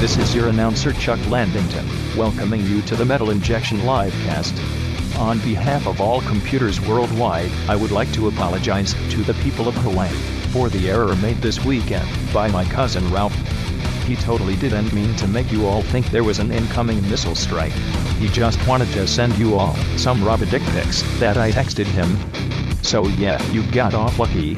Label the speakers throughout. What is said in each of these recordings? Speaker 1: This is your announcer Chuck Landington, welcoming you to the Metal Injection Livecast. On behalf of all computers worldwide, I would like to apologize to the people of Hawaii for the error made this weekend by my cousin Ralph. He totally didn't mean to make you all think there was an incoming missile strike. He just wanted to send you all some rubber dick pics that I texted him. So yeah, you got off lucky.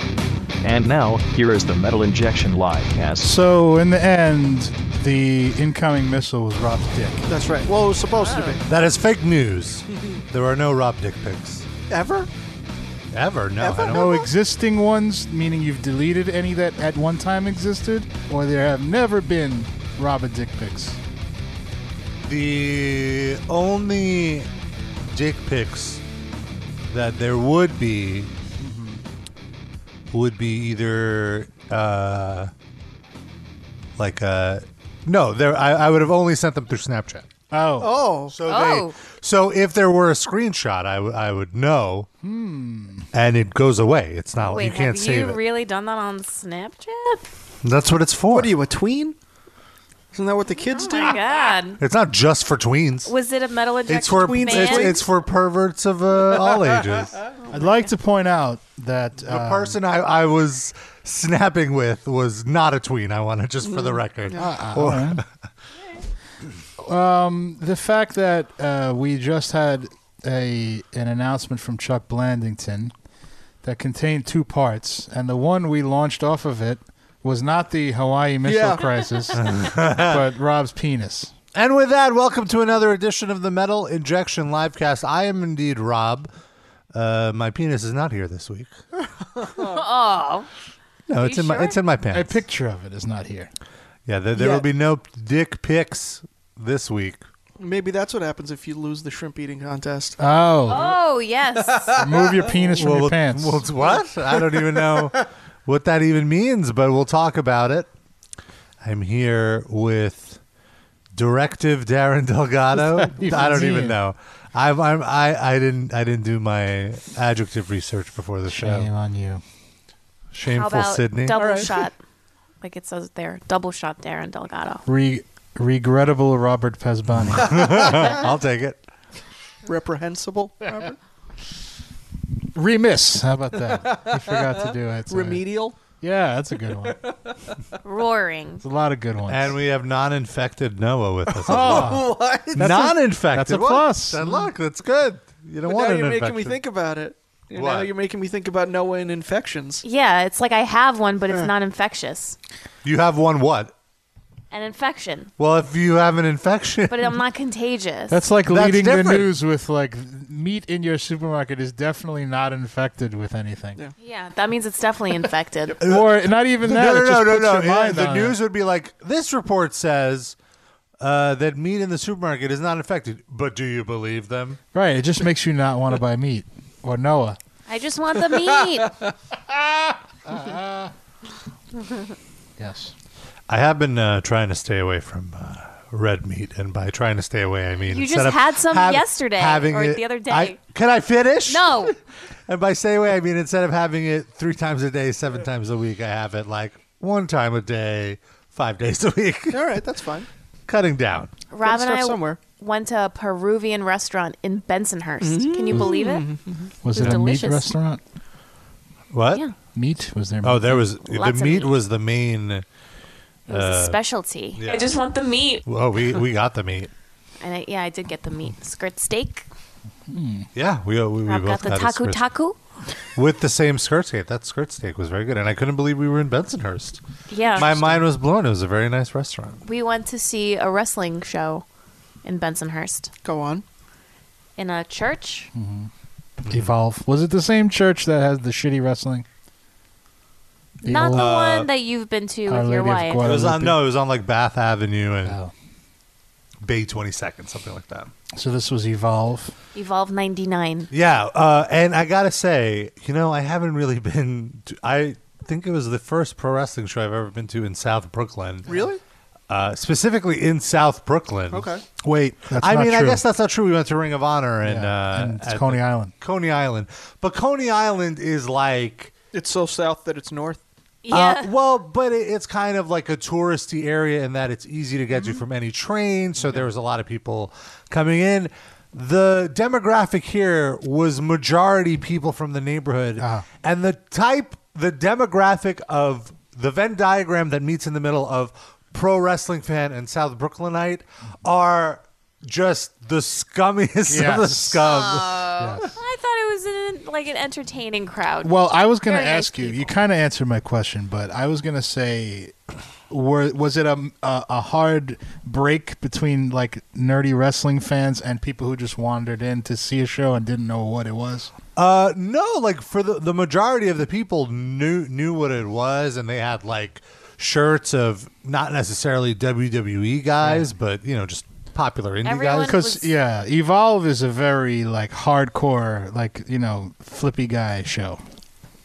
Speaker 1: And now, here is the Metal Injection Livecast.
Speaker 2: So in the end, the incoming missile was Rob's dick.
Speaker 3: That's right. Well, it was supposed to be.
Speaker 4: That is fake news. there are no Rob dick pics.
Speaker 3: Ever?
Speaker 4: Ever? No,
Speaker 3: Ever?
Speaker 4: I don't.
Speaker 2: No existing ones, meaning you've deleted any that at one time existed, or there have never been Rob a dick pics.
Speaker 4: The only dick pics that there would be would be either uh, like uh no, there I, I would have only sent them through Snapchat.
Speaker 2: Oh,
Speaker 3: Oh.
Speaker 4: So
Speaker 5: Oh.
Speaker 4: they so if there were a screenshot, I, w- I would know. Hmm. And it goes away. It's not
Speaker 5: Wait,
Speaker 4: Oh, you can't
Speaker 5: have
Speaker 4: save
Speaker 5: you
Speaker 4: it.
Speaker 5: really done that on Snapchat?
Speaker 4: That's what it's for.
Speaker 3: What are you, a tween? Isn't that what the kids
Speaker 5: Oh
Speaker 3: do?
Speaker 5: my god.
Speaker 4: it's not just for tweens.
Speaker 5: Was it a metal injection?
Speaker 4: It's for
Speaker 5: man?
Speaker 4: it's, it's for perverts of uh, all ages.
Speaker 2: I'd like to point out that
Speaker 4: The
Speaker 2: um,
Speaker 4: person I, I was snapping with was not a tween. I want to just for the record.
Speaker 2: Uh-uh.
Speaker 4: Or-
Speaker 2: Um, the fact that uh, we just had a an announcement from Chuck Blandington that contained two parts, and the one we launched off of it was not the Hawaii missile
Speaker 3: Yeah.
Speaker 2: crisis, but Rob's penis.
Speaker 4: and with that, welcome to another edition of the Metal Injection Livecast. I am indeed Rob. Uh, my penis is not here this week.
Speaker 5: oh.
Speaker 4: No, it's
Speaker 5: you
Speaker 4: in my
Speaker 5: sure?
Speaker 4: it's in my
Speaker 2: A
Speaker 4: pants.
Speaker 2: picture of it is not here.
Speaker 4: yeah, there, there
Speaker 3: Yeah.
Speaker 4: will be no dick pics this week.
Speaker 3: Maybe that's what happens if you lose the shrimp eating contest.
Speaker 2: Oh,
Speaker 5: Oh yes.
Speaker 2: remove your penis from your pants.
Speaker 4: well, what? I don't even know what that even means, but we'll talk about it. I'm here with directive Darren Delgado.
Speaker 2: even
Speaker 4: I don't even
Speaker 2: mean?
Speaker 4: know. I've, I'm, I, I didn't, I didn't do my adjective research before the show.
Speaker 2: Shame on you.
Speaker 5: How
Speaker 4: Shameful
Speaker 5: about
Speaker 4: Sydney.
Speaker 5: double
Speaker 3: All right.
Speaker 5: shot? Like it says there. Double shot Darren Delgado.
Speaker 2: Re- regrettable Robert Pesbani.
Speaker 4: I'll take it.
Speaker 3: Reprehensible? Robert?
Speaker 2: Remiss. How about that? I forgot to do it. sorry.
Speaker 3: Remedial?
Speaker 2: Yeah, that's a good one. It's
Speaker 5: Roaring.
Speaker 2: a lot of good ones.
Speaker 4: And we have non-infected Noah with us.
Speaker 2: oh,
Speaker 3: What?
Speaker 4: non-infected.
Speaker 2: that's a
Speaker 4: What?
Speaker 2: plus.
Speaker 4: Then look, that's good. You don't
Speaker 3: But
Speaker 4: want
Speaker 3: now
Speaker 4: an
Speaker 3: you're making me
Speaker 4: infection.
Speaker 3: think about it. And Now
Speaker 4: What?
Speaker 3: you're making me think about Noah and infections.
Speaker 5: Yeah, it's like I have one, but it's not infectious.
Speaker 4: You have one what?
Speaker 5: An infection,
Speaker 4: Well, if you have an infection,
Speaker 5: but I'm not contagious.
Speaker 2: that's like
Speaker 4: That's
Speaker 2: leading the
Speaker 4: different.
Speaker 2: news with like meat in your supermarket is definitely not infected with anything.
Speaker 3: Yeah.
Speaker 5: yeah, that means it's definitely infected.
Speaker 2: Or not even that.
Speaker 4: No,
Speaker 2: it
Speaker 4: no, no,
Speaker 2: just
Speaker 4: no,
Speaker 2: puts
Speaker 4: no.
Speaker 2: your mind
Speaker 4: the
Speaker 2: on
Speaker 4: news
Speaker 2: it.
Speaker 4: would be like, this report says uh, that meat in the supermarket is not infected. But do you believe them?
Speaker 2: Right. It just makes you not want to buy meat or Noah.
Speaker 5: I just want the meat.
Speaker 2: Oh. Yes.
Speaker 4: I have been uh, trying to stay away from uh, red meat, and by trying to stay away, I mean
Speaker 5: You
Speaker 4: instead
Speaker 5: just
Speaker 4: of
Speaker 5: had some
Speaker 4: hav-
Speaker 5: yesterday
Speaker 4: having
Speaker 5: or
Speaker 4: it-
Speaker 5: the other day.
Speaker 4: I- can I finish?
Speaker 5: No.
Speaker 4: And by stay away, I mean instead of having it three times a day, seven times a week, I have it like one time a day, five days a week,
Speaker 3: All right, that's fine.
Speaker 4: cutting down.
Speaker 5: Rob and
Speaker 3: start
Speaker 5: I
Speaker 3: somewhere.
Speaker 5: went to a Peruvian restaurant in Bensonhurst. Can
Speaker 3: Mm-hmm.
Speaker 5: you believe it?
Speaker 2: Was it a meat
Speaker 5: Delicious.
Speaker 2: restaurant?
Speaker 4: What?
Speaker 5: Yeah.
Speaker 2: Meat was there.
Speaker 4: Oh, there was
Speaker 5: Lots
Speaker 4: the
Speaker 5: of
Speaker 4: meat
Speaker 5: meat.
Speaker 4: was the main. uh,
Speaker 5: It was a specialty.
Speaker 4: Yeah.
Speaker 5: I just want the meat.
Speaker 4: Oh, we we got the meat.
Speaker 5: And I, yeah, I did get the meat. Skirt steak.
Speaker 2: Hmm.
Speaker 4: Yeah, we we, we
Speaker 5: Rob got
Speaker 4: both
Speaker 5: the
Speaker 4: got a
Speaker 5: taku
Speaker 4: skirt-
Speaker 5: taku.
Speaker 4: with the same skirt steak. That skirt steak was very good, and I couldn't believe we were in Bensonhurst.
Speaker 5: Yeah.
Speaker 4: My mind was blown. It was a very nice restaurant.
Speaker 5: we went to see a wrestling show in Bensonhurst
Speaker 3: Go on.
Speaker 5: in a church.
Speaker 2: Evolve. Was it the same church that has the shitty wrestling? The
Speaker 5: Not
Speaker 2: old-
Speaker 4: Uh,
Speaker 5: the one that you've been to
Speaker 2: Our
Speaker 5: with your
Speaker 2: Lady of
Speaker 5: wife.
Speaker 4: It was on
Speaker 2: Guadalupe.
Speaker 4: no, it was on like Bath Avenue and
Speaker 2: Oh.
Speaker 4: Bay Twenty Second, something like that.
Speaker 2: So this was Evolve.
Speaker 5: Evolve 99.
Speaker 4: Yeah, uh, and I gotta say, you know, I haven't really been. To, I think it was the first pro wrestling show I've ever been to in South Brooklyn.
Speaker 3: Really?
Speaker 4: Uh, specifically in South Brooklyn.
Speaker 3: Okay.
Speaker 4: Wait,
Speaker 2: That's
Speaker 4: I
Speaker 2: not
Speaker 4: mean, I
Speaker 2: true.
Speaker 4: guess that's not true. We went to Ring of Honor and,
Speaker 2: Yeah,
Speaker 4: uh,
Speaker 2: and it's
Speaker 4: at
Speaker 2: Coney
Speaker 4: the-
Speaker 2: Island.
Speaker 4: Coney Island, but Coney Island is like
Speaker 3: It's so south that it's north.
Speaker 5: Yeah.
Speaker 4: Uh, well, but it, it's kind of like a touristy area in that it's easy to get to from any train. So there was a lot of people coming in. The demographic here was majority people from the neighborhood, and the type, the demographic of the Venn diagram that meets in the middle of pro wrestling fan and South Brooklynite are just the scummiest of the
Speaker 2: Yes.
Speaker 4: scum.
Speaker 5: Oh. I thought it was an, like an entertaining crowd.
Speaker 2: Well, I was going to
Speaker 5: Very nice
Speaker 2: ask you. You kind of answered my question, but I was going to say, were was it a, a a hard break between like nerdy wrestling fans and people who just wandered in to see a show and didn't know what it was?
Speaker 4: Uh, no, like for the the majority of the people knew knew what it was, and they had like shirts of not necessarily WWE guys, but you know just popular indie
Speaker 5: Everyone-
Speaker 4: guys.
Speaker 2: Because
Speaker 5: was-
Speaker 2: yeah, Evolve is a very like hardcore, like you know, flippy guy show.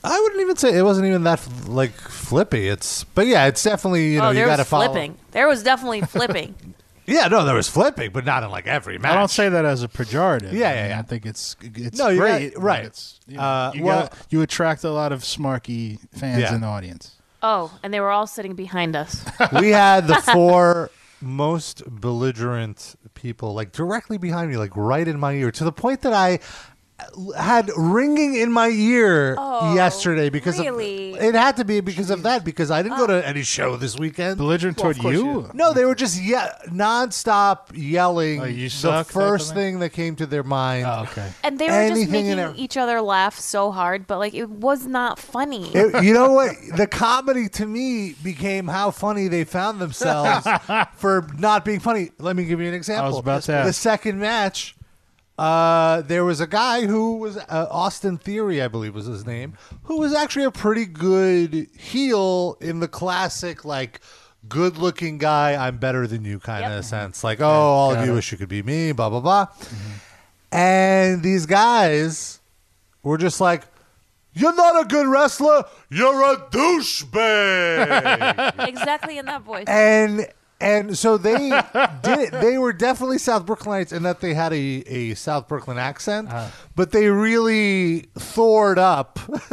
Speaker 4: I wouldn't even say it wasn't even that like flippy. It's but yeah, it's definitely you know
Speaker 5: oh,
Speaker 4: you
Speaker 5: there
Speaker 4: got to
Speaker 5: was
Speaker 4: follow.
Speaker 5: flipping. There was definitely flipping.
Speaker 4: Yeah, no, there was flipping, but not in like every match.
Speaker 2: I don't say that as a pejorative.
Speaker 4: Yeah,
Speaker 2: I
Speaker 4: yeah,
Speaker 2: mean,
Speaker 4: yeah.
Speaker 2: I think it's it's
Speaker 4: No, you
Speaker 2: great.
Speaker 4: got-
Speaker 2: but
Speaker 4: right.
Speaker 2: It's, you know,
Speaker 4: Uh,
Speaker 2: you
Speaker 4: well-
Speaker 2: got, you attract a lot of smarky fans
Speaker 4: Yeah.
Speaker 2: in the audience.
Speaker 5: oh, and they were all sitting behind us.
Speaker 4: we had the four most belligerent people like directly behind me like right in my ear to the point that i had ringing in my ear
Speaker 5: Oh,
Speaker 4: yesterday because of-
Speaker 5: really? Oh.
Speaker 4: it had to be because of that because i didn't go to any show this weekend
Speaker 2: Belligerent
Speaker 3: Well, of
Speaker 2: toward
Speaker 3: course
Speaker 2: you?
Speaker 3: you-
Speaker 4: no they were just ye- nonstop yelling
Speaker 2: Oh, you
Speaker 4: the
Speaker 2: suck type of
Speaker 4: first
Speaker 2: thing?
Speaker 4: thing that came to their mind
Speaker 2: Oh, okay.
Speaker 5: And they were just
Speaker 4: Anything in
Speaker 5: making
Speaker 4: there.
Speaker 5: each other laugh so hard, but like it was not funny.
Speaker 4: It- you know what? The comedy to me became how funny they found themselves for not being funny. Let me give you an example.
Speaker 2: about to
Speaker 4: The
Speaker 2: ask.
Speaker 4: second match, uh, there was a guy who was uh, Austin Theory, I believe was his name, who was actually a pretty good heel in the classic, like, good looking guy, I'm better than you kind of
Speaker 5: Yep.
Speaker 4: sense. Like, oh, all of
Speaker 2: got it.
Speaker 4: you
Speaker 2: Mm-hmm.
Speaker 4: wish you could be me, blah, blah, blah. And these guys were just like, you're not a good wrestler. You're a douchebag.
Speaker 5: exactly in that voice.
Speaker 4: and and so they did it. They were definitely South Brooklynites in that they had a, a South Brooklyn accent,
Speaker 2: Uh-huh.
Speaker 4: but they really thored up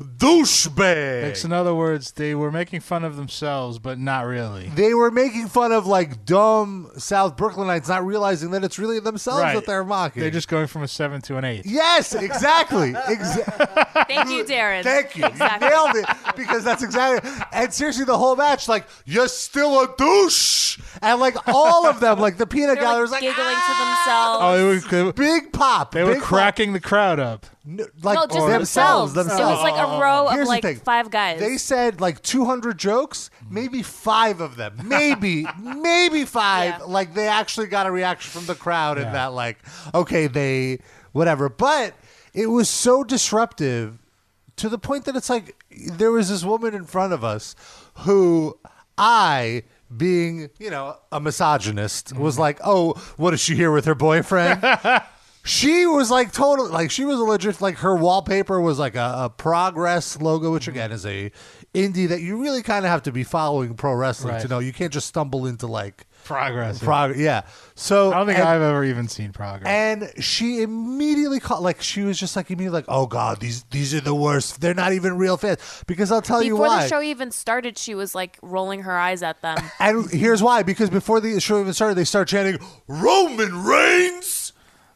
Speaker 4: douchebag.
Speaker 2: It's in other words, they were making fun of themselves, but not really.
Speaker 4: They were making fun of like dumb South Brooklynites, not realizing that it's really themselves
Speaker 2: Right.
Speaker 4: that they're mocking.
Speaker 2: They're just going from a seven to an eight.
Speaker 4: yes, exactly. Exactly.
Speaker 5: Thank you, Darren.
Speaker 4: Thank you.
Speaker 5: Exactly.
Speaker 4: You nailed it because that's exactly. And seriously, the whole match, like you're still a douche, and like all of them, like the peanut
Speaker 5: They're like
Speaker 4: gallery was like
Speaker 5: giggling
Speaker 4: "Ah!"
Speaker 5: to themselves.
Speaker 2: Oh, they were, they,
Speaker 4: Big pop.
Speaker 2: they were
Speaker 4: big pop.
Speaker 2: cracking the crowd up.
Speaker 4: N- like
Speaker 5: no, just
Speaker 4: themselves.
Speaker 5: themselves. It was like a row
Speaker 4: Oh. Here's
Speaker 5: of
Speaker 4: the
Speaker 5: like
Speaker 4: thing.
Speaker 5: five guys.
Speaker 4: They said like 200 jokes, maybe five of them, maybe, maybe five.
Speaker 5: Yeah.
Speaker 4: Like they actually got a reaction from the crowd in that, like, okay, they, whatever. But it was so disruptive to the point that it's like there was this woman in front of us who I. Being, you know, a misogynist was like, oh, what is she here with her boyfriend? She was like totally like she was a legit like her wallpaper was like a, a progress logo,
Speaker 2: Mm-hmm.
Speaker 4: which again is a indie that you really kind of have to be following pro wrestling to
Speaker 2: Right.
Speaker 4: know. You can't just stumble into like
Speaker 2: Progress.
Speaker 4: prog. Yeah, so
Speaker 2: I don't think
Speaker 4: and,
Speaker 2: I've ever even seen progress.
Speaker 4: and she immediately caught like she was just like immediately like oh god these these are the worst. They're not even real fans because I'll tell you
Speaker 5: Before
Speaker 4: why.
Speaker 5: the show even started, she was like rolling her eyes at them.
Speaker 4: and here's why because before the show even started, they start chanting Roman Reigns.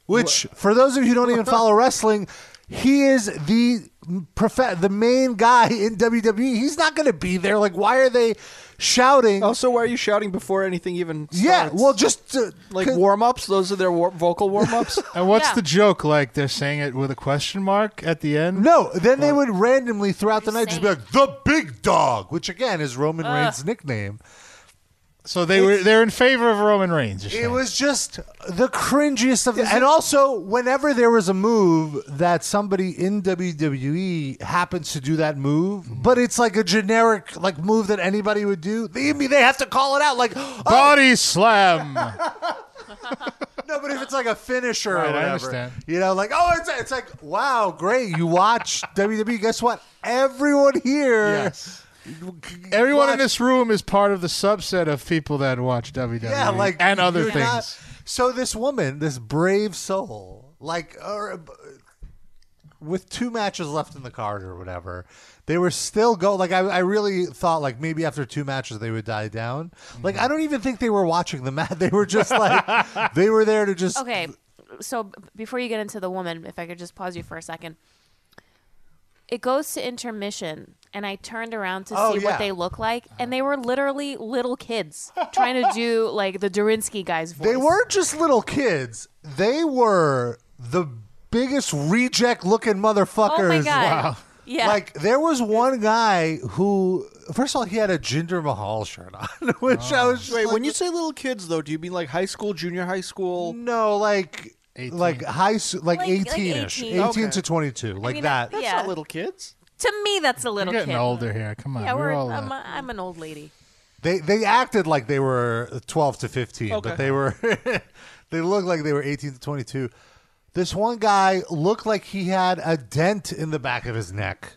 Speaker 4: which for those of you who don't even follow wrestling, he is the prof- the main guy in WWE. He's not going to be there. Like, why are they shouting?
Speaker 3: Also, Oh, why are you shouting before anything even starts?
Speaker 4: yeah, well, just to,
Speaker 3: like
Speaker 4: 'cause-
Speaker 3: warm ups. Those are their war- vocal warm ups.
Speaker 2: And what's
Speaker 5: Yeah.
Speaker 2: the joke? Like they're saying it with a question mark at the end?
Speaker 4: No, then they would randomly throughout the
Speaker 5: They're
Speaker 4: night just be like the Big Dog, which again is Roman Reigns' nickname.
Speaker 2: So they were they're in favor of Roman Reigns. you're
Speaker 4: It
Speaker 2: saying.
Speaker 4: was just the cringiest of, and also whenever there was a move that somebody in WWE happens to do that move, but it's like a generic like move that anybody would do, they they have to call it out like, oh
Speaker 2: Body slam.
Speaker 4: no, but if it's like a finisher
Speaker 2: Right,
Speaker 4: or
Speaker 2: I
Speaker 4: whatever,
Speaker 2: understand.
Speaker 4: you know, like oh it's it's like wow great you watch WWE E. guess what everyone here
Speaker 2: Yes. Everyone in
Speaker 4: watch-
Speaker 2: this room is part of the subset of people that watch WWE
Speaker 4: Yeah, like
Speaker 2: and other
Speaker 4: you're
Speaker 2: things.
Speaker 4: not- so this woman, this brave soul, like or, uh, with two matches left in the card or whatever, they were still go. Like I, I really thought like maybe after two matches they would die down. Like
Speaker 2: Mm-hmm.
Speaker 4: I don't even think they were watching the match. They were just like they were there to just
Speaker 5: Okay, so b- before you get into the woman, if I could just pause you for a second. It goes to intermission, and I turned around to
Speaker 4: Oh,
Speaker 5: see
Speaker 4: yeah. Uh-huh.
Speaker 5: what they look like, and they were literally little kids trying to do like the Durinsky guy's voice.
Speaker 4: They weren't just little kids. They were the biggest reject looking motherfuckers.
Speaker 5: Oh my god! Yeah,
Speaker 4: Like there was one guy who first of all he had a Jinder Mahal shirt on, which I was just
Speaker 3: Wait,
Speaker 4: like,
Speaker 3: when you say little kids, though, do you mean like high school, junior high school?
Speaker 4: no like
Speaker 2: 18.
Speaker 4: like high s- like
Speaker 5: Like- like
Speaker 4: eighteen ish,
Speaker 5: 18.
Speaker 4: eighteen to
Speaker 3: Okay.
Speaker 4: twenty two, like
Speaker 5: mean,
Speaker 4: that.
Speaker 3: That's
Speaker 5: Yeah.
Speaker 3: not little kids.
Speaker 5: to me, that's a
Speaker 2: We're
Speaker 5: little
Speaker 2: getting
Speaker 5: kid.
Speaker 2: older here. Come on,
Speaker 5: Yeah,
Speaker 2: we're,
Speaker 5: we're.
Speaker 2: all. uh,
Speaker 5: I'm, a, I'm an old lady.
Speaker 4: They they acted like they were twelve to fifteen,
Speaker 3: Okay.
Speaker 4: but they were they looked like they were eighteen to twenty two. This one guy looked like he had a dent in the back of his neck,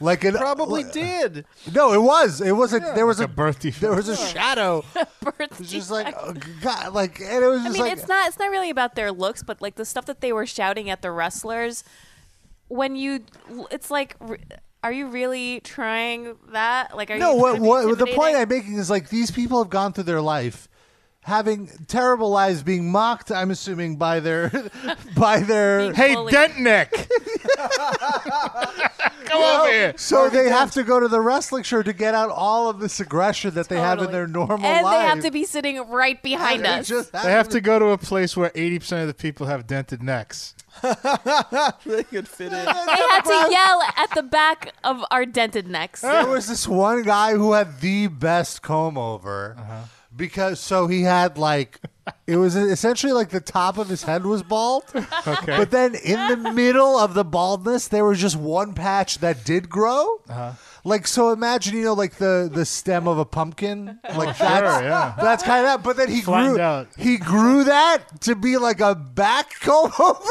Speaker 4: like an
Speaker 3: Probably did.
Speaker 4: No, it was. It wasn't. there was
Speaker 2: like
Speaker 4: a,
Speaker 2: a birth defect.
Speaker 4: There was a shadow. It
Speaker 5: Birth
Speaker 4: was just like oh, God, like and it was
Speaker 5: I
Speaker 4: just
Speaker 5: mean,
Speaker 4: like
Speaker 5: it's not it's not really about their looks, but like the stuff that they were shouting at the wrestlers. When you, it's like, re- are you really trying that? Like, are
Speaker 4: no.
Speaker 5: you trying
Speaker 4: What,
Speaker 5: to be
Speaker 4: what the point
Speaker 5: intimidating?
Speaker 4: I'm making is like these people have gone through their life having terrible lives, being mocked. I'm assuming by their by their.
Speaker 5: Being-
Speaker 2: hey,
Speaker 5: Bully.
Speaker 2: dent neck. Come over here.
Speaker 4: So they have to go to the wrestling show to get out all of this aggression that they have in
Speaker 5: Totally.
Speaker 4: their normal
Speaker 5: and
Speaker 4: life.
Speaker 5: they have to be sitting right behind
Speaker 4: They
Speaker 5: us.
Speaker 4: just
Speaker 2: They have to go to a place where 80% of the people have dented necks.
Speaker 3: They could fit in.
Speaker 5: they had to yell at the back of our dented necks.
Speaker 4: there was this one guy who had the best comb over
Speaker 2: Uh-huh.
Speaker 4: because so he had like it was essentially like the top of his head was bald
Speaker 2: Okay.
Speaker 4: but then in the middle of the baldness there was just one patch that did grow
Speaker 2: Uh-huh.
Speaker 4: like so imagine you know like the the stem of a pumpkin like that's
Speaker 2: sure, yeah.
Speaker 4: that's kind of that but then he
Speaker 2: Flattened
Speaker 4: grew
Speaker 2: out.
Speaker 4: he grew that to be like a back comb over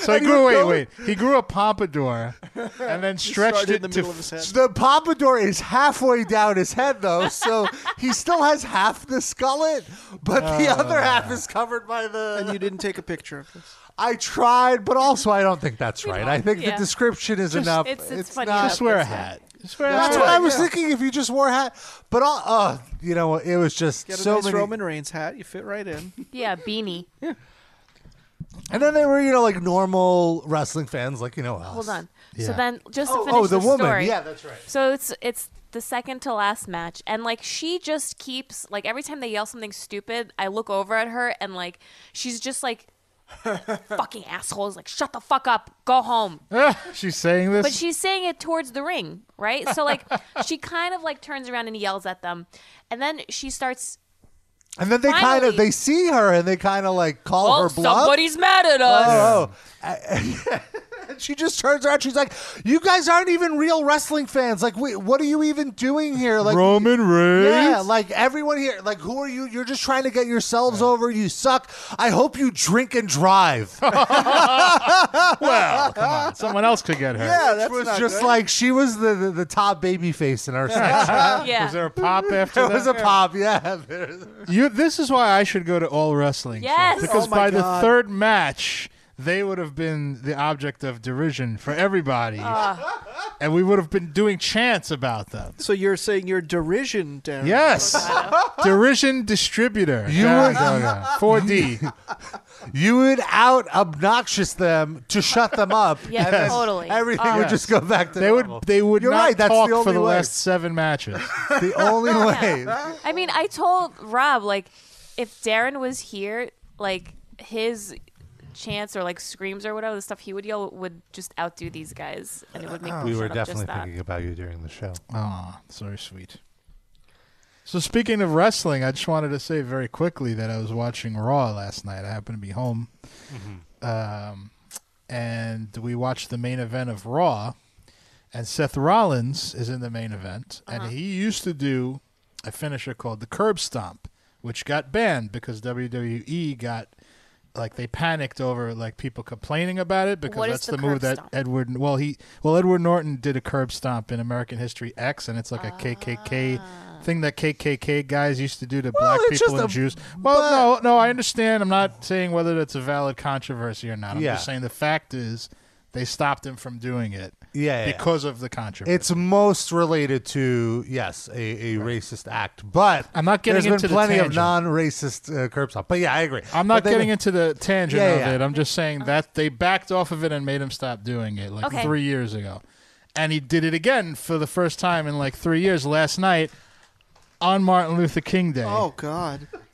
Speaker 2: so he
Speaker 4: And
Speaker 2: grew,
Speaker 4: would
Speaker 2: wait,
Speaker 4: go-
Speaker 2: wait. He grew a pompadour and then stretched
Speaker 3: Started
Speaker 2: it
Speaker 3: in the
Speaker 2: to
Speaker 3: middle of his head.
Speaker 4: The pompadour is halfway down his head, though, so he still has half the skullet, but the other half is covered by the.
Speaker 3: And you didn't take a picture of this.
Speaker 4: I tried, but also I don't think that's right. I think
Speaker 5: Yeah.
Speaker 4: the description is enough.
Speaker 5: it's- it's funny
Speaker 4: not-
Speaker 5: enough.
Speaker 2: just wear a hat. Just wear a
Speaker 4: That's
Speaker 2: hat.
Speaker 4: what I was
Speaker 3: Yeah.
Speaker 4: thinking. If you just wore a hat, but all, uh, you know, what, it was just
Speaker 3: Get a
Speaker 4: so
Speaker 3: nice
Speaker 4: many.
Speaker 3: Roman Reigns hat. You fit right in.
Speaker 5: yeah, beanie.
Speaker 4: And then they were, you know, like normal wrestling fans, like you know us.
Speaker 5: Hold on. So
Speaker 2: Yeah.
Speaker 5: then, just to
Speaker 4: Oh,
Speaker 5: finish
Speaker 4: oh, the
Speaker 5: this
Speaker 4: woman.
Speaker 5: story,
Speaker 4: Yeah, that's right.
Speaker 5: So it's it's the second to last match, and like she just keeps like every time they yell something stupid, I look over at her and like she's just like fucking assholes, like shut the fuck up, go home.
Speaker 2: She's saying this.
Speaker 5: But she's saying it towards the ring, right? So like she kind of like turns around and yells at them, and then she starts.
Speaker 4: And then they kind
Speaker 5: Finally.
Speaker 4: of they see her and they kind of like call
Speaker 5: Oh,
Speaker 4: her bluff.
Speaker 5: somebody's mad at us.
Speaker 4: Oh, I- and she just turns around. She's like, "You guys aren't even real wrestling fans. Like, wait, what are you even doing here? Like,
Speaker 2: Roman Reigns.
Speaker 4: yeah, like everyone here. Like, who are you? You're just trying to get yourselves over. You suck. I hope you drink and drive."
Speaker 2: well, come on. Someone else could get her.
Speaker 3: Yeah, that's
Speaker 4: Which was
Speaker 3: not
Speaker 4: just
Speaker 3: good.
Speaker 4: like she was the the, the top baby face in our section.
Speaker 5: yeah.
Speaker 2: Was there a pop after
Speaker 4: There
Speaker 2: that?
Speaker 4: was a pop, yeah. There's-
Speaker 2: You. This is why I should go to all wrestling. shows,
Speaker 5: Yes.
Speaker 2: because
Speaker 3: Oh my
Speaker 2: by the
Speaker 3: God.
Speaker 2: third match, they would have been the object of derision for everybody,
Speaker 5: Ah.
Speaker 2: and we would have been doing chants about them.
Speaker 3: So you're saying you're derision, Darren?
Speaker 2: Yes, derision distributor.
Speaker 4: You
Speaker 2: There
Speaker 4: would-
Speaker 2: we go now. 4D.
Speaker 4: You would out obnoxious them to shut them up.
Speaker 5: Yeah,
Speaker 4: and then
Speaker 5: totally.
Speaker 4: Everything
Speaker 5: Oh.
Speaker 4: would just go back to
Speaker 2: They would.
Speaker 4: normal.
Speaker 2: They would
Speaker 4: You're
Speaker 2: not
Speaker 4: right, that's
Speaker 2: talk
Speaker 4: the only
Speaker 2: for the
Speaker 4: way.
Speaker 2: last seven matches.
Speaker 4: the only way.
Speaker 5: I mean, I told Rob like if Darren was here, like his chants or like screams or whatever the stuff he would yell would just outdo these guys, and it would make me
Speaker 4: We were
Speaker 5: shut up just
Speaker 4: definitely
Speaker 5: that.
Speaker 4: thinking about you during the show.
Speaker 2: Ah, sorry, sweet. So speaking of wrestling, I just wanted to say very quickly that I was watching Raw last night. I happened to be home, um, and we watched the main event of Raw, and Seth Rollins is in the main event, and he used to do a finisher called the Curb Stomp, which got banned because WWE got like they panicked over like people complaining about it because
Speaker 5: What is
Speaker 2: that's
Speaker 5: the
Speaker 2: the, move
Speaker 5: curb
Speaker 2: that
Speaker 5: stomp?
Speaker 2: Edward well he well Edward Norton did a curb stomp in American History X and it's like a
Speaker 5: Ah.
Speaker 2: KKK thing that KKK guys used to do to black
Speaker 4: it's
Speaker 2: people
Speaker 4: just
Speaker 2: and
Speaker 4: a-
Speaker 2: Jews. Well, no, no, I understand. I'm not saying whether that's a valid controversy or not. I'm
Speaker 4: Yeah.
Speaker 2: just saying the fact is they stopped him from doing it.
Speaker 4: Yeah, yeah, yeah.
Speaker 2: because of the controversy.
Speaker 4: It's most related to yes, a, a racist act, but
Speaker 2: I'm not getting
Speaker 4: there's been
Speaker 2: into the
Speaker 4: plenty of
Speaker 2: tangent.
Speaker 4: non-racist uh, curb stop. But yeah, I agree.
Speaker 2: I'm not
Speaker 4: But they-
Speaker 2: getting into the tangent
Speaker 4: Yeah,
Speaker 2: of
Speaker 4: yeah.
Speaker 2: it. I'm just saying that they backed off of it and made him stop doing it like
Speaker 5: Okay.
Speaker 2: three years ago. And he did it again for the first time in like three years last night on Martin Luther King Day.
Speaker 3: Oh God,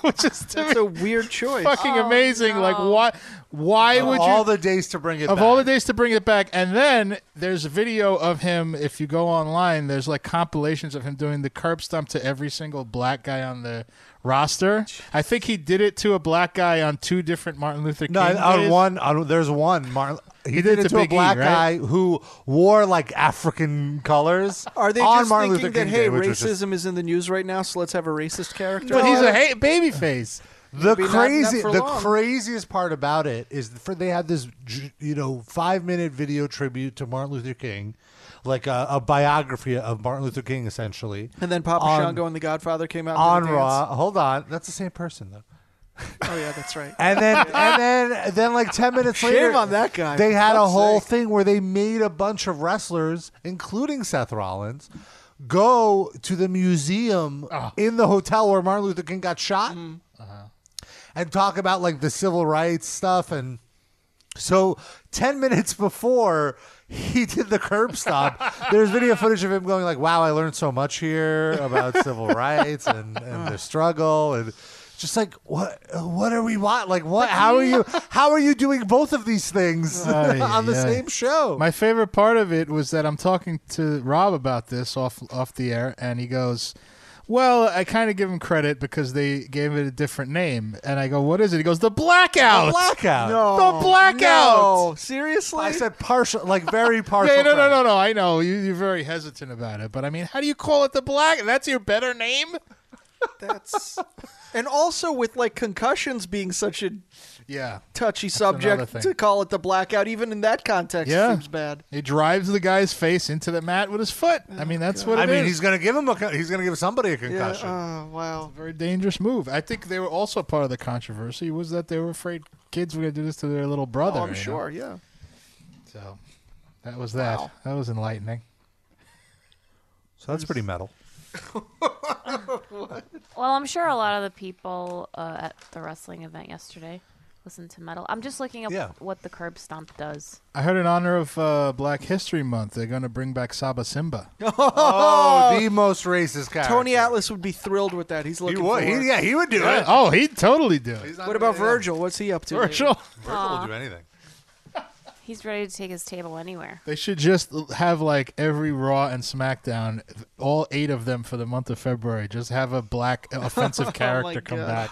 Speaker 2: which is to
Speaker 3: that's
Speaker 2: me
Speaker 3: a weird choice. Oh,
Speaker 2: fucking amazing. Like, why? Why
Speaker 4: Of
Speaker 2: would you?
Speaker 4: uh, all the days to bring it
Speaker 2: of
Speaker 4: back.
Speaker 2: all the days to bring it back. And then there's a video of him. If you go online, there's like compilations of him doing the curb stomp to every single black guy on the roster. I think he did it to a black guy on two different Martin Luther King.
Speaker 4: No, on
Speaker 2: days.
Speaker 4: one, on, there's one. Martin, he, did, it to a
Speaker 2: Big E,
Speaker 4: black
Speaker 2: right?
Speaker 4: guy who wore like African colors.
Speaker 3: Are they
Speaker 4: on
Speaker 3: just
Speaker 4: Martin
Speaker 3: thinking
Speaker 4: Luther
Speaker 3: that
Speaker 4: King
Speaker 3: hey,
Speaker 4: Day, which was just-
Speaker 3: racism is in the news right now, so let's have a racist character?
Speaker 2: But he's a hate baby face.
Speaker 4: the
Speaker 3: Maybe not- not
Speaker 4: crazy
Speaker 3: for
Speaker 4: the
Speaker 3: long.
Speaker 4: craziest part about it is for they had this j- you know five minute video tribute to Martin Luther King, like a, a biography of Martin Luther King essentially.
Speaker 3: and then Papa
Speaker 4: on,
Speaker 3: Shango and the Godfather came out
Speaker 4: on
Speaker 3: and did a
Speaker 4: Raw. Hold on, that's the same person though.
Speaker 3: dance. Oh yeah, that's right.
Speaker 4: And then and then then like ten minutes
Speaker 3: Shame
Speaker 4: later
Speaker 3: on that guy,
Speaker 4: They
Speaker 3: for
Speaker 4: had a
Speaker 3: fuck's
Speaker 4: whole
Speaker 3: sake.
Speaker 4: thing where they made a bunch of wrestlers, including Seth Rollins, go to the museum
Speaker 3: Ah.
Speaker 4: in the hotel where Martin Luther King got shot
Speaker 3: Mm-hmm.
Speaker 4: and talk about like the civil rights stuff and so ten minutes before he did the curb stop, there's video footage of him going like, "Wow, I learned so much here about civil rights and, and the struggle and." Just like what? What are we want? Like what? How are you? How are you doing both of these things
Speaker 2: Ay,
Speaker 4: on the
Speaker 2: ay.
Speaker 4: same show?
Speaker 2: My favorite part of it was that I'm talking to Rob about this off off the air, and he goes, "Well, I kind of give him credit because they gave it a different name." And I go, "What is it?" He goes, "The blackout."
Speaker 4: blackout.
Speaker 2: The blackout.
Speaker 3: No, seriously?
Speaker 4: I said partial, like very partial.
Speaker 2: Yeah, no, no,
Speaker 4: credit.
Speaker 2: no, no. I know you, you're very hesitant about it, but I mean, how do you call it the black? That's your better name.
Speaker 3: that's. And also with like concussions being such a
Speaker 2: Yeah,
Speaker 3: touchy
Speaker 2: another
Speaker 3: subject
Speaker 2: thing.
Speaker 3: to call it the blackout, even in that context,
Speaker 2: Yeah.
Speaker 3: seems bad.
Speaker 2: he drives the guy's face into the mat with his foot.
Speaker 4: Oh,
Speaker 2: I mean, that's what
Speaker 4: I
Speaker 2: it
Speaker 4: mean,
Speaker 2: is.
Speaker 4: he's gonna give him a. con- He's gonna give somebody a
Speaker 3: Yeah.
Speaker 4: concussion.
Speaker 3: Oh wow.
Speaker 2: very dangerous move. I think they were also part of the controversy was that they were afraid kids were going to do this to their little brother.
Speaker 3: Oh,
Speaker 2: you
Speaker 3: I'm
Speaker 2: know?
Speaker 3: sure. Yeah.
Speaker 2: So that was that.
Speaker 3: Wow.
Speaker 2: That was enlightening.
Speaker 4: so that's pretty metal.
Speaker 5: Well, I'm sure a lot of the people uh, at the wrestling event yesterday listened to metal. I'm just looking up
Speaker 4: Yeah.
Speaker 5: what the curb stomp does.
Speaker 2: I heard in honor of uh, Black History Month, they're going to bring back Saba Simba.
Speaker 4: Oh, the most racist guy.
Speaker 3: Tony Atlas would be thrilled with that. He's
Speaker 4: He
Speaker 3: looking
Speaker 4: would.
Speaker 3: for.
Speaker 4: He, yeah, he would do it.
Speaker 2: Oh, he'd totally do it.
Speaker 3: What about Virgil? What's he up to? lately?
Speaker 2: Virgil.
Speaker 4: Virgil will do anything.
Speaker 5: He's ready to take his table anywhere.
Speaker 2: They should just have like every Raw and SmackDown, all eight of them for the month of February. Just have a black offensive character come
Speaker 3: Oh, God.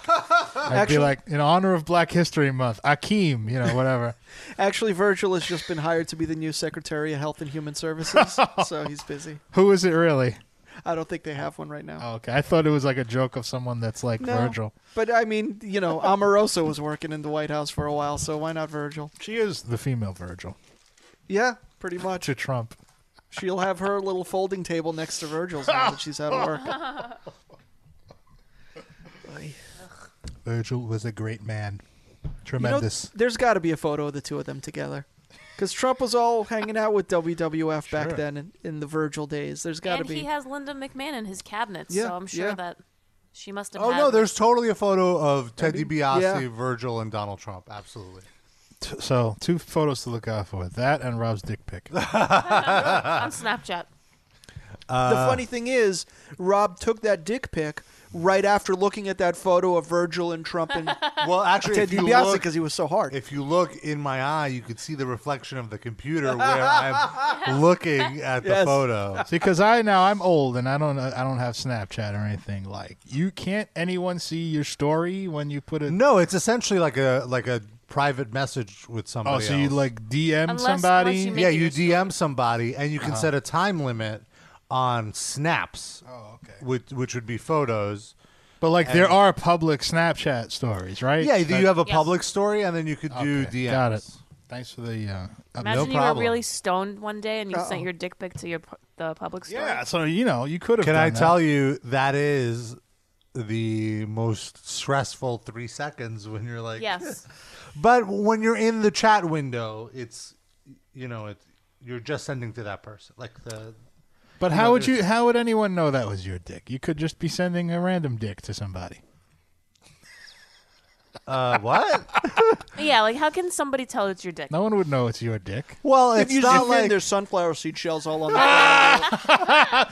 Speaker 2: back. I'd
Speaker 3: Actually-
Speaker 2: be like, in honor of Black History Month, Akeem, you know, whatever.
Speaker 3: Actually, Virgil has just been hired to be the new Secretary of Health and Human Services, so he's busy.
Speaker 2: Who is it really?
Speaker 3: I don't think they have one right now.
Speaker 2: Oh, okay, I thought it was like a joke of someone that's like
Speaker 3: No.
Speaker 2: Virgil.
Speaker 3: But I mean, you know, Omarosa was working in the White House for a while, so why not Virgil?
Speaker 2: She is the female Virgil
Speaker 3: Yeah, pretty much.
Speaker 2: to Trump.
Speaker 3: She'll have her little folding table next to Virgil's now that she's out of work.
Speaker 2: Virgil was a great man.
Speaker 3: You know,
Speaker 2: Tremendous.
Speaker 3: there's got to be a photo of the two of them together. Because Trump was all hanging out with WWF back then in, in the Virgil days. There's got to
Speaker 5: and
Speaker 3: be.
Speaker 5: he has Linda McMahon in his cabinet,
Speaker 3: Yeah,
Speaker 5: so I'm sure
Speaker 3: yeah.
Speaker 5: that she must have.
Speaker 4: Oh
Speaker 5: had
Speaker 4: no, there's totally a photo of Teddy Biasi,
Speaker 3: yeah.
Speaker 4: Virgil, and Donald Trump. Absolutely.
Speaker 2: T- so, two photos to look out for that and Rob's dick pic.
Speaker 5: on Snapchat.
Speaker 3: the
Speaker 4: Uh.
Speaker 3: funny thing is, Rob took that dick pic right after looking at that photo of Virgil and Trump and
Speaker 4: Well, actually,
Speaker 3: Ted
Speaker 4: if you
Speaker 3: DiBiase
Speaker 4: look,
Speaker 3: because he was so hard.
Speaker 4: if you look in my eye, you could see the reflection of the computer where I'm looking at the
Speaker 3: Yes.
Speaker 4: photo.
Speaker 2: See, because I now I'm old and I don't I don't have Snapchat or anything. Like you can't anyone see your story when you put it.
Speaker 4: No, it's essentially like a like a private message with somebody.
Speaker 2: Oh, so you
Speaker 4: else.
Speaker 2: like DM
Speaker 5: Unless-
Speaker 2: somebody? Uh-huh.
Speaker 5: unless you make-
Speaker 4: yeah,
Speaker 5: it
Speaker 4: you
Speaker 5: your story.
Speaker 4: DM somebody, and you can set a time limit on snaps,
Speaker 2: oh, okay.
Speaker 4: which which would be photos.
Speaker 2: But like there are public Snapchat stories, right?
Speaker 4: Yeah,
Speaker 2: That-
Speaker 4: you have a
Speaker 5: Yes.
Speaker 4: public story, and then you could do
Speaker 2: okay,
Speaker 4: DMs.
Speaker 2: Got it. Thanks for the. Uh, up-
Speaker 5: Imagine you
Speaker 4: problem.
Speaker 5: were really stoned one day and you
Speaker 3: Uh-oh.
Speaker 5: sent your dick pic to your pu- the public store.
Speaker 2: yeah, Uh, so you know you could have.
Speaker 4: Can I tell you that is the most stressful three seconds when you're like
Speaker 5: Yes.
Speaker 4: But when you're in the chat window, it's you know, it, you're just sending to that person. Like the
Speaker 2: But
Speaker 4: you
Speaker 2: how
Speaker 4: know,
Speaker 2: would
Speaker 4: there's-
Speaker 2: you? How would anyone know that was your dick? You could just be sending a random dick to somebody.
Speaker 4: uh, what?
Speaker 5: Yeah, like how can somebody tell it's your dick?
Speaker 2: No one would know it's your dick.
Speaker 4: well,
Speaker 3: If
Speaker 4: it's
Speaker 3: you
Speaker 4: not
Speaker 3: zoom in,
Speaker 4: like
Speaker 3: there's sunflower seed shells all on the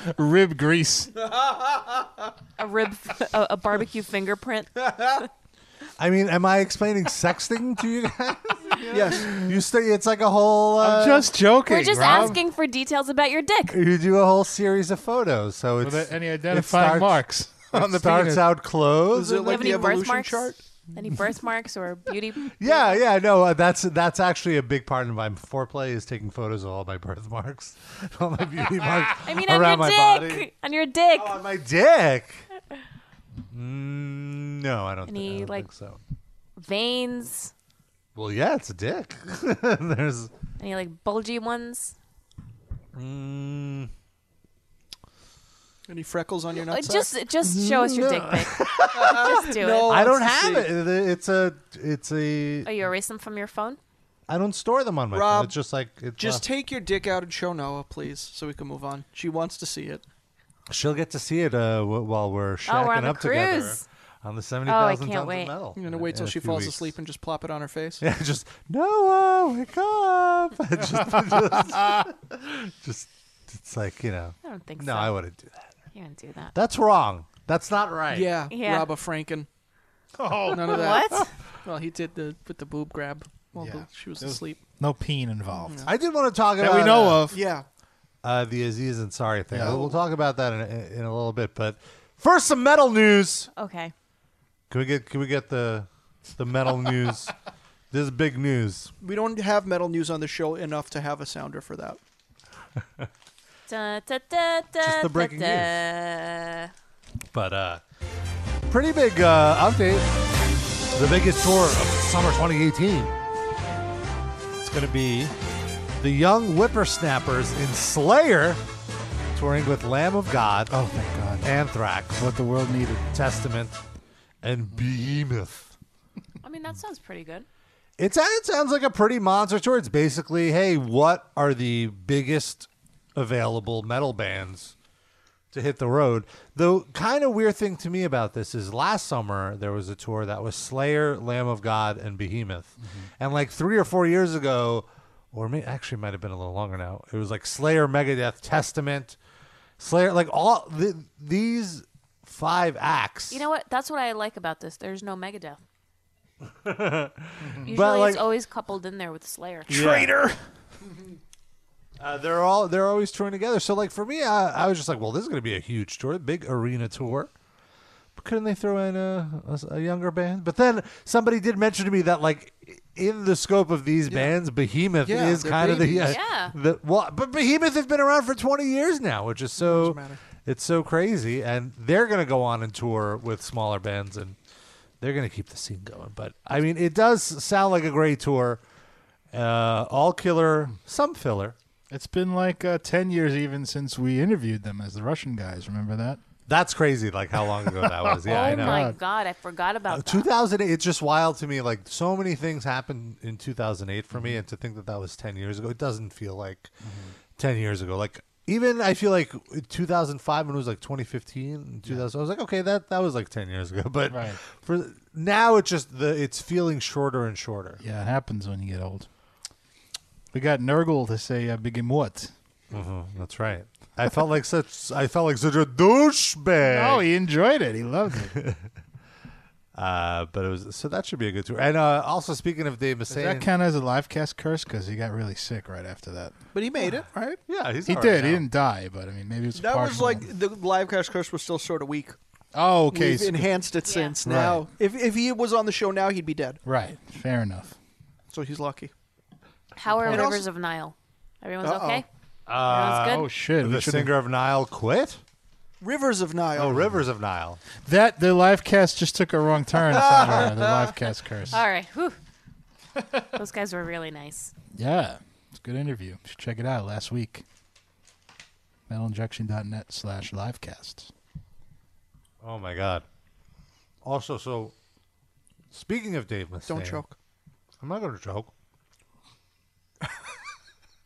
Speaker 3: ground.
Speaker 2: Rib grease.
Speaker 5: A rib, f- a, a barbecue fingerprint.
Speaker 4: I mean, am I explaining sexting to you guys?
Speaker 3: yes.
Speaker 4: You stay. It's like a whole. Uh,
Speaker 2: just joking.
Speaker 5: We're just
Speaker 2: Rob.
Speaker 5: asking for details about your dick.
Speaker 4: you do a whole series of photos, so
Speaker 2: Are
Speaker 4: it's
Speaker 2: there any
Speaker 4: it
Speaker 2: identifying
Speaker 4: starts-
Speaker 2: marks on
Speaker 4: it
Speaker 2: the
Speaker 4: starts
Speaker 2: penis?
Speaker 4: out
Speaker 3: Is
Speaker 4: clothes.
Speaker 3: it like
Speaker 5: Have
Speaker 3: the
Speaker 5: any
Speaker 3: evolution
Speaker 5: birthmarks?
Speaker 3: chart?
Speaker 5: Any birthmarks or beauty?
Speaker 4: Yeah, yeah, no, uh, that's that's actually a big part of my foreplay is taking photos of all my birthmarks, all my beauty marks
Speaker 5: I mean, on your
Speaker 4: around my
Speaker 5: dick.
Speaker 4: body. Oh,
Speaker 5: On your dick.
Speaker 4: On my dick. Mm, no, I don't, thi- I
Speaker 5: Any,
Speaker 4: don't
Speaker 5: like-
Speaker 4: think so.
Speaker 5: Veins.
Speaker 4: Well, yeah, it's a dick. There's
Speaker 5: Any like bulgy ones?
Speaker 4: mm,
Speaker 3: Any freckles on your
Speaker 5: Uh,
Speaker 3: nuts?
Speaker 5: Just,
Speaker 4: Mm,
Speaker 5: just show us your dick
Speaker 4: Mm-hmm.
Speaker 5: pic. just do
Speaker 3: No.
Speaker 5: it.
Speaker 4: I don't
Speaker 3: to
Speaker 4: have
Speaker 3: see.
Speaker 4: it. It- It's a it's a
Speaker 5: Oh, you erase them from your phone?
Speaker 4: I don't store them on my
Speaker 3: Rob,
Speaker 4: phone. It's just like it's
Speaker 3: Just
Speaker 4: uh,
Speaker 3: take your dick out and show Noah, please, so we can move on. She wants to see it.
Speaker 4: she'll get to see it uh, w- while we're shacking
Speaker 5: Oh, we're on the
Speaker 4: up together
Speaker 5: cruise. Oh,
Speaker 4: on the seventy thousand
Speaker 5: can't
Speaker 4: tons
Speaker 5: wait.
Speaker 4: of metal.
Speaker 3: I'm gonna
Speaker 4: in-
Speaker 3: wait till
Speaker 4: in a
Speaker 3: she
Speaker 4: few
Speaker 3: falls
Speaker 4: weeks.
Speaker 3: asleep and just plop it on her face.
Speaker 4: Yeah, just Noah, wake up. just, just, just, it's like you know.
Speaker 5: I don't think
Speaker 4: No,
Speaker 5: so.
Speaker 4: I wouldn't do that.
Speaker 5: You don't do that.
Speaker 4: That's wrong. That's not right.
Speaker 3: Yeah,
Speaker 5: Yeah.
Speaker 3: Rob a Franken. Oh, none of that.
Speaker 5: What?
Speaker 3: Well, he did the with the boob grab while
Speaker 2: Yeah.
Speaker 3: the- she was asleep.
Speaker 2: No peen involved
Speaker 4: I did want to talk
Speaker 2: that
Speaker 4: about
Speaker 2: we know of.
Speaker 3: Yeah.
Speaker 4: uh, the Aziz and Sorry thing.
Speaker 2: Yeah.
Speaker 4: We'll, we'll talk about that in, in, in a little bit. But first, some metal news.
Speaker 5: Okay.
Speaker 4: Can we get? Can we get the the metal news? This is big news.
Speaker 3: We don't have metal news on the show enough to have a sounder for that.
Speaker 5: Da, da, da, da,
Speaker 4: Just the
Speaker 5: da,
Speaker 4: breaking news.
Speaker 5: da.
Speaker 4: But uh, pretty big uh, update. The biggest tour of summer 2018. It's going to be the Young Whippersnappers in Slayer, touring with Lamb of God,
Speaker 2: Oh, thank God.
Speaker 4: Anthrax,
Speaker 2: What the world needed.
Speaker 4: Testament, and Behemoth.
Speaker 5: I mean, that sounds pretty good.
Speaker 4: It's, it sounds like a pretty monster tour. It's basically, hey, what are the biggest available metal bands to hit the road? The kind of weird thing to me about this is last summer there was a tour that was Slayer, Lamb of God, and Behemoth. And like three or four years ago, or may, actually it might have been a little longer now, it was like Slayer, Megadeth, Testament, Slayer, like all the, these five acts.
Speaker 5: You know what? That's what I like about this. There's no Megadeth. Usually,
Speaker 4: Mm-hmm. like-
Speaker 5: it's always coupled in there with Slayer.
Speaker 4: traitor. Uh, they're all they're always touring together. So like for me, I, I was just like, well, this is going to be a huge tour, big arena tour. But couldn't they throw in a, a, a younger band? But then somebody did mention to me that like in the scope of these bands, Behemoth
Speaker 3: Yeah,
Speaker 4: is
Speaker 3: they're
Speaker 4: kind of the uh,
Speaker 3: babies.
Speaker 5: Yeah.
Speaker 4: the well, but Behemoth has been around for twenty years now, which is so
Speaker 3: Doesn't matter.
Speaker 4: it's so crazy, and they're going to go on and tour with smaller bands and they're going to keep the scene going. But I mean, it does sound like a great tour. Uh, all killer, some filler.
Speaker 2: It's been like uh, 10 years even since we interviewed them as the Russian guys. Remember that?
Speaker 4: That's crazy. Like how long ago that was. Yeah,
Speaker 5: oh
Speaker 4: I know.
Speaker 5: my God, I forgot
Speaker 4: Uh,
Speaker 5: about that.
Speaker 4: 2008. It's just wild to me. Like so many things happened in 2008 for
Speaker 2: Mm-hmm.
Speaker 4: me, and to think that that was 10 years ago, it doesn't feel like 10 years ago. Like even I feel like 2005 when it was like 2015, and 2000. I was like, okay, that that was like 10 years ago. But
Speaker 2: Right.
Speaker 4: for now, it's just the it's feeling shorter and shorter.
Speaker 2: Yeah, it happens when you get old. We got Nurgle to say uh, Begemot.
Speaker 4: Mhm, that's right. I felt like such. I felt like such a douchebag.
Speaker 2: Oh, he enjoyed it. He loved it.
Speaker 4: Uh, but it was so that should be a good tour. And uh, also speaking of Dave
Speaker 2: Does that
Speaker 4: Mustaine,
Speaker 2: count as a live cast curse? Because he got really sick right after that.
Speaker 3: But he made it, right?
Speaker 4: yeah, he's
Speaker 2: He
Speaker 4: all right
Speaker 2: did.
Speaker 4: now.
Speaker 2: He didn't die, but I mean, maybe it's
Speaker 3: That was
Speaker 2: partial.
Speaker 3: like the live cash curse was still sort of weak.
Speaker 2: oh, okay.
Speaker 3: We've
Speaker 2: so-
Speaker 3: enhanced it since
Speaker 2: Right.
Speaker 3: now. If if he was on the show now, he'd be dead.
Speaker 2: right. Fair enough.
Speaker 3: So he's lucky.
Speaker 5: How are
Speaker 3: And
Speaker 5: Rivers
Speaker 3: also-
Speaker 5: of Nile? Everyone's
Speaker 3: Uh-oh.
Speaker 5: okay?
Speaker 4: Uh,
Speaker 5: Everyone's good?
Speaker 2: Oh shit! we
Speaker 4: the
Speaker 2: should've-
Speaker 4: singer of Nile quit.
Speaker 3: Rivers of Nile.
Speaker 4: Oh, Rivers of Nile.
Speaker 2: that the live cast just took a wrong turn somewhere. the live cast curse.
Speaker 5: All right. Whew. Those guys were really nice.
Speaker 2: Yeah, it's a good interview. You should check it out last week. Metalinjection.net slash livecast.
Speaker 4: Oh my God. Also, so speaking of Dave Mustaine,
Speaker 3: Don't choke.
Speaker 4: I'm not going to choke.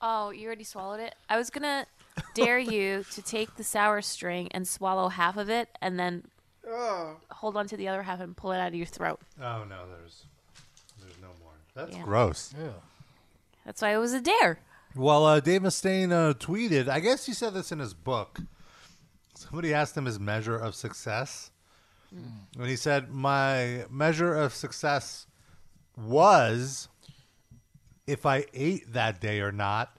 Speaker 5: Oh, you already swallowed it? I was gonna dare you to take the sour string and swallow half of it and then hold on to the other half and pull it out of your throat.
Speaker 4: Oh no, there's there's no more. That's
Speaker 5: Yeah.
Speaker 4: gross.
Speaker 5: That's why it was a dare.
Speaker 4: Well, uh, Dave Mustaine uh, tweeted. I guess he said this in his book. Somebody asked him his measure of success, and he said, "My measure of success was if I ate that day or not."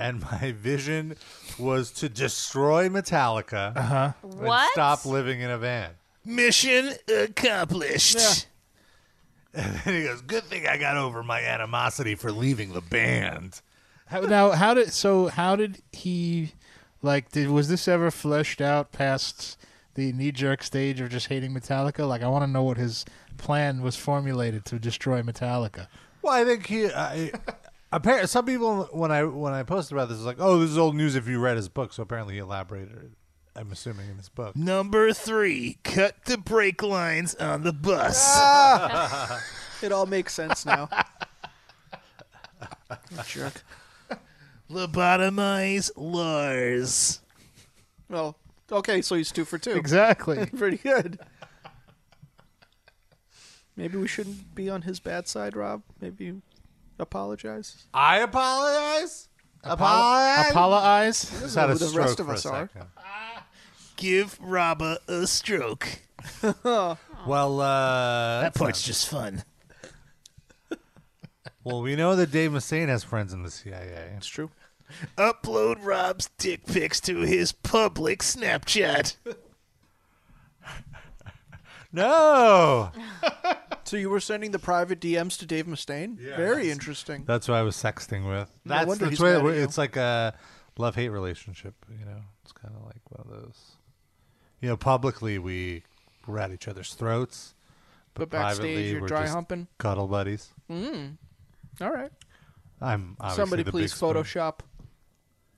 Speaker 4: And my vision was to destroy Metallica and
Speaker 5: What?
Speaker 4: stop living in a van.
Speaker 2: Mission accomplished.
Speaker 4: And he goes, "Good thing I got over my animosity for leaving the band."
Speaker 2: How, now, how did so? How did he like? Did was this ever fleshed out past the knee-jerk stage of just hating Metallica? Like, I want to know what his plan was formulated to destroy Metallica.
Speaker 4: Well, I think he. I, apparently, some people when I when I posted about this was like, "Oh, this is old news." If you read his book, so apparently he elaborated. I'm assuming in his book.
Speaker 2: Number three, cut the brake lines on the bus.
Speaker 3: Ah! It all makes sense now. Jerk.
Speaker 2: Lobotomize Lars.
Speaker 3: Well, okay, so he's two for two.
Speaker 2: Exactly.
Speaker 3: Pretty good. Maybe we shouldn't be on his bad side, Rob. Maybe you apologize.
Speaker 4: I apologize. Apologize.
Speaker 2: Apologize.
Speaker 4: Just had a
Speaker 3: The rest
Speaker 4: stroke
Speaker 3: of
Speaker 4: for
Speaker 3: us
Speaker 4: a
Speaker 3: are.
Speaker 4: second.
Speaker 2: Give Robba a stroke.
Speaker 4: Well, uh, that's not-
Speaker 2: just fun.
Speaker 4: well, we know that Dave Mustaine has friends in the CIA.
Speaker 3: It's true.
Speaker 2: Upload Rob's dick pics to his public Snapchat.
Speaker 4: No,
Speaker 3: So you were sending the private DMs to Dave Mustaine? Very interesting.
Speaker 4: that's what I was sexting with.
Speaker 3: No
Speaker 4: That's
Speaker 3: wonder
Speaker 4: the
Speaker 3: he's
Speaker 4: twi-
Speaker 3: mad at you.
Speaker 4: It's like a love hate relationship. You know, it's kind of like one of those. You know, publicly we were at each other's throats.
Speaker 3: But
Speaker 4: privately,
Speaker 3: backstage, you're
Speaker 4: we're
Speaker 3: dry
Speaker 4: just
Speaker 3: humping.
Speaker 4: cuddle buddies. Mm-hmm.
Speaker 3: All right.
Speaker 4: I'm obviously
Speaker 3: Somebody
Speaker 4: the
Speaker 3: please
Speaker 4: big spoon.
Speaker 3: Photoshop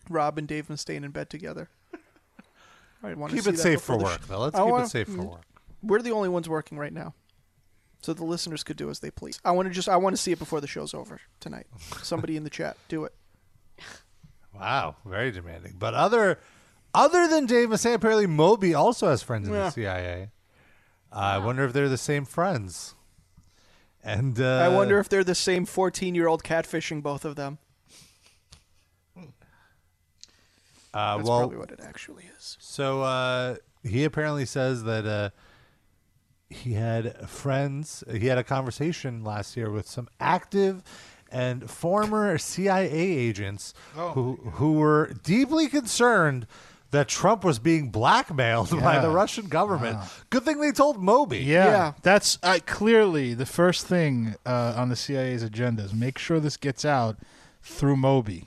Speaker 3: Rob and Dave Mustaine in bed together. I want
Speaker 4: Keep it safe for work, though. Let's
Speaker 3: I
Speaker 4: keep
Speaker 3: wanna-
Speaker 4: it safe for
Speaker 3: mm.
Speaker 4: work.
Speaker 3: We're the only ones working right now, so the listeners could do as they please. I want to just I want to see it before the show's over tonight. Somebody in the chat, do it.
Speaker 4: Wow, very demanding. But other, other than Dave Massey, apparently Moby also has friends in
Speaker 3: Yeah.
Speaker 4: the CIA. I wonder if they're the same friends. And uh,
Speaker 3: I wonder if they're the same 14 year old catfishing both of them.
Speaker 4: Uh,
Speaker 3: That's
Speaker 4: well,
Speaker 3: probably what it actually is.
Speaker 4: So uh, he apparently says that uh, he had friends. He had a conversation last year with some active and former CIA agents who who were deeply concerned that Trump was being blackmailed by the
Speaker 2: Yeah.
Speaker 4: Russian government. Good thing they told Moby.
Speaker 2: Yeah,
Speaker 3: Yeah.
Speaker 2: that's uh, clearly the first thing uh, on the CIA's agenda is make sure this gets out through Moby.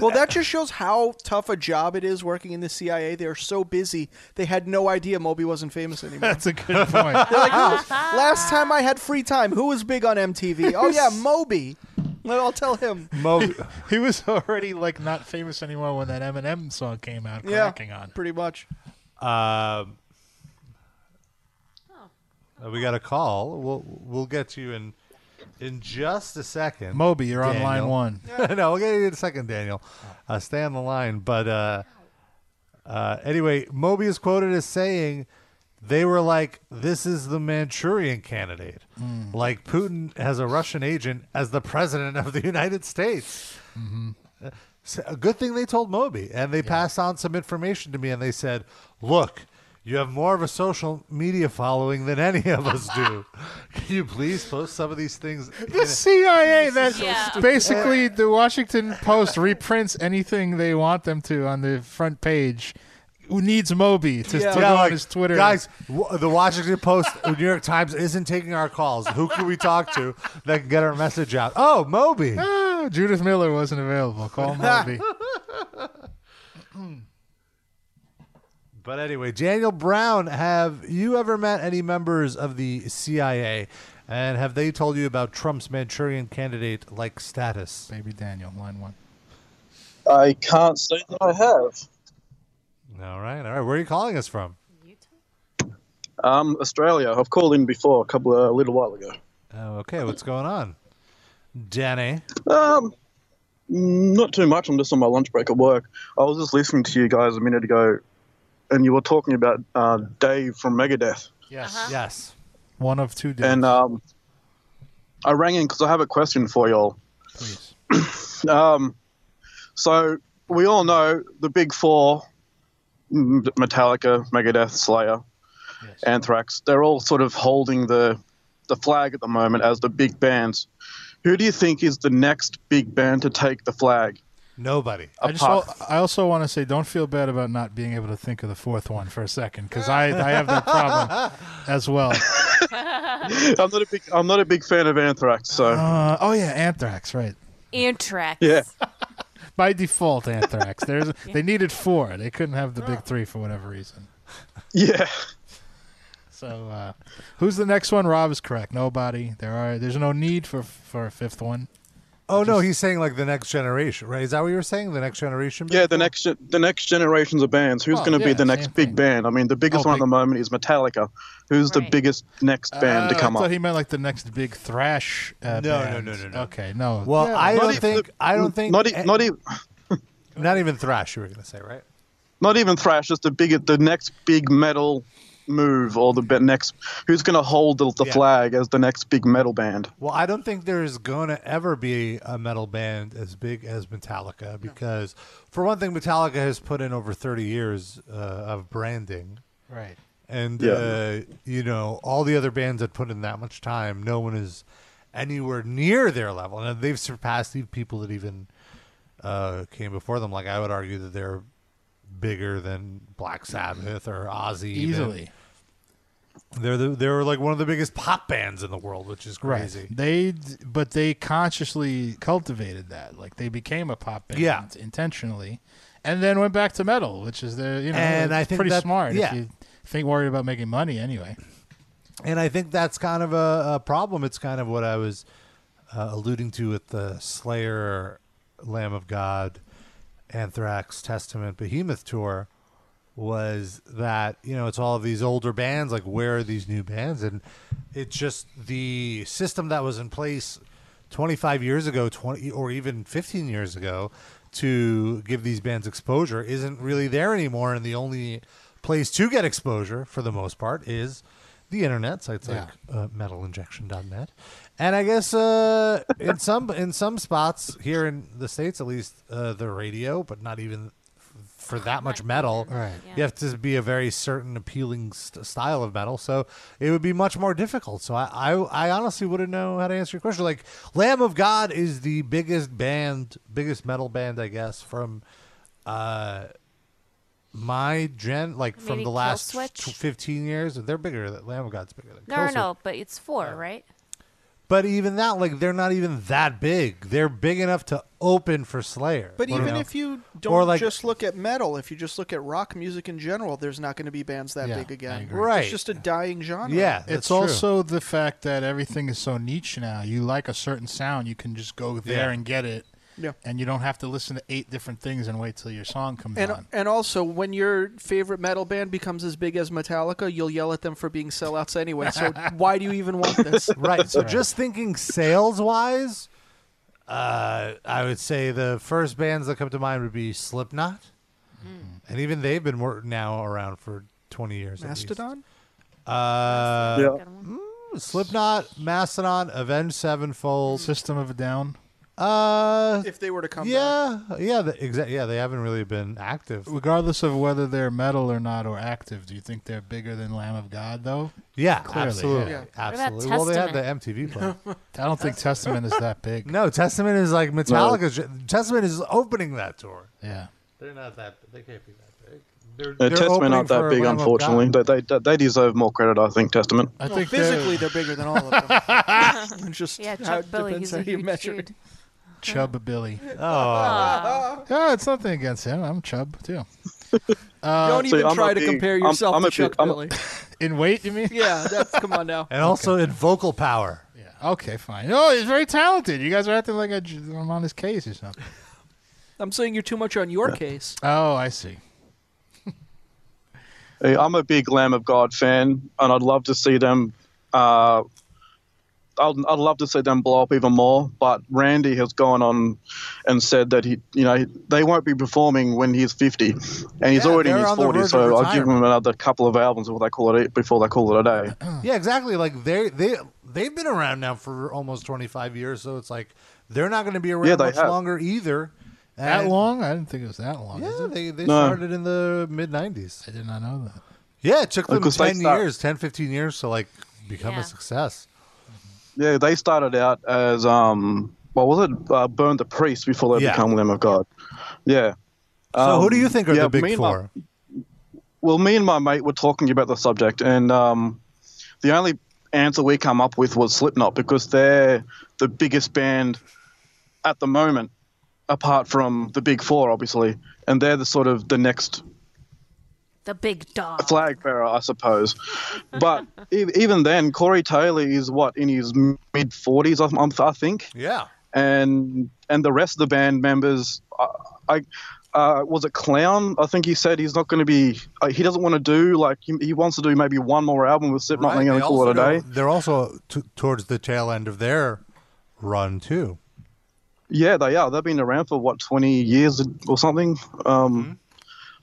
Speaker 3: Well, that just shows how tough a job it is working in the CIA. They are so busy. They had no idea Moby wasn't famous anymore.
Speaker 2: That's a good point.
Speaker 3: They're like, "Who- last time I had free time, who was big on MTV? Oh yeah, Moby. Well, I'll tell him.
Speaker 4: Moby.
Speaker 2: he was already like not famous anymore when that Eminem song came out.
Speaker 3: Yeah,
Speaker 2: Cracking on.
Speaker 3: pretty much.
Speaker 4: Um, we got a call. We'll we'll get to you in in just a second.
Speaker 2: Moby, you're on
Speaker 4: Daniel.
Speaker 2: line one.
Speaker 4: no, we'll get you in a second, Daniel. Uh, stay on the line. But uh, uh, anyway, Moby is quoted as saying they were like, this is the Manchurian candidate.
Speaker 2: Hmm.
Speaker 4: Like Putin has a Russian agent as the president of the United States. Mm-hmm. So, a good thing they told Moby, and they passed on some information to me, and they said, "Look, you have more of a social media following than any of us do. Can you please post some of these things?" in
Speaker 2: The CIA that
Speaker 5: Yeah. stupid.
Speaker 2: basically the Washington Post reprints anything they want them to on the front page. Who needs Moby to,
Speaker 3: Yeah.
Speaker 2: to
Speaker 3: Yeah,
Speaker 2: go
Speaker 4: like,
Speaker 2: on his Twitter?
Speaker 4: Guys, w- the Washington Post, the New York Times isn't taking our calls. Who can we talk to that can get our message out? Oh, Moby.
Speaker 2: Ah, Judith Miller wasn't available. Call Moby.
Speaker 4: But anyway, Daniel Brown, have you ever met any members of the CIA? And have they told you about Trump's Manchurian candidate like status?
Speaker 2: Baby Daniel, line one.
Speaker 6: I can't say that I have.
Speaker 4: All right, all right. Where are you calling us from?
Speaker 6: Um, Australia. I've called in before a couple uh, of, a little while ago.
Speaker 4: Oh, okay, what's going on? Danny.
Speaker 6: Um, Not too much. I'm just on my lunch break at work. I was just listening to you guys a minute ago, and you were talking about uh, Dave from Megadeth.
Speaker 4: Yes. Yes.
Speaker 2: One of two days.
Speaker 6: And um, I rang in because I have a question for y'all.
Speaker 2: Please.
Speaker 6: Um, so we all know the big four: M- Metallica, Megadeth, Slayer, Anthrax. They're all sort of holding the the flag at the moment as the big bands. Who do you think is the next big band to take the flag?
Speaker 4: Nobody.
Speaker 2: I just
Speaker 6: Apart-
Speaker 2: al- I also want to say don't feel bad about not being able to think of the fourth one for a second because I, I have that problem as well.
Speaker 6: I'm not a big I'm not a big fan of Anthrax, so
Speaker 2: Uh, oh yeah, Anthrax, right?
Speaker 5: Anthrax.
Speaker 6: yeah.
Speaker 2: By default, Anthrax. There's they needed four. They couldn't have the big three for whatever reason.
Speaker 6: Yeah.
Speaker 2: So uh, who's the next one? Rob is correct. Nobody. There are. There's no need for for a fifth one.
Speaker 4: Oh no, he's saying like the next generation, right? Is that what you were saying? The next generation.
Speaker 6: Yeah, the next gen- the next generations of bands. Who's
Speaker 2: Oh,
Speaker 6: going to
Speaker 2: yeah,
Speaker 6: be the
Speaker 2: same
Speaker 6: next big
Speaker 2: thing.
Speaker 6: band? I mean, the biggest
Speaker 2: Oh,
Speaker 6: one
Speaker 2: big-
Speaker 6: at the moment is Metallica. Who's the
Speaker 5: Right.
Speaker 6: biggest next band
Speaker 2: Uh,
Speaker 6: to come
Speaker 2: I thought
Speaker 6: up?
Speaker 2: he meant like the next big thrash. Uh,
Speaker 4: No, no,
Speaker 2: band.
Speaker 4: no, no, no.
Speaker 2: Okay, no.
Speaker 4: Well,
Speaker 2: Yeah.
Speaker 4: I
Speaker 6: Not
Speaker 4: don't
Speaker 6: even-
Speaker 4: think. I don't think.
Speaker 6: Not, e- not, e-
Speaker 4: not even thrash. You were gonna say right?
Speaker 6: not even thrash. Just the big the next big metal move or the be- next who's going to hold the, the
Speaker 4: Yeah.
Speaker 6: flag as the next big metal band?
Speaker 4: Well, I don't think there is going to ever be a metal band as big as Metallica because, for one thing, Metallica has put in over 30 years uh, of branding.
Speaker 2: right.
Speaker 4: And,
Speaker 6: Yeah.
Speaker 4: uh, you know, all the other bands that put in that much time, no one is anywhere near their level. And they've surpassed the people that even uh, came before them. Like, I would argue that they're bigger than Black Sabbath or Ozzy. even.
Speaker 2: Easily.
Speaker 4: They're, the, they're like one of the biggest pop bands in the world, which is
Speaker 2: Right.
Speaker 4: crazy.
Speaker 2: They d- but they consciously cultivated that. Like they became a pop band
Speaker 4: Yeah.
Speaker 2: intentionally and then went back to metal, which is their you know
Speaker 4: And
Speaker 2: it's
Speaker 4: I think
Speaker 2: pretty
Speaker 4: that-
Speaker 2: smart
Speaker 4: yeah.
Speaker 2: if you think worried about making money anyway.
Speaker 4: And I think that's kind of a, a problem. It's kind of what I was uh, alluding to with the Slayer, Lamb of God, Anthrax, Testament, Behemoth tour was that, you know, it's all of these older bands. Like, where are these new bands? And it's just the system that was in place 25 years ago, 20 or even 15 years ago to give these bands exposure isn't really there anymore. And the only place to get exposure for the most part is the internet sites like uh, metalinjection.net and i guess uh, in some in some spots here in the states at least uh, the radio but not even f- for that much metal
Speaker 2: Right.
Speaker 5: Yeah.
Speaker 4: you have to be a very certain appealing st- style of metal so it would be much more difficult so I, I i honestly wouldn't know how to answer your question like lamb of god is the biggest band biggest metal band i guess from uh my gen like from
Speaker 5: Maybe
Speaker 4: the last
Speaker 5: Killswitch?
Speaker 4: tw- 15 years they're bigger than lamb of god's bigger than
Speaker 5: No, no,
Speaker 4: Killswitch.
Speaker 5: no, but it's four, right?
Speaker 4: but even that like they're not even that big they're big enough to open for slayer
Speaker 3: But
Speaker 4: you
Speaker 3: even
Speaker 4: know?
Speaker 3: if you
Speaker 4: Or
Speaker 3: don't
Speaker 4: like-
Speaker 3: just look at metal, if you just look at rock music in general, there's not going to be bands that
Speaker 2: Yeah,
Speaker 3: big
Speaker 2: I
Speaker 3: again.
Speaker 2: agree.
Speaker 4: Right.
Speaker 3: It's just a dying genre.
Speaker 4: yeah that's
Speaker 2: It's
Speaker 4: true.
Speaker 2: also the fact that everything is so niche now. You like a certain sound, you can just go there
Speaker 4: Yeah.
Speaker 2: and get it.
Speaker 3: Yeah.
Speaker 2: And you don't have to listen to eight different things and wait till your song comes
Speaker 3: And,
Speaker 2: on.
Speaker 3: and also, when your favorite metal band becomes as big as Metallica, you'll yell at them for being sellouts anyway. So why do you even want this?
Speaker 4: right so just thinking sales wise uh i would say the first bands that come to mind would be slipknot
Speaker 5: Mm.
Speaker 4: and even they've been wor- now around for 20 years at least.
Speaker 3: Mastodon?
Speaker 6: yeah.
Speaker 4: uh
Speaker 5: Good one.
Speaker 4: slipknot mastodon avenged sevenfold
Speaker 2: System of a Down.
Speaker 4: uh
Speaker 3: If they were to come back.
Speaker 4: Yeah, yeah, the, exa- yeah. They haven't really been active.
Speaker 2: Regardless of whether they're metal or not or active, do you think they're bigger than Lamb of God though?
Speaker 4: Yeah,
Speaker 2: Clearly,
Speaker 4: absolutely,
Speaker 3: yeah.
Speaker 4: absolutely.
Speaker 5: What
Speaker 4: Well,
Speaker 5: about
Speaker 4: they had the MTV play.
Speaker 2: I don't think Testament is that big.
Speaker 4: no, Testament is like Metallica's. Testament is opening that tour.
Speaker 2: Yeah.
Speaker 4: They're not that. They can't be that big. They're,
Speaker 6: Uh,
Speaker 4: they're
Speaker 6: Testament
Speaker 4: opening
Speaker 6: aren't that
Speaker 4: for
Speaker 6: big,
Speaker 4: Lamb of
Speaker 6: unfortunately.
Speaker 4: God.
Speaker 6: They, they they- they deserve more credit, I think. Testament.
Speaker 2: I
Speaker 3: No,
Speaker 2: think they're-
Speaker 3: physically they're, bigger than all of them. It's just
Speaker 5: Yeah,
Speaker 3: how
Speaker 5: Chuck
Speaker 3: it
Speaker 5: Billy,
Speaker 3: depends
Speaker 5: he's a
Speaker 3: how you
Speaker 5: huge
Speaker 3: measure it.
Speaker 5: dude.
Speaker 2: Chub Billy.
Speaker 4: Oh,
Speaker 2: Yeah, it's nothing against him. I'm Chub too.
Speaker 3: Don't
Speaker 6: See,
Speaker 3: even
Speaker 6: I'm
Speaker 3: try
Speaker 6: a
Speaker 3: to
Speaker 6: big-
Speaker 3: compare
Speaker 6: I'm-
Speaker 3: yourself
Speaker 6: I'm
Speaker 3: to
Speaker 6: a big-
Speaker 3: Chuck
Speaker 6: I'm a-
Speaker 3: Billy.
Speaker 2: In weight, you mean?
Speaker 3: yeah, that's come on now.
Speaker 4: and also in vocal power.
Speaker 2: Yeah. Okay, fine. Oh, he's very talented. You guys are acting like I j- I'm on his case or something.
Speaker 3: I'm saying you're too much on your case.
Speaker 2: Oh, I see.
Speaker 6: Hey, I'm a big Lamb of God fan, and I'd love to see them uh, I'd, I'd love to see them blow up even more, but Randy has gone on and said that he, you know, they won't be performing when he's 50, and he's
Speaker 4: Yeah,
Speaker 6: already in
Speaker 4: they're
Speaker 6: his
Speaker 4: on the verge
Speaker 6: 40s.
Speaker 4: of
Speaker 6: So I'll give him
Speaker 4: retirement.
Speaker 6: another couple of albums before they call it eh, before they call it a day.
Speaker 4: Yeah, exactly. Like they they they've been around now for almost 25 years, so it's like they're not going to be around
Speaker 6: Yeah, they
Speaker 4: much
Speaker 6: have.
Speaker 4: longer either.
Speaker 2: That
Speaker 4: And-
Speaker 2: long? I didn't think it was that long. is
Speaker 4: Yeah,
Speaker 2: it?
Speaker 4: they, they
Speaker 6: No.
Speaker 4: started in the mid 90s.
Speaker 2: I did not know that.
Speaker 4: Yeah, it took them
Speaker 6: Because they
Speaker 4: 10
Speaker 6: start-
Speaker 4: years, 10 15 years to like become
Speaker 5: Yeah.
Speaker 4: a success.
Speaker 6: Yeah, they started out as um, what was it? Uh, Burn the Priest before they
Speaker 4: Yeah.
Speaker 6: become Lamb of God. Yeah.
Speaker 4: So who
Speaker 6: Um,
Speaker 4: do you think are
Speaker 6: yeah,
Speaker 4: the big
Speaker 6: meanwhile-
Speaker 4: four?
Speaker 6: Well, me and my mate were talking about the subject, and um, the only answer we come up with was Slipknot because they're the biggest band at the moment, apart from the Big Four, obviously, and they're the sort of the next
Speaker 5: The big dog.
Speaker 6: flag bearer, I suppose. But e- even then, Corey Taylor is what in his mid forties, I, I think
Speaker 4: Yeah.
Speaker 6: and and the rest of the band members, I, I uh, was it Clown? I think he said he's not going to be. Uh, he doesn't want to do like he, he wants to do maybe one more album with Slipknot
Speaker 4: Right,
Speaker 6: and
Speaker 4: they
Speaker 6: then call it
Speaker 4: also
Speaker 6: a day.
Speaker 4: don't- They're also t- towards the tail end of their run too.
Speaker 6: Yeah, they are. They've been around for what twenty years or something. Um,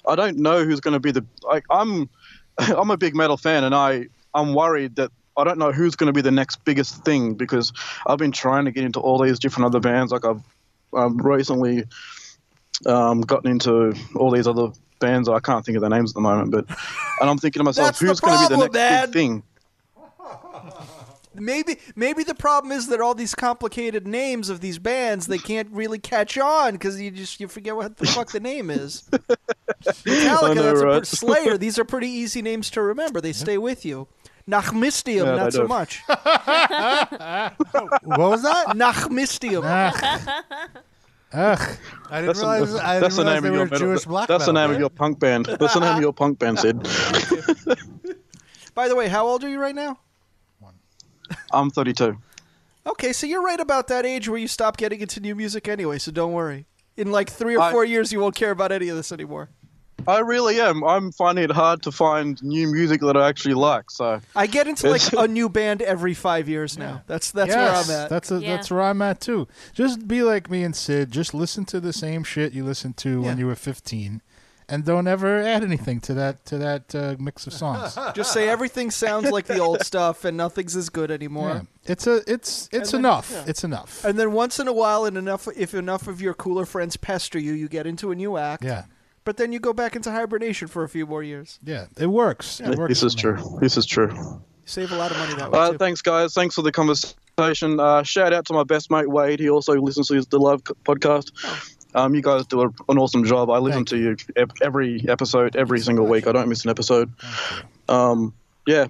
Speaker 6: I don't know who's going to be the. Like, I'm, I'm a big metal fan, and I I'm worried that I don't know who's going to be the next biggest thing because I've been trying to get into all these different other bands. Like I've um, recently um, gotten into all these other bands. I can't think of their names at the moment, but and I'm thinking to myself,
Speaker 3: That's the
Speaker 6: who's going to be the
Speaker 3: problem,
Speaker 6: next
Speaker 3: Dad.
Speaker 6: big thing?
Speaker 3: Maybe maybe the problem is that all these complicated names of these bands they can't really catch on because you just you forget what the fuck the name is. Metallica,
Speaker 6: I know,
Speaker 3: that's a
Speaker 6: right?
Speaker 3: pre- Slayer. These are pretty easy names to remember. They stay with you. Nachmistium,
Speaker 6: Yeah, they
Speaker 3: not so
Speaker 6: do.
Speaker 3: much.
Speaker 4: What was that?
Speaker 3: Nachmistium.
Speaker 2: Ugh.
Speaker 4: I didn't
Speaker 6: That's, the-
Speaker 4: realize. I didn't
Speaker 6: that's the name
Speaker 4: realize they
Speaker 6: of your
Speaker 4: were
Speaker 6: metal,
Speaker 4: Jewish black
Speaker 6: That's the
Speaker 4: metal
Speaker 6: name of your
Speaker 4: band.
Speaker 6: punk band. That's the name of your punk band, Sid.
Speaker 3: By the way, how old are you right now?
Speaker 6: I'm 32.
Speaker 3: Okay, so you're right about that age where you stop getting into new music anyway. So don't worry. In like three or
Speaker 6: I-
Speaker 3: four years, you won't care about any of this anymore.
Speaker 6: I really am. I'm finding it hard to find new music that I actually like. So
Speaker 3: I get into like
Speaker 6: It's-
Speaker 3: a new band every five years now. That's that's
Speaker 2: yes,
Speaker 3: where I'm at.
Speaker 2: That's a,
Speaker 5: Yeah.
Speaker 2: that's where I'm at too. Just be like me and Sid. Just listen to the same shit you listened to when
Speaker 3: Yeah.
Speaker 2: you were 15, and don't ever add anything to that to that uh, mix of songs.
Speaker 3: Just say everything sounds like the old stuff and nothing's as good
Speaker 2: yeah.
Speaker 3: anymore.
Speaker 2: It's a it's it's
Speaker 3: then-
Speaker 2: enough.
Speaker 3: yeah.
Speaker 2: It's enough.
Speaker 3: And then once in a while, and enough if enough of your cooler friends pester you, you get into a new act.
Speaker 2: yeah,
Speaker 3: But then you go back into hibernation for a few more years.
Speaker 2: yeah. It works. It works.
Speaker 6: this is
Speaker 2: for me.
Speaker 6: true. This is true.
Speaker 3: You save a lot of money that way.
Speaker 6: Uh,
Speaker 3: too.
Speaker 6: thanks, guys. Thanks for the conversation. Uh, shout out to my best mate Wade. He also listens to his, the Love Co- podcast. Um, you guys do a, an awesome job. I listen
Speaker 2: Thank
Speaker 6: to you ep- every episode, every single week. I don't miss an episode. Um, yeah,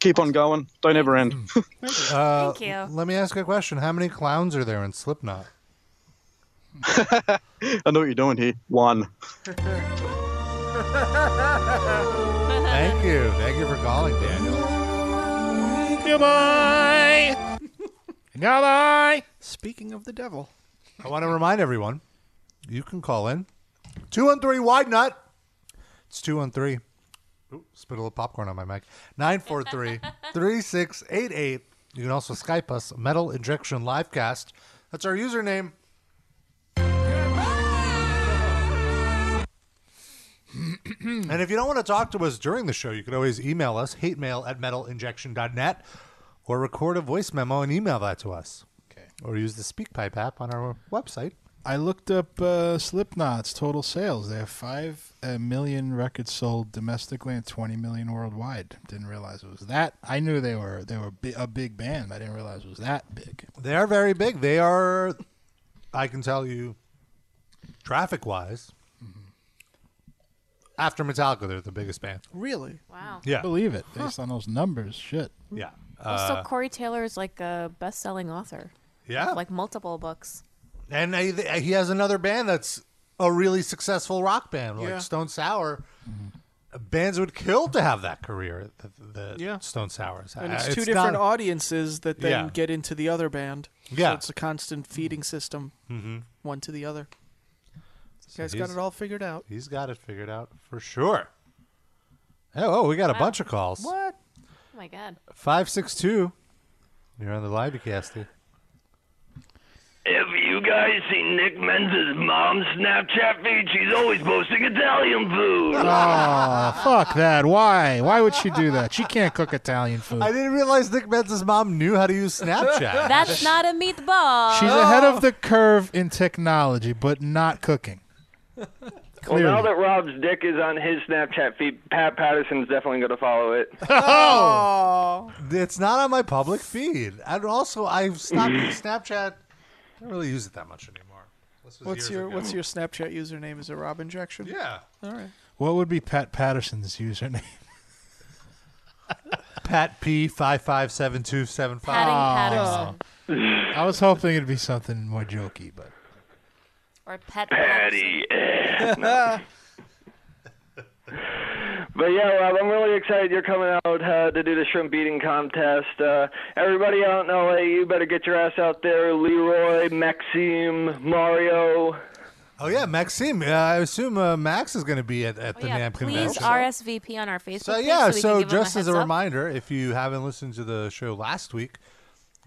Speaker 6: keep on going. Don't ever end.
Speaker 4: Uh,
Speaker 5: Thank you.
Speaker 4: Let me ask you a question. How many clowns are there in Slipknot?
Speaker 6: I know what you're doing here. One.
Speaker 4: Thank you. Thank you for calling, Daniel.
Speaker 2: Goodbye. Goodbye.
Speaker 3: Speaking of the devil,
Speaker 4: I want to remind everyone you can call in 213 Wide Nut. It's 213. Ooh, spit a little popcorn on my mic. 943 3688. You can also Skype us, Metal Injection Livecast. That's our username.
Speaker 2: Hmm.
Speaker 4: And if you don't want to talk to us during the show, you can always email us, hate mail at metalinjection.net, or record a voice memo and email that to us.
Speaker 2: Okay.
Speaker 4: Or use the SpeakPipe app on our website.
Speaker 2: I looked up uh, Slipknot's total sales. They have five uh, million records sold domestically and twenty million worldwide. Didn't realize it was that. I knew they were they were bi- a big band. I didn't realize it was that big.
Speaker 4: They are very big. They are, I can tell you, traffic wise,
Speaker 2: Mm-hmm.
Speaker 4: after Metallica, they're the biggest band.
Speaker 3: really?
Speaker 5: Wow.
Speaker 4: Yeah.
Speaker 2: Believe it based on those numbers. Shit.
Speaker 4: Yeah. Uh,
Speaker 5: also, Corey Taylor is like a best-selling author,
Speaker 4: Yeah.
Speaker 5: like multiple books.
Speaker 4: and I, th- he has another band that's a really successful rock band, like
Speaker 3: Yeah. Mm-hmm.
Speaker 4: Stone Sour. Bands would kill to have that career that, that
Speaker 3: Yeah.
Speaker 4: Stone Sour has had.
Speaker 3: And it's two
Speaker 4: Uh, not-
Speaker 3: different audiences that then
Speaker 4: Yeah.
Speaker 3: get into the other band.
Speaker 4: Yeah.
Speaker 3: So it's a constant feeding system, mm-hmm. one to the other.
Speaker 4: so
Speaker 3: Guys
Speaker 4: he's-
Speaker 3: got it all figured out.
Speaker 4: He's got it figured out for sure. Oh, oh we got a bunch of calls.
Speaker 5: Oh my god.
Speaker 4: 562 You're on the livecasty.
Speaker 7: Have you guys seen Nick Menza's mom's Snapchat feed? She's always posting Italian food.
Speaker 2: Oh, fuck that. Why? Why would she do that? She can't cook Italian food.
Speaker 4: I didn't realize Nick Menza's mom knew how to use Snapchat.
Speaker 5: That's not a meatball.
Speaker 2: She's ahead of the curve in technology, but not cooking.
Speaker 7: well, now
Speaker 2: Clearly.
Speaker 7: that Rob's dick is on his Snapchat feed, Pat Patterson's definitely going to follow it.
Speaker 3: Oh,
Speaker 4: it's not on my public feed. And also, I've stopped Snapchat. I don't really use it that much anymore. This was
Speaker 3: what's
Speaker 4: years
Speaker 3: your
Speaker 4: ago.
Speaker 3: what's your Snapchat username? Is it Rob Injection?
Speaker 4: Yeah.
Speaker 3: All right.
Speaker 2: What would be Pat Patterson's username?
Speaker 4: Pat P five five seven two seven
Speaker 5: Patting
Speaker 4: five.
Speaker 5: Patterson
Speaker 2: I was hoping it'd be something more jokey, but
Speaker 5: or Pet Patterson.
Speaker 7: Patty. eh. No. but yeah, Rob, I'm really excited you're coming out uh, to do the shrimp eating contest. Uh, everybody out in LA, you better get your ass out there. Leroy, Maxime, Mario.
Speaker 4: Oh yeah, Maxime. Uh, I assume uh, Max is going to be at, at
Speaker 5: Oh,
Speaker 4: the
Speaker 5: yeah,
Speaker 4: NAM
Speaker 5: please
Speaker 4: convention.
Speaker 5: RSVP on our Facebook.
Speaker 4: so
Speaker 5: page
Speaker 4: yeah,
Speaker 5: we
Speaker 4: so
Speaker 5: can give 'em
Speaker 4: just as a
Speaker 5: heads up.
Speaker 4: reminder, if you haven't listened to the show last week,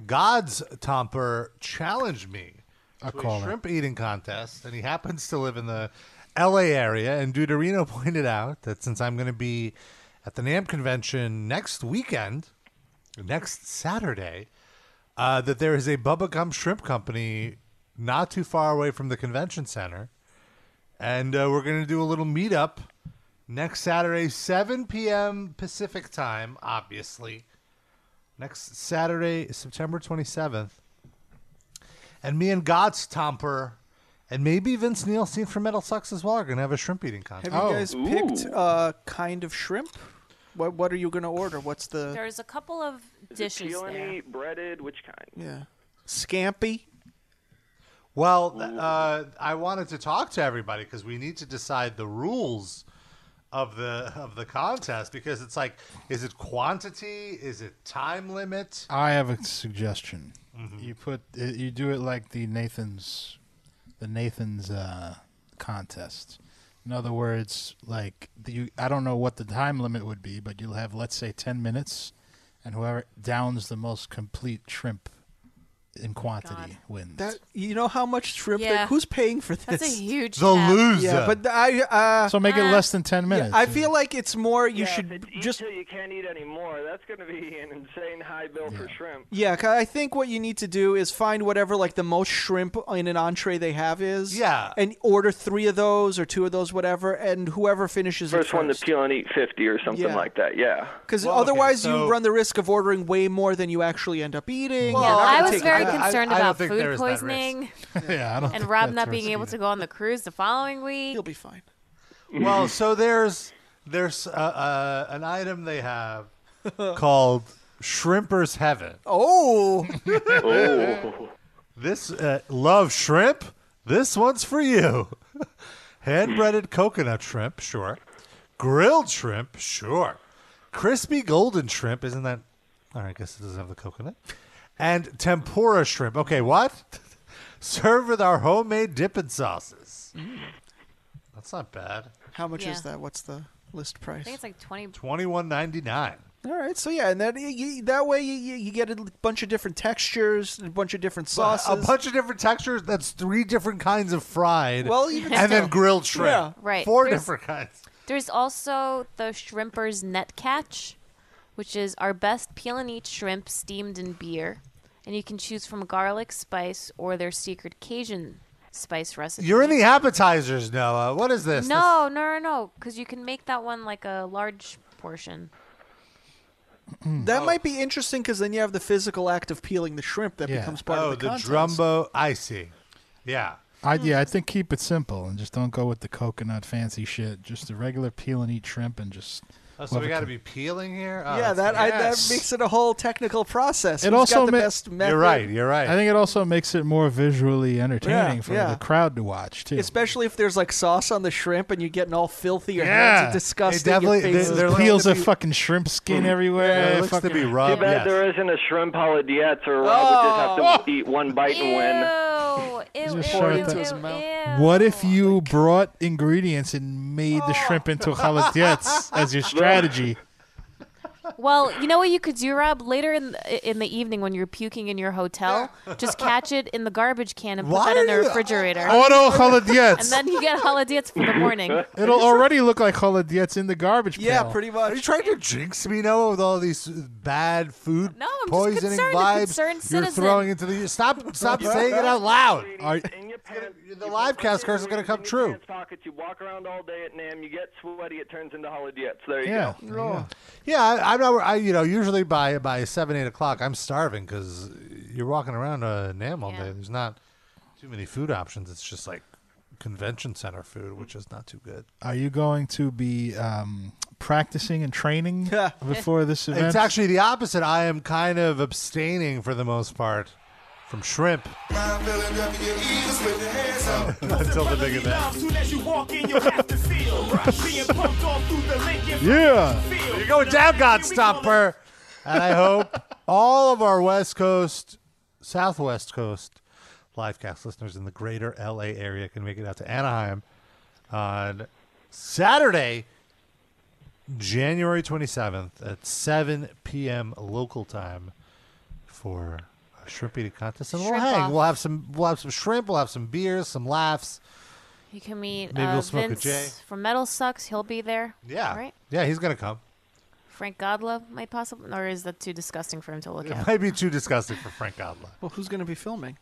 Speaker 4: God's Tomper challenged me
Speaker 2: I
Speaker 4: to a
Speaker 2: call it.
Speaker 4: shrimp eating contest, and he happens to live in the L.A. area. And Deuterino pointed out that since I'm going to be at the NAM convention next weekend, next Saturday, uh, that there is a Bubba Gum Shrimp Company not too far away from the convention center, and uh, we're going to do a little meetup next Saturday, 7 p.m. Pacific time, obviously. Next Saturday, September 27th. And me and God's Tomper and maybe Vince Nielsen from Metal Sucks as well are going to have a shrimp eating contest.
Speaker 3: Have
Speaker 2: Oh.
Speaker 3: you guys picked uh, kind of shrimp? What What are you gonna order? What's the
Speaker 5: There's a couple of dishes there.
Speaker 7: Peony, breaded, which kind?
Speaker 3: yeah scampi?
Speaker 4: Well, th- uh, I wanted to talk to everybody because we need to decide the rules of the of the contest because it's like is it quantity is it time limit
Speaker 2: I have a suggestion. You put it- you do it like the Nathan's, the Nathan's uh, contest. In other words, like the- you, I don't know what the time limit would be, but you'll have let's say ten minutes, and whoever downs the most complete shrimp in quantity wins.
Speaker 3: That you know how much shrimp?
Speaker 5: Yeah.
Speaker 3: They, who's paying for this?
Speaker 5: That's a huge.
Speaker 4: the
Speaker 5: tab.
Speaker 4: loser
Speaker 3: yeah, but I uh,
Speaker 2: so make it less than ten minutes.
Speaker 3: I feel like it's more. You
Speaker 7: yeah, if
Speaker 3: should
Speaker 7: it's eat
Speaker 3: just
Speaker 7: till you can't eat anymore. That's going to be an insane high bill for shrimp.
Speaker 3: Yeah, 'cause I think what you need to do is find whatever like the most shrimp in an entree they have is.
Speaker 4: Yeah.
Speaker 3: And order three of those or two of those, whatever, and whoever finishes
Speaker 7: First
Speaker 3: it
Speaker 7: one to
Speaker 3: first.
Speaker 7: peel and eat 50 or something
Speaker 3: Yeah.
Speaker 7: like that, yeah.
Speaker 3: Because
Speaker 4: Well, okay,
Speaker 3: otherwise,
Speaker 4: so-
Speaker 3: you run the risk of ordering way more than you actually end up
Speaker 5: Yeah,
Speaker 3: eating.
Speaker 4: Well,
Speaker 5: I
Speaker 4: I
Speaker 5: was
Speaker 4: think-
Speaker 5: very
Speaker 4: I- I-
Speaker 5: concerned
Speaker 4: I don't
Speaker 5: about
Speaker 4: think there
Speaker 5: food
Speaker 4: is that risk.
Speaker 5: poisoning
Speaker 2: yeah, I don't
Speaker 5: and
Speaker 2: think
Speaker 5: Rob
Speaker 2: that's
Speaker 5: not being able
Speaker 2: risky.
Speaker 5: to go on the cruise the following week.
Speaker 3: You'll be fine.
Speaker 4: Well, so there's there's uh, uh, an item they have called Shrimper's Heaven.
Speaker 3: Oh,
Speaker 4: This uh, love shrimp. This one's for you. Hand breaded coconut shrimp, sure. Grilled shrimp, sure. Crispy golden shrimp, isn't that? All right, I guess it doesn't have the coconut. And tempura shrimp. Okay, what? Serve with our homemade dipping sauces. That's not bad.
Speaker 3: how much
Speaker 5: Yeah.
Speaker 3: is that? What's the list price?
Speaker 5: I think it's like 20.
Speaker 4: Twenty one ninety nine.
Speaker 3: All right, so yeah, and that you- you, that way you, you you get a bunch of different textures, a bunch of different sauces.
Speaker 4: A bunch of different textures. That's three different kinds of fried.
Speaker 3: Well, even
Speaker 4: and then
Speaker 3: still.
Speaker 4: grilled shrimp.
Speaker 3: Yeah.
Speaker 5: Right.
Speaker 4: Four
Speaker 5: There's-
Speaker 4: different kinds.
Speaker 5: There's also the Shrimper's Net Catch, which is our best peel and eat shrimp steamed in beer. And you can choose from garlic spice or their secret Cajun spice recipe.
Speaker 4: You're in the appetizers, Noah. What is this?
Speaker 5: No, no, no, no. Because you can make that one like a large portion.
Speaker 4: hmm. Oh.
Speaker 3: that might be interesting because then you have the physical act of peeling the shrimp that
Speaker 2: Yeah.
Speaker 3: becomes
Speaker 4: This-
Speaker 3: part
Speaker 4: oh,
Speaker 3: of
Speaker 4: the,
Speaker 3: the, contest.
Speaker 4: drumbo. I see. Yeah.
Speaker 2: I, yeah, I think keep it simple and just don't go with the coconut fancy shit. Just the regular peel and eat shrimp and just.
Speaker 4: Oh, so we
Speaker 2: whoever
Speaker 4: got to
Speaker 2: can-
Speaker 4: be peeling here. Oh,
Speaker 3: Yeah, that I, that
Speaker 2: Yes.
Speaker 3: makes it a whole technical process.
Speaker 2: It
Speaker 3: Who's
Speaker 2: also
Speaker 3: got the
Speaker 2: ma-
Speaker 3: best method,
Speaker 4: You're right. You're right.
Speaker 2: I think it also makes it more visually entertaining
Speaker 3: Yeah,
Speaker 2: for
Speaker 3: yeah.
Speaker 2: the crowd to watch too.
Speaker 3: especially if there's like sauce on the shrimp and you're getting all filthy, your hands
Speaker 2: Yeah.
Speaker 3: are disgusting.
Speaker 4: It definitely-
Speaker 3: your face
Speaker 4: they-
Speaker 3: is
Speaker 4: they're
Speaker 3: black.
Speaker 2: peels
Speaker 4: to
Speaker 2: of
Speaker 4: be- Mm-hmm.
Speaker 2: fucking shrimp skin
Speaker 3: Mm-hmm.
Speaker 2: everywhere.
Speaker 4: Yeah, it looks to
Speaker 2: fucking-
Speaker 4: be
Speaker 7: Too
Speaker 4: rough.
Speaker 7: bad
Speaker 4: yes.
Speaker 7: there isn't a shrimp holiday, or Rob would just
Speaker 3: Oh!
Speaker 7: have to eat one bite
Speaker 5: Ew,
Speaker 7: and win.
Speaker 5: ew,
Speaker 2: Just
Speaker 5: ew,
Speaker 2: shove it
Speaker 5: ew,
Speaker 2: into
Speaker 5: ew,
Speaker 3: his mouth.
Speaker 5: ew.
Speaker 2: What
Speaker 3: Oh,
Speaker 2: if you brought ingredients and made the shrimp into jalapenos as your strategy?
Speaker 5: Well, you know what you could do, Rob? Later in the, in the evening when you're puking in your hotel, just catch it in the garbage can and put
Speaker 2: Why
Speaker 5: that in the
Speaker 2: are you- Oh,
Speaker 5: refrigerator.
Speaker 2: Auto
Speaker 5: And
Speaker 2: holodiets.
Speaker 5: then you get holodiets for the morning.
Speaker 2: It'll already look like holodiets in the garbage
Speaker 5: Yeah,
Speaker 2: pail.
Speaker 5: pretty
Speaker 3: much.
Speaker 4: Are you trying to jinx me now with all these bad food
Speaker 5: No, I'm just
Speaker 4: poisoning
Speaker 5: concerned, a
Speaker 4: vibes
Speaker 5: concerned
Speaker 4: you're
Speaker 5: citizen.
Speaker 4: throwing into the stop? Stop saying it out loud. the live cast curse is going to come true.
Speaker 7: Pockets, you walk around all day at NAM, you get sweaty, it turns into holodiettes. There you
Speaker 4: Yeah,
Speaker 7: go.
Speaker 4: there you go. Yeah, I, I'm not. I you know usually by by seven eight o'clock I'm starving because you're walking around uh, Nam all day. There's not too many food options. It's just like convention center food, which is not too good.
Speaker 2: Are you going to be um, practicing and training before this event?
Speaker 4: It's actually the opposite. I am kind of abstaining for the most part from shrimp until the big event. Yeah, you're going down, God Stomper. And I hope all of our West Coast, Southwest Coast livecast listeners in the greater LA area can make it out to Anaheim on Saturday, January 27th at 7 p.m. local time for a shrimp eating contest. And we'll
Speaker 5: Shrimp
Speaker 4: hang.
Speaker 5: off.
Speaker 4: We'll have some. We'll have some shrimp. We'll have some beers, some laughs.
Speaker 5: You can meet
Speaker 4: Maybe
Speaker 5: uh,
Speaker 4: we'll smoke a
Speaker 5: Vince
Speaker 4: J.
Speaker 5: from Metal Sucks. He'll be there.
Speaker 4: Yeah.
Speaker 5: Right?
Speaker 4: Yeah, he's gonna come.
Speaker 5: Frank Godla might possibly, or is that too disgusting for him to look
Speaker 4: It
Speaker 5: at?
Speaker 4: might be too disgusting for Frank Godla.
Speaker 3: Well, who's going to be filming?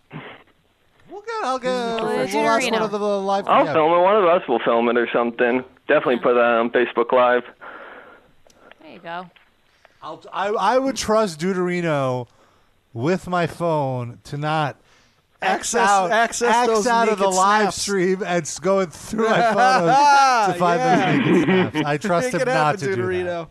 Speaker 4: We'll get. I'll get.
Speaker 3: Well,
Speaker 4: We'll ask one of the live.
Speaker 7: I'll
Speaker 4: yeah.
Speaker 7: film it. One of us will film it or something.
Speaker 5: Mm.
Speaker 7: Definitely put that on Facebook Live.
Speaker 5: There you go.
Speaker 4: I'll, I, I would trust Deuterino with my phone to not X
Speaker 3: Access-
Speaker 4: out,
Speaker 3: access
Speaker 4: X
Speaker 3: those
Speaker 4: out of the
Speaker 3: naked
Speaker 4: live
Speaker 3: snaps.
Speaker 4: stream and s- going through my photos to find
Speaker 3: Ah, Yeah.
Speaker 4: those naked snaps. I trust
Speaker 3: Make
Speaker 4: him
Speaker 3: it
Speaker 4: not
Speaker 3: happen,
Speaker 4: to do that.
Speaker 3: Dudorino.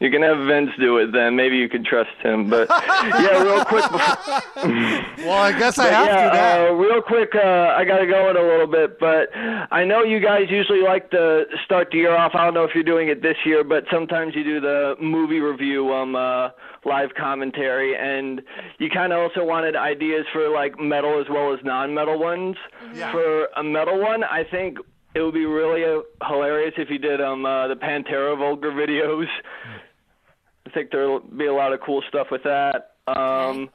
Speaker 7: You can have Vince do it then. Maybe you can trust him. But yeah, real quick.
Speaker 4: well, I guess I
Speaker 7: But
Speaker 4: have
Speaker 7: yeah,
Speaker 4: to now.
Speaker 7: Uh, real quick, uh, I got to go in a little bit, but I know you guys usually like to start the year off. I don't know if you're doing it this year, but sometimes you do the movie review, um, uh, live commentary, and you kind of also wanted ideas for like metal as well as non-metal ones. For a metal one, I think it would be really uh, hilarious if you did um uh, the Pantera vulgar videos. I think there'll be a lot of cool stuff with that. Um,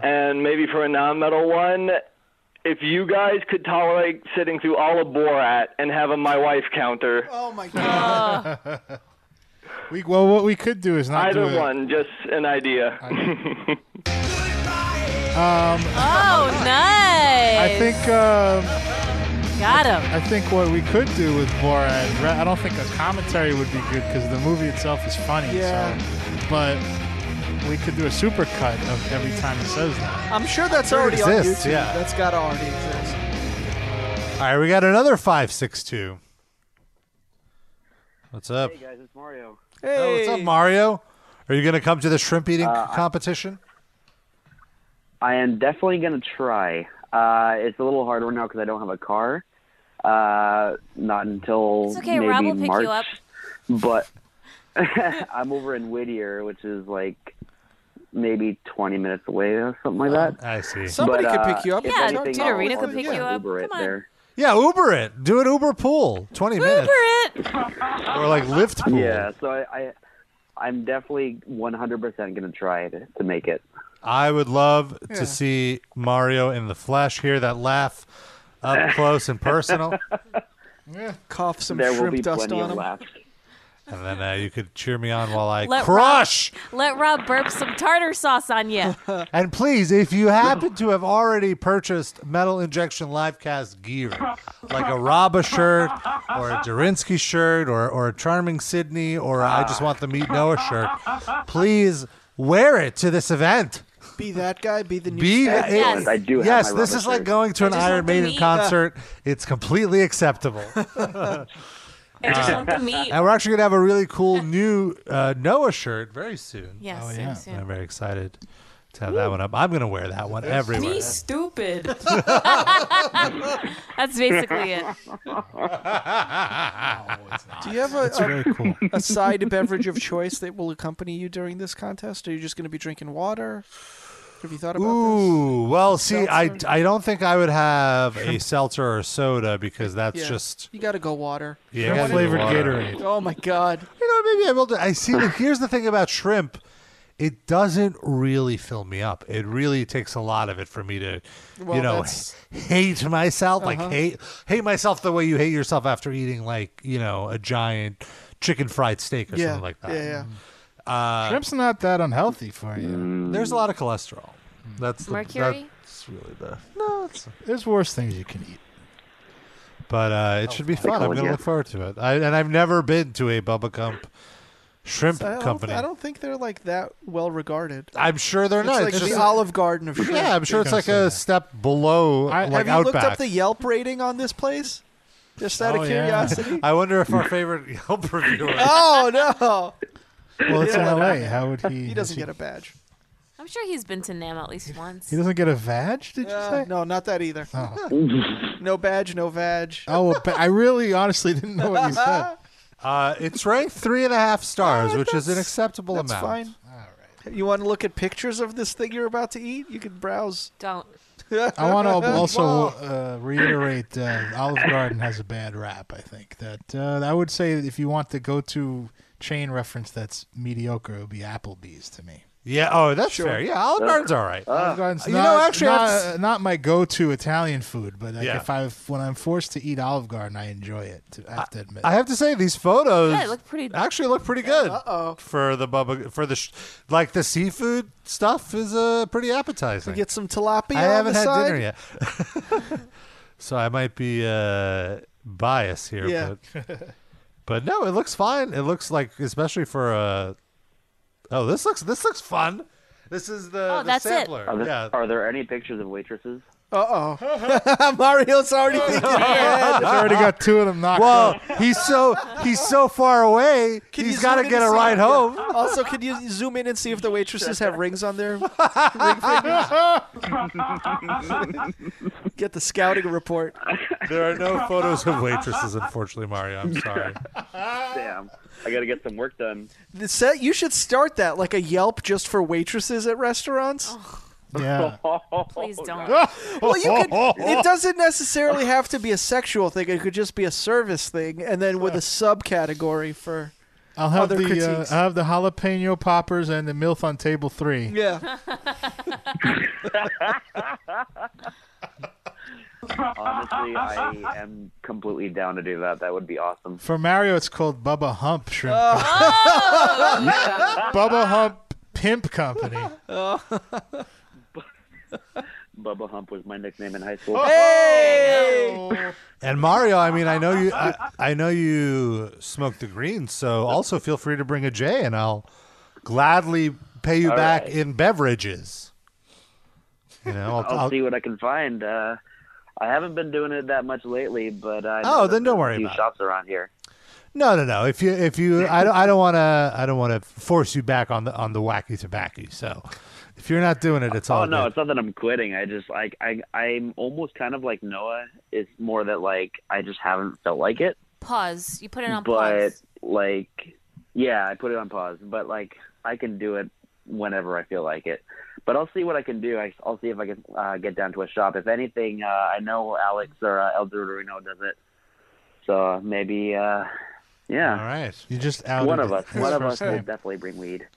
Speaker 7: and maybe for a non-metal one, if you guys could tolerate sitting through all of Borat and having my wife counter,
Speaker 3: Oh my
Speaker 5: Oh.
Speaker 3: god.
Speaker 2: we, well, what we could do is not
Speaker 7: either
Speaker 2: do it.
Speaker 7: one, just an idea.
Speaker 2: Um,
Speaker 5: Oh, nice.
Speaker 2: I think. Um,
Speaker 5: Got him.
Speaker 2: I think what we could do with Borat, ra- I don't think a commentary would be good because the movie itself is funny.
Speaker 3: Yeah.
Speaker 2: So, but we could do a supercut of every time he says that.
Speaker 3: I'm sure that's
Speaker 2: Sure
Speaker 3: already
Speaker 4: exists,
Speaker 3: on YouTube.
Speaker 4: yeah.
Speaker 3: That's got to already exist.
Speaker 4: All right, we got another 562. What's up?
Speaker 8: Hey guys, it's Mario.
Speaker 4: Oh, what's up, Mario? Are you going to come to the shrimp eating
Speaker 7: Uh,
Speaker 4: c- competition?
Speaker 8: I am definitely gonna try. Uh, it's a little harder now because I don't have a car. Uh, not until
Speaker 5: It's okay.
Speaker 8: maybe
Speaker 5: Rob will pick
Speaker 8: March.
Speaker 5: you up.
Speaker 8: But I'm over in Whittier, which is like maybe 20 minutes away or something like that.
Speaker 4: I see.
Speaker 3: Somebody
Speaker 8: but,
Speaker 3: could
Speaker 8: uh,
Speaker 3: pick you up.
Speaker 8: if
Speaker 5: Yeah,
Speaker 8: anything,
Speaker 5: dude,
Speaker 8: I'll-
Speaker 5: Arena
Speaker 8: I'll
Speaker 5: could
Speaker 8: just
Speaker 5: pick you up.
Speaker 8: Uber it
Speaker 5: Come on.
Speaker 8: there.
Speaker 4: Yeah, Uber it. Do an Uber pool. 20 minutes.
Speaker 5: Uber it.
Speaker 4: Or like Lyft pool.
Speaker 8: Yeah, so I, I, I'm definitely 100% gonna try to, to make it.
Speaker 4: I would love to see Mario in the flesh here, that laugh up close and personal.
Speaker 3: Cough some
Speaker 8: there will
Speaker 3: shrimp
Speaker 8: be
Speaker 3: dust
Speaker 8: plenty
Speaker 3: on
Speaker 8: of
Speaker 3: him.
Speaker 8: laughs.
Speaker 4: And then uh, you could cheer me on while I
Speaker 5: Let
Speaker 4: crush.
Speaker 5: Let Rob burp some tartar sauce on you.
Speaker 4: And please, if you happen to have already purchased Metal Injection Livecast gear, like a Raba shirt or a Durinsky shirt or, or a Charming Sydney or a I Just Want the Meat Noah shirt, please wear it to this event.
Speaker 3: Be that guy. Be the new.
Speaker 4: Be
Speaker 3: Stan.
Speaker 4: it-
Speaker 5: Yes.
Speaker 8: I do.
Speaker 4: yes,
Speaker 8: have my
Speaker 4: this
Speaker 8: rubber
Speaker 4: is like
Speaker 8: shirt.
Speaker 4: going to an
Speaker 5: just
Speaker 4: Iron
Speaker 5: want the
Speaker 4: Maiden
Speaker 5: meat.
Speaker 4: concert. It's completely acceptable.
Speaker 5: I just want the meat.
Speaker 4: and we're actually going to have a really cool new uh, Noah shirt very soon.
Speaker 5: Yes,
Speaker 2: Oh, yeah.
Speaker 5: soon,
Speaker 4: I'm
Speaker 5: soon.
Speaker 4: very excited to have that one up. I'm going to wear that one everywhere.
Speaker 5: stupid. That's basically it.
Speaker 3: Do you have a,
Speaker 2: It's
Speaker 3: a-
Speaker 2: very cool.
Speaker 3: a side beverage of choice that will accompany you during this contest? Are you just going to be drinking water? Have you thought about
Speaker 4: Ooh, well, see, I, I don't think I would have a seltzer or soda because that's
Speaker 3: this? Yeah.
Speaker 4: just
Speaker 3: you got to go water.
Speaker 4: yeah, gotta do
Speaker 2: flavored
Speaker 4: water.
Speaker 2: Gatorade.
Speaker 3: Oh my god.
Speaker 4: You know, maybe I will. Do, I see. Like, here's the thing about shrimp. It doesn't really fill me up. It really takes a lot of it for me to,
Speaker 3: Well,
Speaker 4: you know,
Speaker 3: that's- Uh-huh.
Speaker 4: hate myself. Like hate hate myself the way you hate yourself after eating like you know a giant chicken fried steak or
Speaker 3: Yeah.
Speaker 4: something like that. Uh,
Speaker 3: yeah. Yeah.
Speaker 2: Shrimp's not that unhealthy for you.
Speaker 4: There's a lot of cholesterol. That's the,
Speaker 5: Mercury?
Speaker 4: That's really the no. It's,
Speaker 2: There's worse things you can eat.
Speaker 4: but uh,
Speaker 3: Oh,
Speaker 4: it should be fun. I'm
Speaker 8: call it,
Speaker 4: gonna
Speaker 8: yeah.
Speaker 4: look forward to it. I, and I've never been to a Bubba Gump shrimp
Speaker 3: I don't,
Speaker 4: company.
Speaker 3: I don't think they're like that well regarded.
Speaker 4: I'm sure they're
Speaker 3: It's
Speaker 4: not.
Speaker 3: like
Speaker 4: It's
Speaker 3: the
Speaker 4: just-
Speaker 3: Olive Garden of shrimp.
Speaker 4: Yeah, I'm sure it's
Speaker 2: gonna
Speaker 4: like
Speaker 2: say
Speaker 4: a
Speaker 2: that.
Speaker 4: step below,
Speaker 2: I-
Speaker 3: Have
Speaker 4: like
Speaker 3: you
Speaker 4: Outback.
Speaker 3: looked up the Yelp rating on this place? Just out
Speaker 2: Oh,
Speaker 3: of
Speaker 2: yeah.
Speaker 3: curiosity.
Speaker 4: I wonder if our favorite Yelp reviewer.
Speaker 3: oh no,
Speaker 2: Well, it's
Speaker 3: Yeah.
Speaker 2: in L.A. How would he?
Speaker 3: he doesn't get a badge.
Speaker 5: I'm sure he's been to Nam at least once.
Speaker 2: He doesn't get a vag? Did you
Speaker 3: Uh,
Speaker 2: say?
Speaker 3: no, not that either. no badge, no vag.
Speaker 2: Oh, well, ba- I really, honestly didn't know what you said.
Speaker 4: Uh, it's ranked three and a half stars,
Speaker 3: Uh,
Speaker 4: which is an
Speaker 3: that's-
Speaker 4: acceptable
Speaker 3: That's
Speaker 4: amount.
Speaker 3: fine. You want to look at pictures of this thing you're about to eat? You can browse.
Speaker 5: Don't.
Speaker 2: I want to also uh, reiterate: uh, Olive Garden has a bad rap. I think that uh, I would say that if you want the go-to chain reference that's mediocre, it would be Applebee's to me.
Speaker 4: Yeah. Oh, that's
Speaker 3: Sure. Uh,
Speaker 4: fair. Yeah, Olive Garden's all right.
Speaker 9: Ah.
Speaker 2: Olive Garden's
Speaker 4: you
Speaker 2: not,
Speaker 4: know, actually, I
Speaker 2: not,
Speaker 4: have to
Speaker 2: uh, not my go-to Italian food, but like
Speaker 4: Yeah.
Speaker 2: if I when I'm forced to eat Olive Garden, I enjoy it. To, I have to admit.
Speaker 4: I have to say these photos
Speaker 5: Yeah, they look pretty-
Speaker 4: actually look pretty good. Uh-oh. For the bubba, for the sh- like the seafood stuff is uh, pretty appetizing.
Speaker 3: Get some tilapia.
Speaker 4: I haven't
Speaker 3: on the
Speaker 4: had
Speaker 3: side.
Speaker 4: dinner yet, so I might be uh, biased here.
Speaker 3: Yeah.
Speaker 4: But, but no, it looks fine. It looks like, especially for uh, oh, this looks this looks fun. This is the,
Speaker 5: Oh,
Speaker 4: the
Speaker 5: that's it.
Speaker 4: sampler.
Speaker 8: Are there,
Speaker 4: Yeah.
Speaker 8: are there any pictures of waitresses?
Speaker 3: Uh oh. Mario's already thinking. ahead.
Speaker 2: I already got two of them knocked.
Speaker 4: Well, he's so Oh, he's so far away.
Speaker 3: Can you
Speaker 4: he's
Speaker 3: zoom
Speaker 4: got to
Speaker 3: in
Speaker 4: get
Speaker 3: and
Speaker 4: a
Speaker 3: see-
Speaker 4: ride
Speaker 3: yeah.
Speaker 4: home.
Speaker 3: Also, could you zoom in and see if the waitresses have rings on their ring fingers? Get the scouting report.
Speaker 4: There are no photos of waitresses, unfortunately, Mario. I'm sorry.
Speaker 8: Damn, I gotta get some work done.
Speaker 3: The set, you should start that like a Yelp just for waitresses at restaurants.
Speaker 2: Yeah.
Speaker 5: Please don't.
Speaker 3: Well, you could. It doesn't necessarily have to be a sexual thing. It could just be a service thing, and then with a subcategory for
Speaker 2: I'll have
Speaker 3: Other
Speaker 2: the uh,
Speaker 3: critiques.
Speaker 2: I'll have the jalapeno poppers and the milf on table three.
Speaker 3: yeah.
Speaker 8: Honestly, I am completely down to do that. That would be awesome.
Speaker 2: For Mario, it's called Bubba Hump Shrimp.
Speaker 5: Oh.
Speaker 2: Bubba Hump Pimp Company.
Speaker 8: Bubba Hump was my nickname in high
Speaker 4: Oh,
Speaker 8: school.
Speaker 3: Hey,
Speaker 4: And Mario, I mean, I know you. I, I know you smoke the greens, so also feel free to bring a J, and I'll gladly pay you back
Speaker 8: right.
Speaker 4: in beverages. You know, I'll,
Speaker 8: I'll,
Speaker 4: I'll-
Speaker 8: see what I can find. Uh, I haven't been doing it that much lately, but I
Speaker 4: Oh,
Speaker 8: know
Speaker 4: then
Speaker 8: that
Speaker 4: don't
Speaker 8: there's
Speaker 4: worry
Speaker 8: a few
Speaker 4: about it.
Speaker 8: shops around here.
Speaker 4: no, no, no. If you, if you, I don't, I don't want to, I don't want to force you back on the on the wacky tobacco. So, if you're not doing it, it's all
Speaker 8: Oh no,
Speaker 4: good.
Speaker 8: it's not that I'm quitting. I just like I I'm almost kind of like Noah. It's more that like I just haven't felt like it.
Speaker 5: Pause. You put it on
Speaker 8: but
Speaker 5: pause.
Speaker 8: like yeah, I put it on pause. But like I can do it whenever I feel like it. But I'll see what I can do. I, I'll see if I can uh, get down to a shop. If anything, uh, I know Alex or uh, El Dorino does it. So uh, maybe uh,
Speaker 4: all
Speaker 8: yeah,
Speaker 4: right,
Speaker 2: You just outed
Speaker 8: one of
Speaker 2: it.
Speaker 8: us,
Speaker 2: His
Speaker 8: one of us
Speaker 2: first
Speaker 8: will
Speaker 2: name.
Speaker 8: definitely bring weed.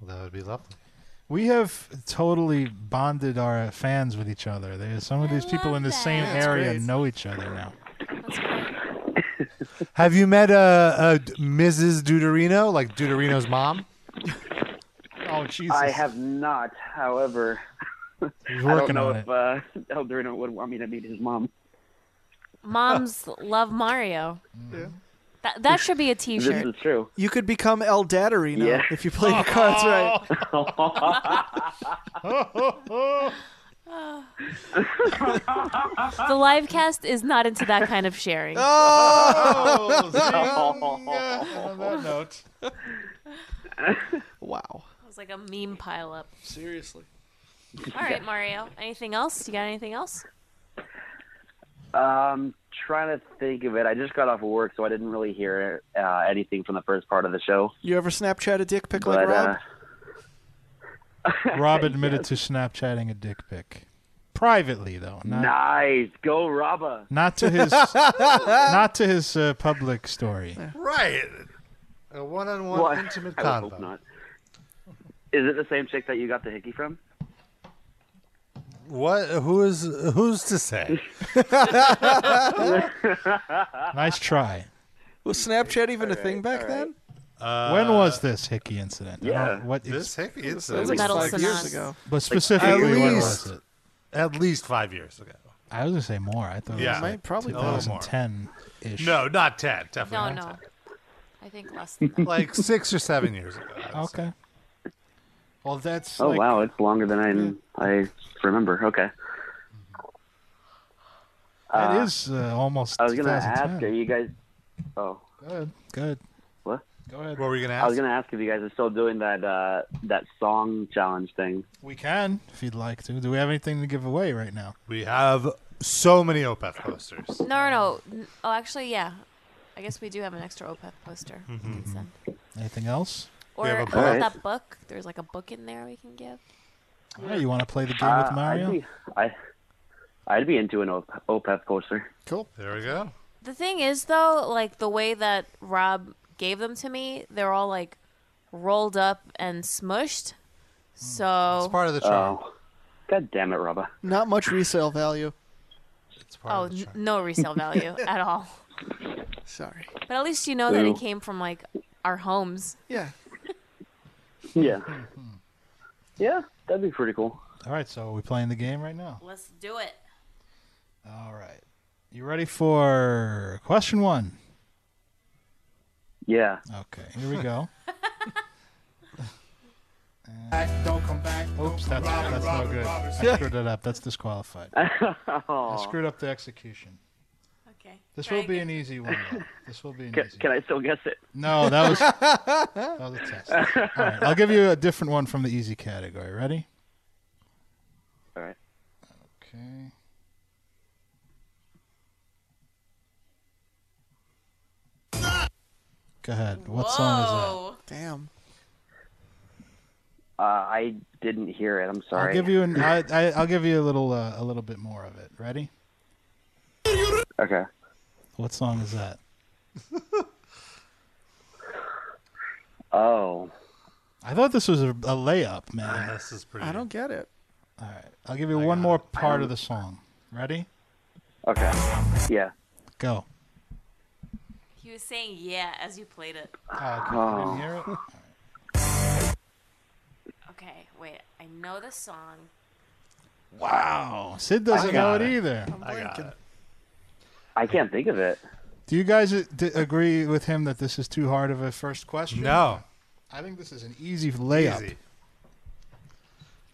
Speaker 4: well, that would be lovely.
Speaker 2: We have totally bonded our fans with each other. There's some of
Speaker 5: I
Speaker 2: these people
Speaker 5: love
Speaker 2: in the same
Speaker 5: that.
Speaker 2: area
Speaker 3: great.
Speaker 2: know each other now.
Speaker 5: That's great.
Speaker 4: Have you met uh, uh, Mrs. Deuterino, like Deuterino's mom?
Speaker 2: Oh Jesus!
Speaker 8: I have not, however.
Speaker 2: He's
Speaker 8: I don't
Speaker 2: working
Speaker 8: know
Speaker 2: on
Speaker 8: if
Speaker 2: it.
Speaker 8: uh, El Dorino would want me to meet his mom.
Speaker 5: Moms love Mario.
Speaker 3: Yeah.
Speaker 5: That, that should be a t
Speaker 8: This
Speaker 5: shirt.
Speaker 8: is true.
Speaker 3: you could become El Datterino
Speaker 8: Yeah.
Speaker 3: if you play your cards right.
Speaker 5: The live cast is not into that kind of sharing.
Speaker 2: Oh, on that note,
Speaker 3: Wow.
Speaker 5: It's like a meme pileup.
Speaker 3: Seriously.
Speaker 5: All right, Mario. Anything else? You got anything else?
Speaker 8: Um, trying to think of it. I just got off of work, so I didn't really hear uh, anything from the first part of the show.
Speaker 3: You ever Snapchat a dick pic like
Speaker 8: But
Speaker 3: Rob?
Speaker 8: uh,
Speaker 2: Rob admitted to Snapchatting a dick pic. Privately, though. Not,
Speaker 8: Nice. Go, Robba.
Speaker 2: not to his not to his uh, public story.
Speaker 4: Right. A one-on-one
Speaker 8: Well, I-
Speaker 4: intimate
Speaker 8: I would
Speaker 4: convo.
Speaker 8: hope not. Is it the same chick that you got the hickey from?
Speaker 4: What? Who is? Who's to say?
Speaker 8: uh,
Speaker 2: Nice try.
Speaker 3: Was Snapchat even a thing back then?
Speaker 2: when was this hickey incident? I don't-
Speaker 8: Uh, Yeah.
Speaker 2: what
Speaker 4: This hickey
Speaker 3: It was
Speaker 4: incident.
Speaker 3: like
Speaker 5: Metal
Speaker 3: five years
Speaker 5: Sonata.
Speaker 3: ago.
Speaker 2: But specifically, when
Speaker 4: least-
Speaker 2: was it?
Speaker 4: At least five years ago.
Speaker 2: I was gonna say more. I thought
Speaker 4: Yeah.
Speaker 2: it was like
Speaker 4: Might-
Speaker 3: probably
Speaker 4: more.
Speaker 2: 2010 ish.
Speaker 4: No, not ten.
Speaker 5: No,
Speaker 4: Definitely. not
Speaker 5: no. I think less than that.
Speaker 4: ten. Like six or seven years ago. I would say.
Speaker 2: Okay. Well, that's
Speaker 8: Oh
Speaker 2: like,
Speaker 8: wow, it's longer than I I remember. Okay.
Speaker 2: that is uh, almost.
Speaker 8: I was gonna ask, are
Speaker 2: 2010.
Speaker 8: you guys? Oh,
Speaker 2: Good. Good.
Speaker 8: What?
Speaker 2: Go ahead.
Speaker 4: What were you gonna
Speaker 8: I was
Speaker 4: ask?
Speaker 8: gonna ask if you guys are still doing that uh, that song challenge thing.
Speaker 2: We can, if you'd like to. Do we have anything to give away right now?
Speaker 4: We have so many Opeth posters.
Speaker 5: No, no, no. N- Oh, actually, yeah. I guess we do have an extra OPEP poster we can
Speaker 2: Mm-hmm.
Speaker 5: send.
Speaker 2: Anything else?
Speaker 5: Or
Speaker 4: have a
Speaker 5: about
Speaker 8: book.
Speaker 5: that book. There's like a book in there we can give.
Speaker 2: All right, you want to play the game
Speaker 8: Uh,
Speaker 2: with Mario?
Speaker 8: I'd be, I, I'd be into an O- OPEP poster.
Speaker 4: There we go.
Speaker 5: The thing is, though, like the way that Rob gave them to me, they're all like rolled up and smushed.
Speaker 4: Hmm. It's
Speaker 5: So,
Speaker 4: part of the charm.
Speaker 8: Oh, god damn it, Robba.
Speaker 3: Not much resale value.
Speaker 4: It's
Speaker 5: oh,
Speaker 4: part of the
Speaker 5: n-
Speaker 4: charm.
Speaker 5: no resale value at all.
Speaker 3: Sorry.
Speaker 5: But at least you know that
Speaker 8: Boo.
Speaker 5: it came from like our homes.
Speaker 3: Yeah.
Speaker 8: Yeah. yeah, that'd be pretty cool.
Speaker 2: Hmm. All right, so are we playing the game right now?
Speaker 5: Let's do it.
Speaker 2: All right. You ready for question one?
Speaker 8: Yeah.
Speaker 2: Okay, here we go.
Speaker 9: Don't come back.
Speaker 2: Oops, that's, that's no good. I screwed it up. That's disqualified. I
Speaker 8: Oh,
Speaker 2: screwed up the execution.
Speaker 5: Okay.
Speaker 2: This
Speaker 5: Try
Speaker 2: will be
Speaker 5: again.
Speaker 2: an easy one. though. This will be an
Speaker 8: can,
Speaker 2: easy.
Speaker 8: can
Speaker 2: one.
Speaker 8: I still guess it?
Speaker 2: No, that was that was a test. All right, I'll give you a different one from the easy category. Ready?
Speaker 8: All right.
Speaker 2: Okay. Go ahead. What song is
Speaker 5: Whoa.
Speaker 3: Damn.
Speaker 8: Uh, I didn't hear it. I'm
Speaker 2: that?
Speaker 8: sorry.
Speaker 2: I'll give you an. I, I, I'll give you a little. Uh, a little bit more of it. Ready?
Speaker 8: Okay.
Speaker 2: What song is that?
Speaker 8: Oh,
Speaker 2: I thought this was a, a layup, man.
Speaker 4: This is pretty.
Speaker 3: I don't get it.
Speaker 2: All right. I'll give you one more part of the song. Ready?
Speaker 8: okay. Yeah.
Speaker 2: Go.
Speaker 5: He was saying yeah as you played it.
Speaker 4: Ah,
Speaker 2: Oh, okay. You didn't hear it?
Speaker 5: Okay, wait. I know the song.
Speaker 2: Wow. Sid doesn't know
Speaker 4: got
Speaker 2: it
Speaker 4: it.
Speaker 2: either.
Speaker 4: I got it.
Speaker 8: I can't think of it.
Speaker 2: Do you guys uh, d- agree with him that this is too hard of a first question?
Speaker 4: No,
Speaker 2: I think this is an easy layup.
Speaker 4: easy.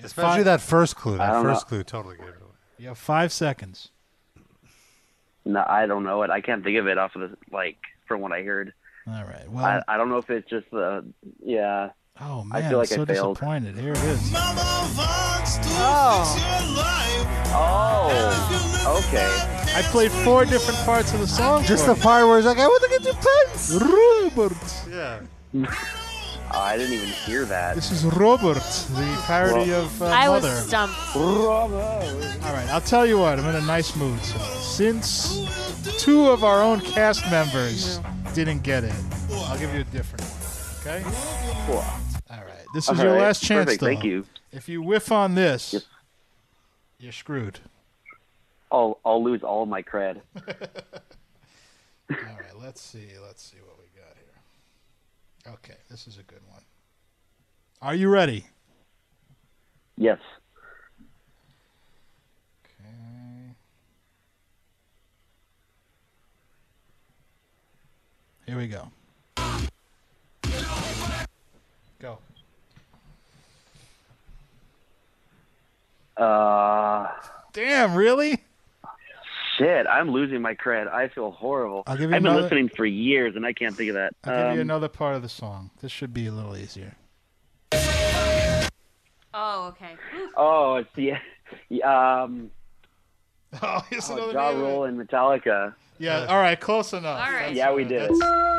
Speaker 4: Especially that first clue. That
Speaker 8: don't
Speaker 4: first clue totally gave it away.
Speaker 2: You have five seconds.
Speaker 8: No, I don't know it. I can't think of it off of the like from what I heard.
Speaker 2: All right. Well,
Speaker 8: I, I don't know if it's just the yeah.
Speaker 2: oh
Speaker 8: I
Speaker 2: man,
Speaker 8: feel like
Speaker 2: am so
Speaker 8: I failed.
Speaker 2: disappointed. Here it is.
Speaker 8: Oh, okay.
Speaker 2: I played four different parts of the song.
Speaker 4: Just
Speaker 2: for
Speaker 4: the part where it's like, I want to get your pants.
Speaker 2: you. Robert.
Speaker 4: Yeah.
Speaker 8: Oh, I didn't even hear that.
Speaker 2: This is Robert, the parody of uh,
Speaker 5: I was
Speaker 2: Mother.
Speaker 5: stumped.
Speaker 2: All right, I'll tell you what. I'm in a nice mood. So since two of our own cast members didn't get it, I'll give you a different one. Okay.
Speaker 8: Cool.
Speaker 2: All right. This is
Speaker 8: All
Speaker 2: your
Speaker 8: right.
Speaker 2: last chance,
Speaker 8: Perfect.
Speaker 2: though.
Speaker 8: Thank you.
Speaker 2: If you whiff on this, you're screwed.
Speaker 8: I'll I'll lose all my cred.
Speaker 2: All right, let's see. Let's see what we got here. Okay, this is a good one. Are you ready?
Speaker 8: Yes.
Speaker 2: Okay. Here we go. Go.
Speaker 8: Uh,
Speaker 2: Damn, really?
Speaker 8: shit. I'm losing my cred. I feel horrible.
Speaker 2: I'll give you
Speaker 8: I've been
Speaker 2: another-
Speaker 8: listening for years and I can't think of that.
Speaker 2: I'll give you
Speaker 8: Um,
Speaker 2: another part of the song. This should be a little easier.
Speaker 5: Oh, okay.
Speaker 8: Oh, it's the yeah, um,
Speaker 2: Oh, here's
Speaker 8: Ja Rule and Metallica.
Speaker 2: Uh, Yeah, all right, close enough.
Speaker 5: All right.
Speaker 8: Yeah, we did
Speaker 2: That's-
Speaker 8: it.
Speaker 2: there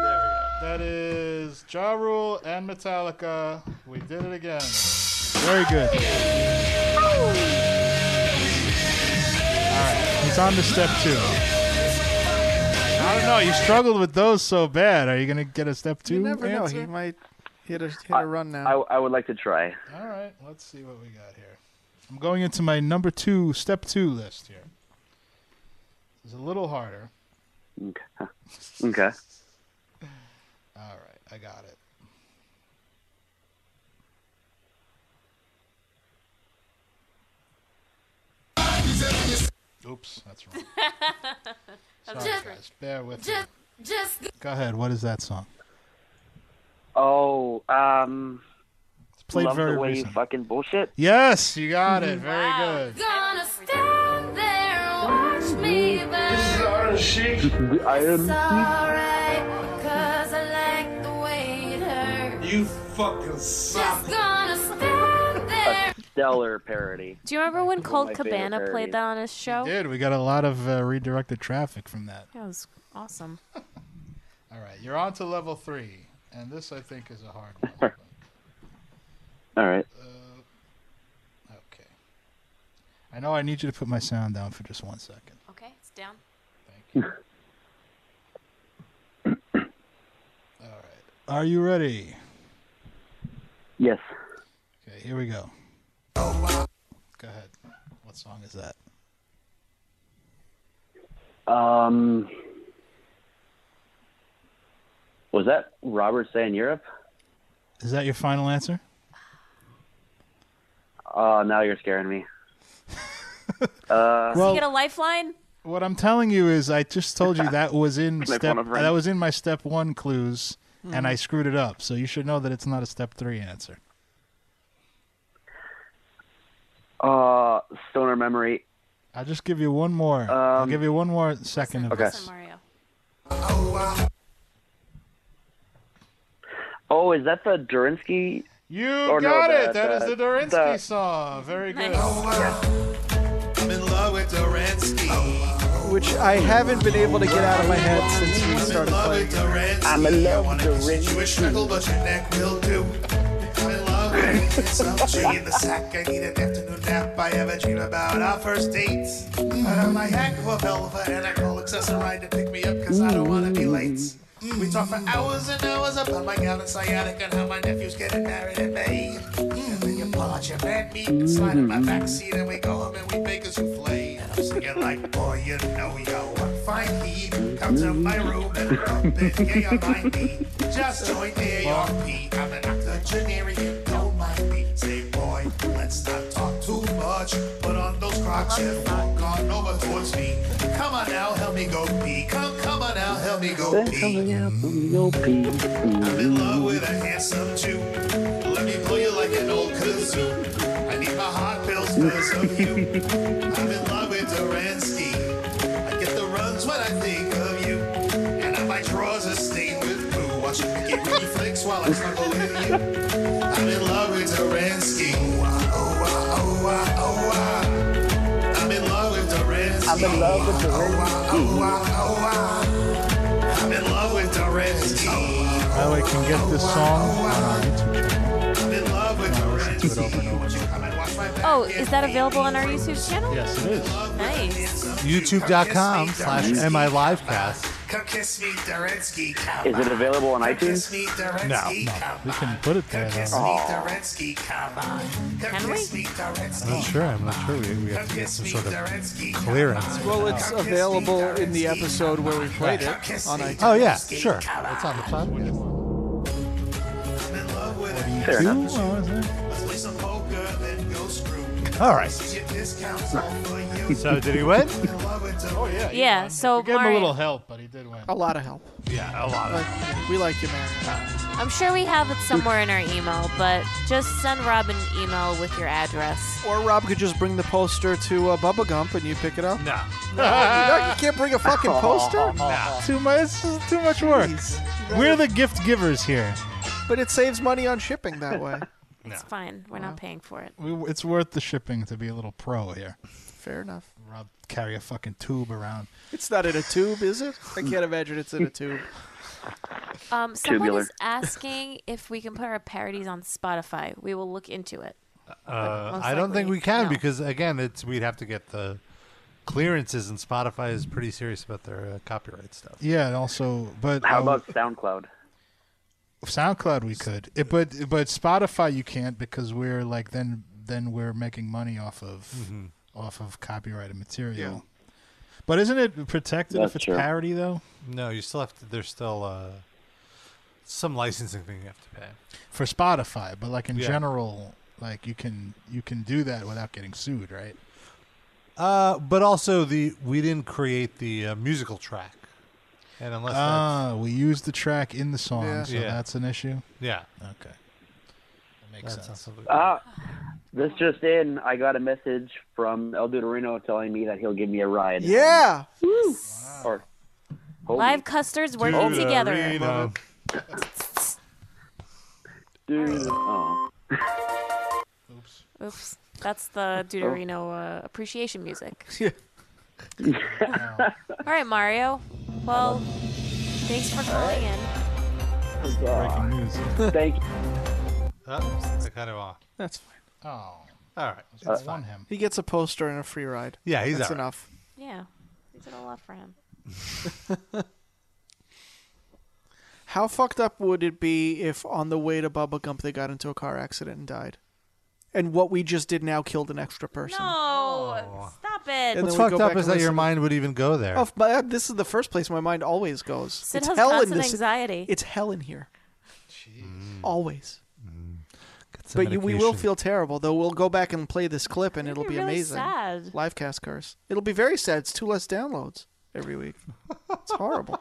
Speaker 2: we go. That is Ja Rule and Metallica. We did it again. Very good. It's on to step two. I don't know. You struggled with those so bad. Are you going to get a step two?
Speaker 3: You never know.
Speaker 2: answer?
Speaker 3: He might hit a, hit a run now.
Speaker 8: I, I would like to try.
Speaker 2: All right, let's see what we got here. I'm going into my number two, step two list here. It's a little harder.
Speaker 8: Okay. Okay.
Speaker 2: All right, I got it. Oops, that's wrong.
Speaker 5: That's
Speaker 2: Sorry,
Speaker 5: just-
Speaker 2: guys. Bear with me.
Speaker 5: just, just
Speaker 2: Go ahead. What is that song?
Speaker 8: Oh, um. It's
Speaker 2: played
Speaker 8: love
Speaker 2: very
Speaker 8: the way
Speaker 2: recent.
Speaker 8: you fucking bullshit.
Speaker 2: Yes, you got it.
Speaker 8: Mm-hmm.
Speaker 2: Very good.
Speaker 10: Gonna stand there and watch me burn. It's alright, cause I like the way it hurts.
Speaker 8: You fucking
Speaker 10: Just gonna stand there.
Speaker 8: Stellar parody.
Speaker 5: Do you remember when
Speaker 8: One of
Speaker 5: Cold
Speaker 8: my favorite
Speaker 5: Cabana
Speaker 8: parodies.
Speaker 5: played that on his show?
Speaker 2: Did we got a lot of uh, redirected traffic from that?
Speaker 5: That was awesome.
Speaker 2: All right, you're on to level three, and this I think is a hard one.
Speaker 8: All right.
Speaker 2: I know I need you to put my sound down for just one second.
Speaker 5: Okay, it's down.
Speaker 2: Are you ready?
Speaker 8: Yes.
Speaker 2: Okay, here we go. Go ahead. What song is that?
Speaker 8: Um. Was that Robert saying Europe?
Speaker 2: Is that your final answer?
Speaker 8: Oh, now you're scaring me. uh,
Speaker 5: Does he get a lifeline?
Speaker 2: What I'm telling you is, I just told you that was in
Speaker 8: Make
Speaker 2: step.
Speaker 8: fun of Ren.
Speaker 2: That was in my step one clues, and I
Speaker 8: Mhm.
Speaker 2: screwed it up. So you should know that it's not a step three answer.
Speaker 8: uh, stoner memory.
Speaker 2: I'll just give you one more. I'll give you one more second of
Speaker 8: Okay.
Speaker 2: this.
Speaker 5: Mario.
Speaker 8: Oh, is that the Durinsky?
Speaker 2: You
Speaker 8: Or Oh, no,
Speaker 2: got
Speaker 8: the-
Speaker 2: it. That is
Speaker 8: the-
Speaker 2: the Dorinsky
Speaker 8: the-
Speaker 2: song. Very good.
Speaker 9: I'm in love with Dorinsky.
Speaker 3: which I haven't been able to get out of my head since we started playing.
Speaker 9: I'm in love with Dorinsky. You a shrinkle, but your neck will do. I'm in love with it. some G in the sack. I need an afternoon nap. I have a dream about our first dates. I have my hack for Velva and I call accessoride to pick me up because I don't want to be late. We talk for hours and hours about my gal and sciatic and how my nephew's getting married in May. And then you pull out your man meat and slide in my backseat and we go home and we bake a souffle. And I'm singing like, boy, you know yo, I'm fine heat. Come to my room and rub it, yeah, you mind me. Just join near your pee. I'm an octogenarian, don't mind me. Say, boy, let's not talk too much. Put on those crocs and walk on over towards me. Come on now, help me go pee. Come, come on now, help me go pee. I'm in love with a handsome Jew. Let me blow you like an old kazoo. I need my hot pills because of you. I'm in love with Duransky. I get the runs when I think of you. And now my drawers are stained with poo. Watching Mickey Ricky flicks while I snuggle with you. I'm in love with Duransky. Oh, ah, oh, ah, oh, ah, oh, ah. I'm in love with Duransky. I'm in love with Duransky. Oh, ah, oh, ah, oh, ah. I'm in love with Duransky.
Speaker 2: By the way, can get this song on our YouTube channel.
Speaker 9: I'm in love with
Speaker 2: You can listen to it over and over again.
Speaker 5: Oh, is that available on our YouTube channel?
Speaker 2: Yes, it is.
Speaker 5: Nice.
Speaker 4: YouTube.com slash MI Livecast.
Speaker 9: Come kiss me, Duransky. Come
Speaker 4: Is it available on
Speaker 9: Come
Speaker 4: iTunes?
Speaker 9: Kiss me, Duransky.
Speaker 4: No.
Speaker 9: Come
Speaker 2: We can put it there.
Speaker 9: Kiss
Speaker 2: Though.
Speaker 9: me,
Speaker 4: Aw.
Speaker 9: Duransky. Come on. Come
Speaker 5: Can
Speaker 9: kiss me, Duransky.
Speaker 4: I'm not sure. I'm not sure. We, we have to get some sort of clearance.
Speaker 3: Well, it's available in the episode where we played it on iTunes.
Speaker 4: Oh, yeah, sure. It's on the podcast.
Speaker 9: Fair
Speaker 4: You
Speaker 9: enough.
Speaker 4: are the-
Speaker 9: Let's play some poker, then go screw.
Speaker 4: All right.
Speaker 9: Get discounts all for you.
Speaker 4: So did he win?
Speaker 9: Oh,
Speaker 2: yeah.
Speaker 5: Yeah, so
Speaker 2: We gave him a
Speaker 5: Mario-
Speaker 2: little help, but he did win.
Speaker 3: A lot of help.
Speaker 4: Yeah, a lot
Speaker 3: Like, we like you, man.
Speaker 5: I'm sure we have it somewhere in our email, but just send Rob an email with your address.
Speaker 3: Or Rob could just bring the poster to uh, Bubba Gump and you pick it up.
Speaker 4: No.
Speaker 3: No, you, know, you can't bring a fucking poster.
Speaker 2: Too much. This is too much work. We're the gift givers here.
Speaker 3: But it saves money on shipping that way.
Speaker 5: It's fine. We're not paying for it.
Speaker 2: We, it's worth the shipping to be a little pro here.
Speaker 3: Fair enough.
Speaker 2: Rob, carry a fucking tube around.
Speaker 3: It's not in a tube, is it? I can't imagine it's in a tube.
Speaker 5: Um, someone
Speaker 8: Tubular.
Speaker 5: is asking if we can put our parodies on Spotify. We will look into it.
Speaker 4: Uh,
Speaker 5: most
Speaker 4: I don't think
Speaker 5: likely,
Speaker 4: we can
Speaker 5: no.
Speaker 4: because again, it's we'd have to get the clearances, and Spotify is pretty serious about their uh, copyright stuff.
Speaker 2: Yeah, and also, but
Speaker 4: How
Speaker 2: I would-
Speaker 4: about
Speaker 8: SoundCloud?
Speaker 2: SoundCloud we could, it, but but Spotify you can't because we're like then then we're making money off of
Speaker 4: Mm-hmm.
Speaker 2: off of copyrighted material. But isn't it protected
Speaker 4: That's
Speaker 2: if it's
Speaker 4: true.
Speaker 2: parody though?
Speaker 4: No, you still have to. There's still uh, some licensing thing you have to pay.
Speaker 2: For Spotify, but like in
Speaker 4: Yeah.
Speaker 2: general, like you can you can do that without getting sued, right?
Speaker 4: Uh, but also the we didn't create the uh, musical track, and unless that's,
Speaker 2: Ah, we use the track in the song,
Speaker 4: Yeah.
Speaker 2: so
Speaker 4: Yeah.
Speaker 2: that's an issue.
Speaker 4: yeah,
Speaker 2: okay,
Speaker 4: that
Speaker 2: makes
Speaker 4: sense.
Speaker 8: Ah, this just in, I got a message from El Duderino telling me that he'll give me a ride.
Speaker 3: Yeah.
Speaker 8: Woo. Or Holy-
Speaker 5: Live custards working together.
Speaker 4: Duderino.
Speaker 8: Dude. Oh.
Speaker 11: uh,
Speaker 5: Oops, that's the Deuterino uh, appreciation music. All right, Mario. Well, thanks for calling in.
Speaker 2: Breaking news.
Speaker 8: Thank you.
Speaker 4: Oh, I cut him off.
Speaker 3: That's fine.
Speaker 2: Oh,
Speaker 3: all
Speaker 4: right.
Speaker 2: That's fine. him.
Speaker 3: He gets a poster and a free ride.
Speaker 4: Uh, Yeah, he's
Speaker 3: That's
Speaker 4: all right.
Speaker 3: enough.
Speaker 5: Yeah, we did a lot for him.
Speaker 3: How fucked up would it be if on the way to Bubba Gump they got into a car accident and died? And what we just did now killed an extra person.
Speaker 5: No, Oh, stop it.
Speaker 3: And
Speaker 4: What's
Speaker 3: then we
Speaker 4: fucked
Speaker 3: go
Speaker 4: up
Speaker 3: back
Speaker 4: is
Speaker 3: and
Speaker 4: that your
Speaker 3: listen-
Speaker 4: mind would even go there.
Speaker 3: Oh, f- but this is the first place my mind always goes.
Speaker 5: Sid
Speaker 3: it's
Speaker 5: has
Speaker 3: hell in
Speaker 5: constant
Speaker 3: this.
Speaker 5: anxiety.
Speaker 3: It's hell in here. Always.
Speaker 4: some
Speaker 3: But you, we will
Speaker 4: medication.
Speaker 3: feel terrible, though. We'll go back and play this clip, and it'll be,
Speaker 5: be really
Speaker 3: amazing.
Speaker 5: sad.
Speaker 3: Livecast curse. It'll be very sad. It's two less downloads every week. It's horrible.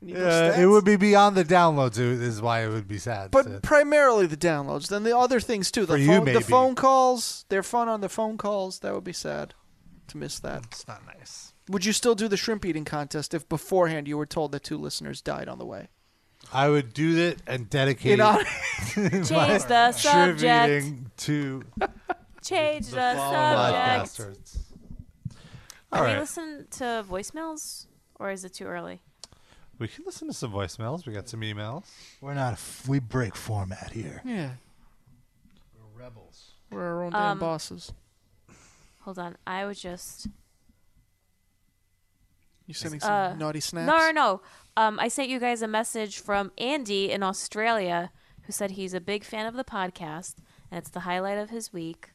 Speaker 3: Need those
Speaker 4: Uh, it
Speaker 3: stats.
Speaker 4: would be beyond the downloads. i- Is why it would be sad.
Speaker 3: But
Speaker 4: Sid.
Speaker 3: primarily the downloads, then the other things too. The
Speaker 4: For you,
Speaker 3: phone,
Speaker 4: maybe.
Speaker 3: the phone calls, they're fun on the phone calls. That would be sad to miss that. It's
Speaker 4: not nice.
Speaker 3: Would you still do the shrimp eating contest if beforehand you were told that two listeners died on the way?
Speaker 4: I would do it and dedicate
Speaker 3: In honor-
Speaker 4: my
Speaker 5: Change the subject.
Speaker 4: contributing to
Speaker 5: Change the,
Speaker 4: Live
Speaker 5: subject.
Speaker 4: Bastards.
Speaker 5: Can
Speaker 4: All right.
Speaker 5: we listen to voicemails, or is it too early?
Speaker 4: We can listen to some voicemails. We got some emails.
Speaker 2: We're not. We break format here.
Speaker 3: Yeah.
Speaker 2: We're rebels.
Speaker 3: We're our own damn
Speaker 5: Um,
Speaker 3: bosses.
Speaker 5: Hold on, I was just.
Speaker 3: You sending some
Speaker 5: Uh,
Speaker 3: naughty snaps?
Speaker 5: No, no, no. Um, I sent you guys a message from Andy in Australia who said he's a big fan of the podcast and it's the highlight of his week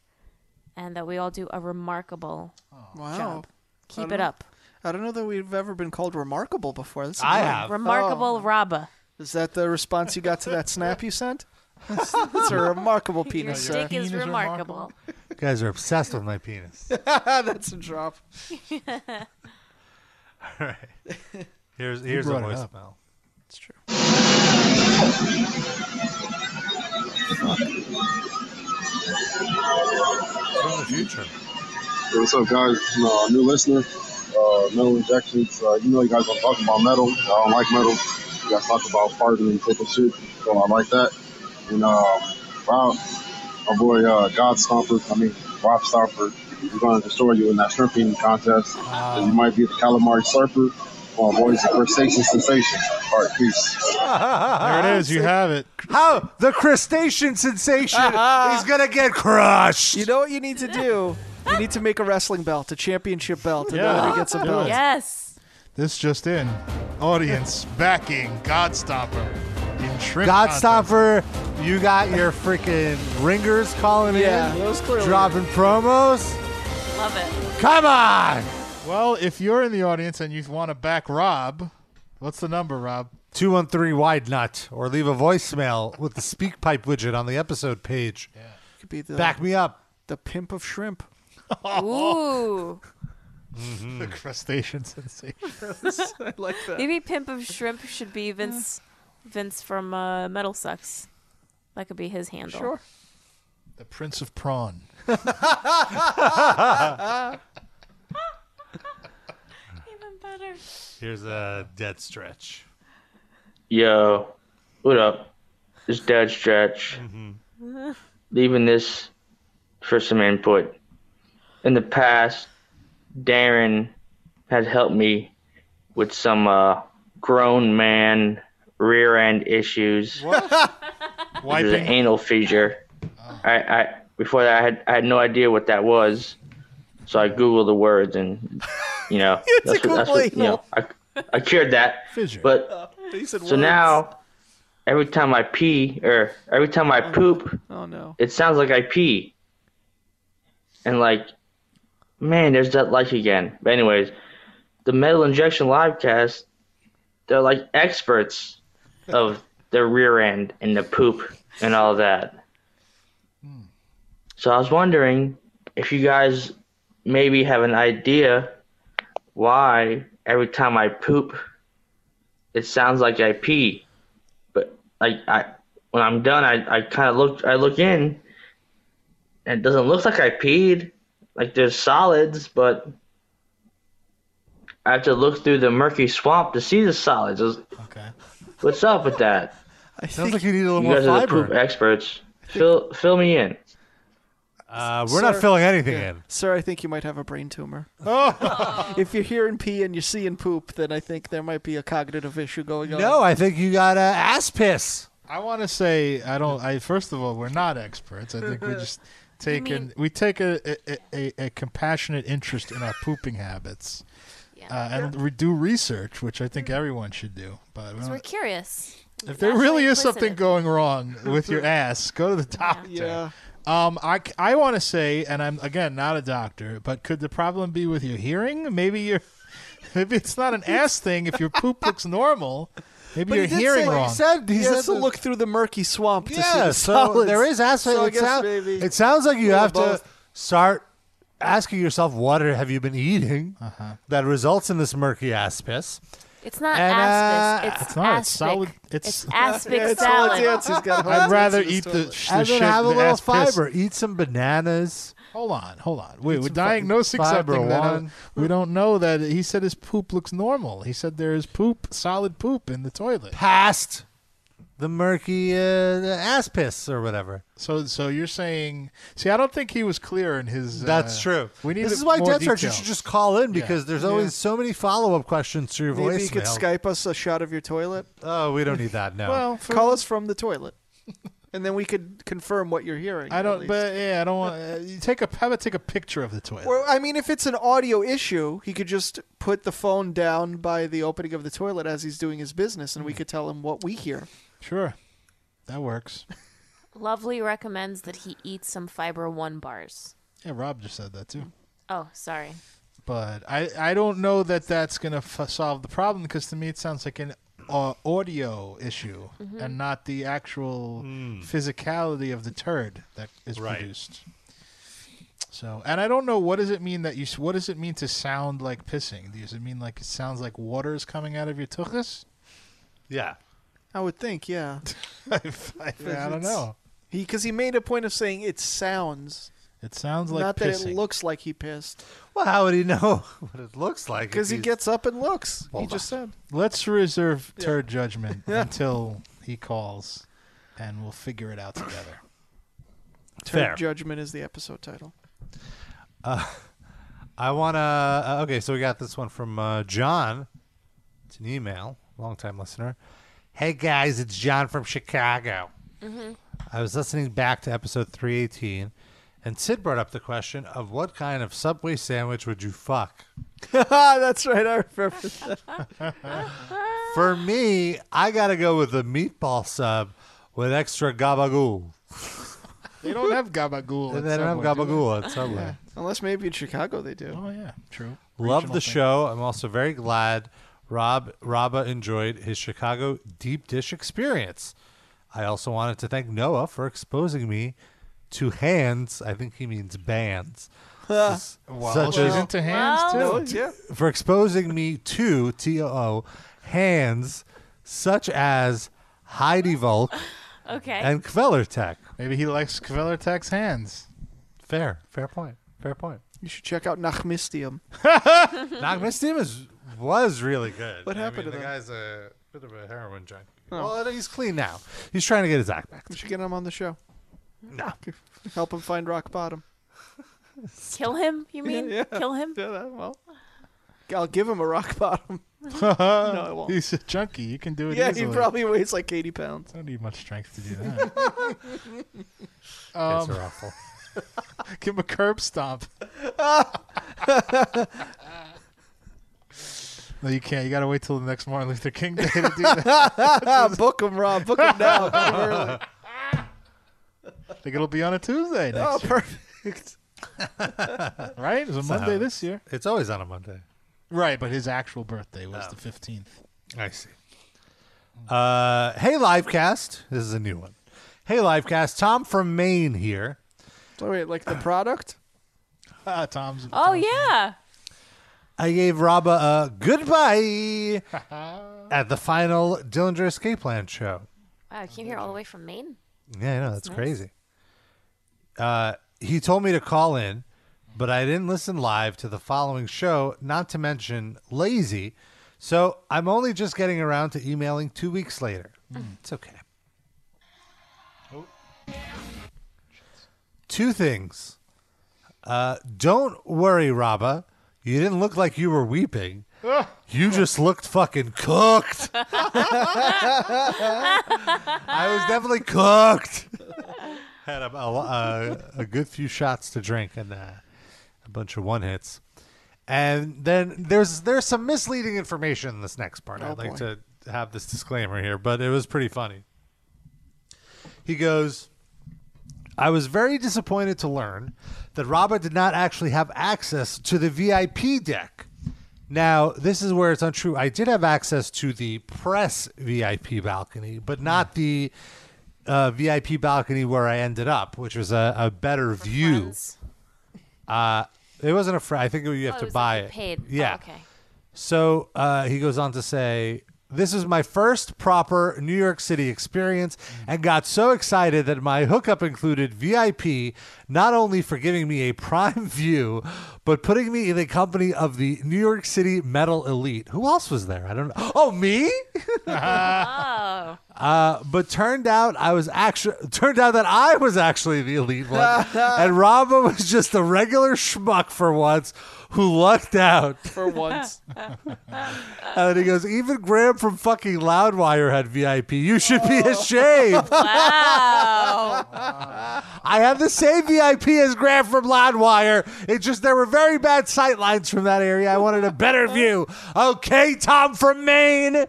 Speaker 5: and that we all do a remarkable
Speaker 3: Oh. Wow.
Speaker 5: job. Keep
Speaker 3: I
Speaker 5: it
Speaker 3: don't know-
Speaker 5: up.
Speaker 3: I don't know that we've ever been called remarkable before. This is
Speaker 4: I
Speaker 3: new.
Speaker 4: have.
Speaker 5: Oh.
Speaker 3: Oh.
Speaker 5: Remarkable Rabba.
Speaker 3: Is that the response you got to that snap you sent? That's a remarkable
Speaker 5: Your
Speaker 3: penis, sir.
Speaker 5: stick is remarkable.
Speaker 4: You guys are obsessed with my penis.
Speaker 3: That's a drop.
Speaker 4: All right. Here's
Speaker 2: You
Speaker 4: here's a
Speaker 2: brought it up.
Speaker 4: voicemail.
Speaker 3: It's true.
Speaker 4: From the future.
Speaker 11: Hey, what's up, guys? I'm a new listener. Uh, metal injections. Uh, you know, you guys don't talk about metal. I don't like metal. You guys talk about farting and taking shit. So I like that. And uh, wow, my boy uh, God Stomper. I mean, Rob Stomper. He's going to destroy you in that shrimp eating contest. And you might be the calamari slurper. Well, boys, the crustacean sensation. All right, peace.
Speaker 2: There it is. You have it.
Speaker 4: How the crustacean sensation is gonna get crushed.
Speaker 3: You know what you need to do? You need to make a wrestling belt, a championship belt, and yeah. gets a
Speaker 2: do
Speaker 3: belt.
Speaker 2: it.
Speaker 5: Yes.
Speaker 2: This just in. Audience backing Godstopper in shrimp.
Speaker 4: Godstopper, you got your freaking ringers calling
Speaker 3: Yeah,
Speaker 4: in,
Speaker 3: those clearly-
Speaker 4: dropping promos.
Speaker 5: Love it.
Speaker 4: Come on,
Speaker 2: contest. Well, if you're in the audience and you want to back Rob, what's the number, Rob?
Speaker 4: two one three wide nut, or leave a voicemail with the speak pipe widget on the episode page.
Speaker 3: Could be the
Speaker 4: Back me up.
Speaker 3: the pimp of shrimp.
Speaker 5: Ooh.
Speaker 2: The crustacean sensation.
Speaker 3: I like that.
Speaker 5: Maybe Pimp of Shrimp should be Vince Vince from uh, Metal Sucks. That could be his handle.
Speaker 3: Sure.
Speaker 2: The Prince of Prawn.
Speaker 5: Even better.
Speaker 4: Here's a dead stretch.
Speaker 12: Yo, what up? This dad stretch. Leaving this for some input. In the past, Darren had helped me with some uh, grown man rear end issues. It was an
Speaker 2: Wiping.
Speaker 12: anal feature. I, I before that I had I had no idea what that was, so I googled the words and you know
Speaker 3: You had to
Speaker 12: that's what, that's what you know
Speaker 3: Google
Speaker 12: I, I cured that. But
Speaker 3: Basic
Speaker 12: so
Speaker 3: words.
Speaker 12: now every time I pee or every time I poop,
Speaker 3: Oh no.
Speaker 12: it sounds like I pee. And like, man, there's that like again. But anyways, the Metal Injection livecast, they're like experts of the rear end and the poop and all that. So I was wondering if you guys maybe have an idea why every time I poop, it sounds like I pee. But like I when I'm done, I, I kind of look I look in, and it doesn't look like I peed. Like there's solids, but I have to look through the murky swamp to see the solids. Okay. What's up with that?
Speaker 4: Sounds like you need a little
Speaker 12: you
Speaker 4: more
Speaker 12: guys are the
Speaker 4: fiber.
Speaker 12: poop experts. Fill fill me in.
Speaker 4: Uh, we're not filling anything
Speaker 3: yeah.
Speaker 4: in.
Speaker 3: Sir, I think you might have a brain tumor.
Speaker 4: Oh.
Speaker 3: if you're hearing pee and you're seeing poop, then I think there might be a cognitive issue going on.
Speaker 4: No, I think you got uh, ass piss.
Speaker 2: I want to say I don't. I first of all, we're not experts. I think we just take an, we take a, a, a, a compassionate interest in our pooping habits, uh, and we do research, which I
Speaker 4: Mm-hmm.
Speaker 2: think everyone should do. But we
Speaker 5: 'Cause we're
Speaker 2: don't,
Speaker 5: curious.
Speaker 2: if there
Speaker 5: That's
Speaker 2: really
Speaker 5: why
Speaker 2: is
Speaker 5: implicit
Speaker 2: something
Speaker 5: it.
Speaker 2: going wrong with your ass, go to the doctor.
Speaker 3: Yeah.
Speaker 2: Um, I, c- I want to say, and I'm again not a doctor, but could the problem be with your hearing? Maybe you're maybe it's not an ass thing. If your poop looks normal, maybe
Speaker 3: But
Speaker 2: you're
Speaker 3: he did
Speaker 2: hearing
Speaker 3: say-
Speaker 2: wrong.
Speaker 3: he said- he has to look through the murky swamp. To see
Speaker 4: Yeah,
Speaker 3: the
Speaker 4: so
Speaker 3: solids.
Speaker 4: there is ass piss.
Speaker 3: So I
Speaker 4: it,
Speaker 3: guess
Speaker 4: sound-
Speaker 3: maybe
Speaker 4: it sounds like you
Speaker 3: little
Speaker 4: have to
Speaker 3: both.
Speaker 4: start asking yourself, what are- have you been eating
Speaker 3: Uh-huh.
Speaker 4: that results in this murky ass piss?
Speaker 5: It's not
Speaker 4: And,
Speaker 5: aspic.
Speaker 4: uh,
Speaker 5: it's
Speaker 4: It's not, it's
Speaker 5: aspic.
Speaker 4: solid- it's-
Speaker 5: It's aspic
Speaker 3: Yeah, it's all
Speaker 5: salad.
Speaker 3: dance. He's got
Speaker 2: I'd
Speaker 3: hot
Speaker 2: rather
Speaker 3: dance in his
Speaker 2: eat the,
Speaker 3: toilet.
Speaker 2: sh- the
Speaker 4: And then
Speaker 2: shit.
Speaker 4: have a
Speaker 2: the
Speaker 4: little
Speaker 2: ass piss.
Speaker 4: fiber. Eat some bananas.
Speaker 2: Hold on, hold on. Wait,
Speaker 4: Eat
Speaker 2: we're
Speaker 4: some fucking
Speaker 2: diagnosing
Speaker 4: fiber,
Speaker 2: something that uh,
Speaker 4: Juan.
Speaker 2: we don't know. That he said his poop looks normal. He said there is poop, solid poop in the toilet.
Speaker 4: Past the murky uh, ass piss or whatever.
Speaker 2: So, so you're saying? See, I don't think he was clear in his.
Speaker 4: That's
Speaker 2: uh,
Speaker 4: true.
Speaker 2: We need
Speaker 4: this
Speaker 2: a-
Speaker 4: is why
Speaker 2: more
Speaker 4: Death Search you
Speaker 2: detail.
Speaker 4: should just call in because there's
Speaker 2: Yeah.
Speaker 4: always so many follow up questions to your
Speaker 3: Maybe
Speaker 4: voicemail.
Speaker 3: you could Skype us a shot of your toilet.
Speaker 4: Oh, we don't need that now.
Speaker 3: Well, call us from the toilet, and then we could confirm what you're hearing.
Speaker 2: I
Speaker 3: at
Speaker 2: don't.
Speaker 3: least.
Speaker 2: But yeah, I don't want. Uh, you take a. How about take a picture of the toilet?
Speaker 3: Well, I mean, if it's an audio issue, he could just put the phone down by the opening of the toilet as he's doing his business, and we
Speaker 2: Hmm.
Speaker 3: could tell him what we hear.
Speaker 2: Sure, that works.
Speaker 5: Lovely recommends that he eat some fiber one bars.
Speaker 2: Yeah, Rob just said that too.
Speaker 5: Oh, sorry.
Speaker 2: But I, I don't know that that's gonna f- solve the problem because to me it sounds like an uh, audio issue
Speaker 5: Mhm.
Speaker 2: and not the actual
Speaker 3: Hmm.
Speaker 2: physicality of the turd that is
Speaker 4: Right.
Speaker 2: produced. So, and I don't know what does it mean that you. s- What does it mean to sound like pissing? Does it mean like it sounds like water is coming out of your tuchus?
Speaker 4: Yeah.
Speaker 3: I would think, yeah.
Speaker 2: I, don't know.
Speaker 3: Because he, made a point of saying it sounds.
Speaker 2: It sounds like
Speaker 3: Not that
Speaker 2: pissing.
Speaker 3: it looks like he pissed.
Speaker 4: Well, how would he know what it looks like? if
Speaker 3: Because he
Speaker 4: he's-
Speaker 3: gets up and looks.
Speaker 4: Well,
Speaker 3: he just said.
Speaker 2: Let's reserve turd judgment until he calls, and we'll figure it out together.
Speaker 3: Turd
Speaker 4: Fair.
Speaker 3: Judgment is the episode title.
Speaker 4: Uh, I want to. Uh, okay, so we got this one from uh, John. It's an email, longtime listener. Hey guys, it's John from Chicago.
Speaker 8: Mm-hmm.
Speaker 4: I was listening back to episode 318, and Sid brought up the question of what kind of Subway sandwich would you fuck?
Speaker 3: That's right. I remember that.
Speaker 4: For me, I got to go with the meatball sub with extra gabagool.
Speaker 2: They don't have gabagool.
Speaker 4: They
Speaker 2: at
Speaker 4: don't have
Speaker 2: Subway, do
Speaker 4: gabagool
Speaker 2: they?
Speaker 4: at Subway.
Speaker 2: Yeah.
Speaker 3: Unless maybe in Chicago they do.
Speaker 2: Oh, yeah. True.
Speaker 4: Love the show. I'm also very glad Rob Raba enjoyed his Chicago deep dish experience. I also wanted to thank Noah for exposing me to hands. I think he means bands. s-
Speaker 2: Wow, she's into hands, Well- too.
Speaker 3: Yeah.
Speaker 4: For exposing me to T O O hands such as Heidi Volk
Speaker 5: Okay.
Speaker 4: and Kvelertek.
Speaker 2: Maybe he likes Kvelertek's hands.
Speaker 4: Fair, fair point. Fair point.
Speaker 3: You should check out Nachmistium.
Speaker 4: Nachmistium is was really good.
Speaker 3: What
Speaker 4: I
Speaker 3: happened
Speaker 4: mean,
Speaker 3: to
Speaker 4: the
Speaker 3: that?
Speaker 4: guy's a bit of a heroin junkie.
Speaker 3: Oh.
Speaker 4: Well, he's clean now. He's trying to get his act back.
Speaker 3: We should get him on the show.
Speaker 4: No.
Speaker 3: Help him find rock bottom.
Speaker 5: Kill him, you mean?
Speaker 3: Yeah, yeah.
Speaker 5: Kill him?
Speaker 3: Yeah, well. I'll give him a rock bottom.
Speaker 2: no,
Speaker 3: I won't.
Speaker 2: He's a junkie. You can do it
Speaker 3: yeah,
Speaker 2: easily.
Speaker 3: he probably weighs like 80 pounds.
Speaker 2: Don't need much strength to do that.
Speaker 3: Um,
Speaker 2: are awful. Give him a curb stomp. No, you can't. You got to wait till the next Martin Luther King Day to do that.
Speaker 3: book him, Rob. Book him now. Book 'em early.
Speaker 2: think it'll be on a Tuesday next
Speaker 3: Oh,
Speaker 2: year.
Speaker 3: perfect.
Speaker 2: right? It was a
Speaker 4: It's
Speaker 2: Monday
Speaker 4: not-
Speaker 2: this year.
Speaker 4: It's always on a Monday. Oh.
Speaker 2: Right, but his actual birthday was the 15th.
Speaker 4: I see. Uh, hey, Livecast. This is a new one. Hey, Livecast. Tom from Maine here.
Speaker 3: So wait, like the product?
Speaker 2: Ah, Tom's.
Speaker 5: Oh yeah.
Speaker 4: I gave Robba a goodbye at the final Dillinger Escape Plan show.
Speaker 5: Wow, I came here all the way from Maine.
Speaker 4: Yeah, I know. That's
Speaker 5: That's nice.
Speaker 4: crazy. Uh, he told me to call in, but I didn't listen live to the following show, not to mention lazy. So I'm only just getting around to emailing two weeks later. Mm, It's okay. Two things. Uh, don't worry, Rabba. You didn't look like you were weeping. You just looked fucking cooked. I was definitely cooked. Had a, a, a- a good few shots to drink and uh, a bunch of one hits. And then there's there's some misleading information in this next part.
Speaker 9: Oh,
Speaker 4: I'd like
Speaker 9: boy.
Speaker 4: to have this disclaimer here, but it was pretty funny. He goes, I was very disappointed to learn that Robert did not actually have access to the VIP deck. Now, this is where it's untrue. I did have access to the press VIP balcony, but not
Speaker 5: Hmm.
Speaker 4: the uh, VIP balcony where I ended up, which was a, a better view. Uh, it wasn't a friend. I think you have
Speaker 5: Oh, it
Speaker 4: to
Speaker 5: was
Speaker 4: buy
Speaker 5: like you
Speaker 4: it.
Speaker 5: paid. Oh,
Speaker 4: Yeah.
Speaker 5: okay.
Speaker 4: So uh, he goes on to say, This is my first proper New York City experience and got so excited that my hookup included VIP, not only for giving me a prime view, but putting me in the company of the New York City metal elite. Who else was there? I don't know. Oh, me?
Speaker 5: oh.
Speaker 4: Uh, but turned out I was actually turned out that I was actually the elite one, and Robba was just a regular schmuck for once who lucked out.
Speaker 3: For once.
Speaker 4: And then he goes, even Graham from fucking Loudwire had VIP. You should be
Speaker 3: Oh.
Speaker 4: ashamed. I had the same VIP as Graham from Loudwire. It just there were very bad sight lines from that area. I wanted a better view. Okay, Tom from Maine.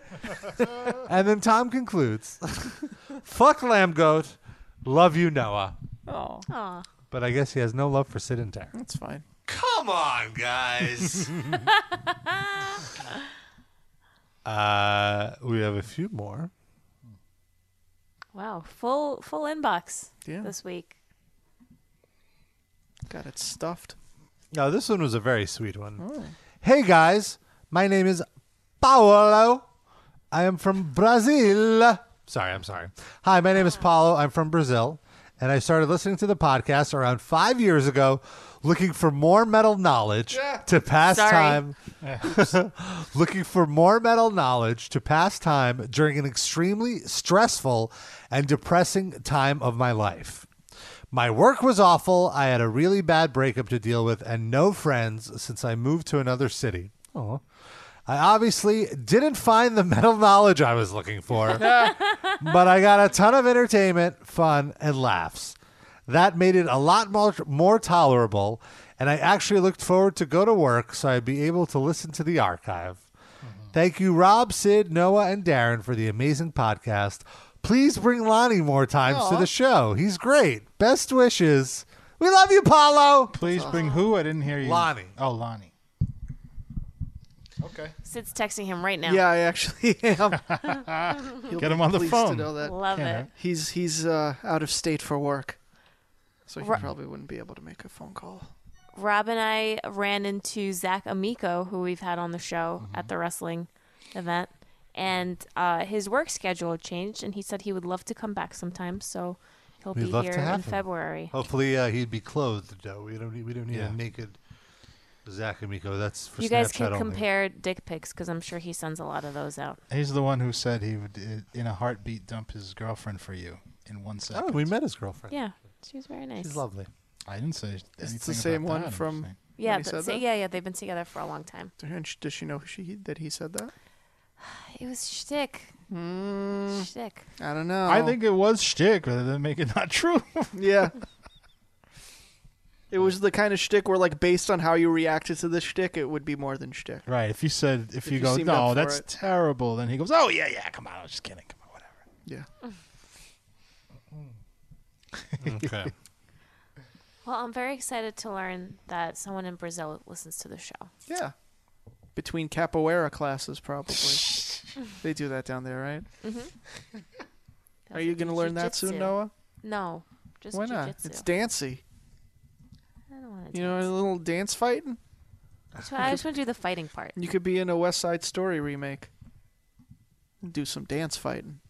Speaker 4: and then Tom concludes, "Fuck Lamb Goat, love you Noah."
Speaker 3: Oh.
Speaker 4: But I guess he has no love for Sid and Tarek.
Speaker 3: That's fine.
Speaker 4: Come on, guys. Uh, we have a few more.
Speaker 5: wow, full full inbox
Speaker 3: Yeah.
Speaker 5: this week.
Speaker 3: Got it stuffed.
Speaker 4: No, this one was a very sweet one.
Speaker 3: Oh.
Speaker 4: Hey guys, my name is Paolo. I am from Brazil. Sorry, I'm sorry. Hi, my name is Paulo. I'm from Brazil, and I started listening to the podcast around five years ago, looking for more metal knowledge to pass
Speaker 9: Sorry.
Speaker 4: time. looking for more metal knowledge to pass time during an extremely stressful and depressing time of my life. My work was awful. I had a really bad breakup to deal with and no friends since I moved to another city. Oh. I obviously didn't find the metal knowledge I was looking for, but I got a ton of entertainment, fun, and laughs. That made it a lot more, more tolerable, and I actually looked forward to go to work so I'd be able to listen to the archive. Thank you, Rob, Sid, Noah, and Darren for the amazing podcast. Please bring Lonnie more times to
Speaker 2: Aw.
Speaker 4: the show. He's great. Best wishes. We love you, Paulo.
Speaker 2: Please bring who? I didn't hear you.
Speaker 4: Lonnie.
Speaker 2: Oh, Lonnie.
Speaker 5: Okay. Sid's texting him right now.
Speaker 3: Yeah, I actually am. He'll
Speaker 2: Get
Speaker 3: be
Speaker 2: him on the
Speaker 3: pleased To
Speaker 2: phone.
Speaker 3: know that.
Speaker 5: Love Can't it. hurt.
Speaker 3: He's he's uh, out of state for work, so he
Speaker 5: Ru-
Speaker 3: probably wouldn't be able to make a phone call.
Speaker 5: Rob and I ran into Zach Amico, who we've had on the show
Speaker 4: Mm-hmm.
Speaker 5: at the wrestling event, and uh, his work schedule changed, and he said he would love to come back sometime. So he'll
Speaker 4: We'd
Speaker 5: be
Speaker 4: love
Speaker 5: here
Speaker 4: to have
Speaker 5: in
Speaker 4: him.
Speaker 5: February.
Speaker 4: Hopefully, uh, he'd be clothed though. We don't need, we don't need
Speaker 2: Yeah.
Speaker 4: a naked Zach Amico. That's for
Speaker 5: you guys
Speaker 4: Snapchat
Speaker 5: can
Speaker 4: only.
Speaker 5: compare dick pics because I'm sure he sends a lot of those out.
Speaker 2: He's the one who said he would, uh, in a heartbeat, dump his girlfriend for you in one second.
Speaker 4: Oh, we met his girlfriend.
Speaker 5: Yeah, she was very nice.
Speaker 4: She's lovely.
Speaker 2: I didn't say anything
Speaker 3: It's the same
Speaker 2: about
Speaker 3: one
Speaker 2: that, I'm
Speaker 3: from
Speaker 2: saying.
Speaker 5: Yeah,
Speaker 3: when he
Speaker 5: but
Speaker 3: said
Speaker 5: see-
Speaker 3: that?
Speaker 5: yeah, yeah. They've been together for a long time.
Speaker 3: And sh- does she know she that he said that?
Speaker 5: It was shtick.
Speaker 3: Hmm.
Speaker 5: Shtick.
Speaker 3: I don't know.
Speaker 2: I think it was shtick, but it didn't make it not true.
Speaker 3: yeah. It was the kind of shtick where, like, based on how you reacted to the shtick, it would be more than shtick.
Speaker 2: right. If you said, if,
Speaker 3: If
Speaker 2: you
Speaker 3: you
Speaker 2: go,
Speaker 3: seemed up
Speaker 2: no,
Speaker 3: for
Speaker 2: that's
Speaker 3: it."
Speaker 2: terrible, then he goes, oh, yeah, yeah, come on, I was just kidding. Come
Speaker 3: Yeah.
Speaker 2: on. okay.
Speaker 5: Well, I'm very excited to learn that someone in Brazil listens to the show.
Speaker 3: Yeah. Between capoeira classes, probably. they do that down there, right?
Speaker 5: hmm
Speaker 3: Are you going to learn that soon,
Speaker 5: Jiu-jitsu.
Speaker 3: Noah?
Speaker 5: No, just
Speaker 3: Why not?
Speaker 5: jujitsu.
Speaker 3: It's dancy.
Speaker 5: I don't want to.
Speaker 3: You know, a little dance fighting?
Speaker 5: I just want to do the fighting part.
Speaker 3: You could be in a West Side Story remake. Do some dance fighting.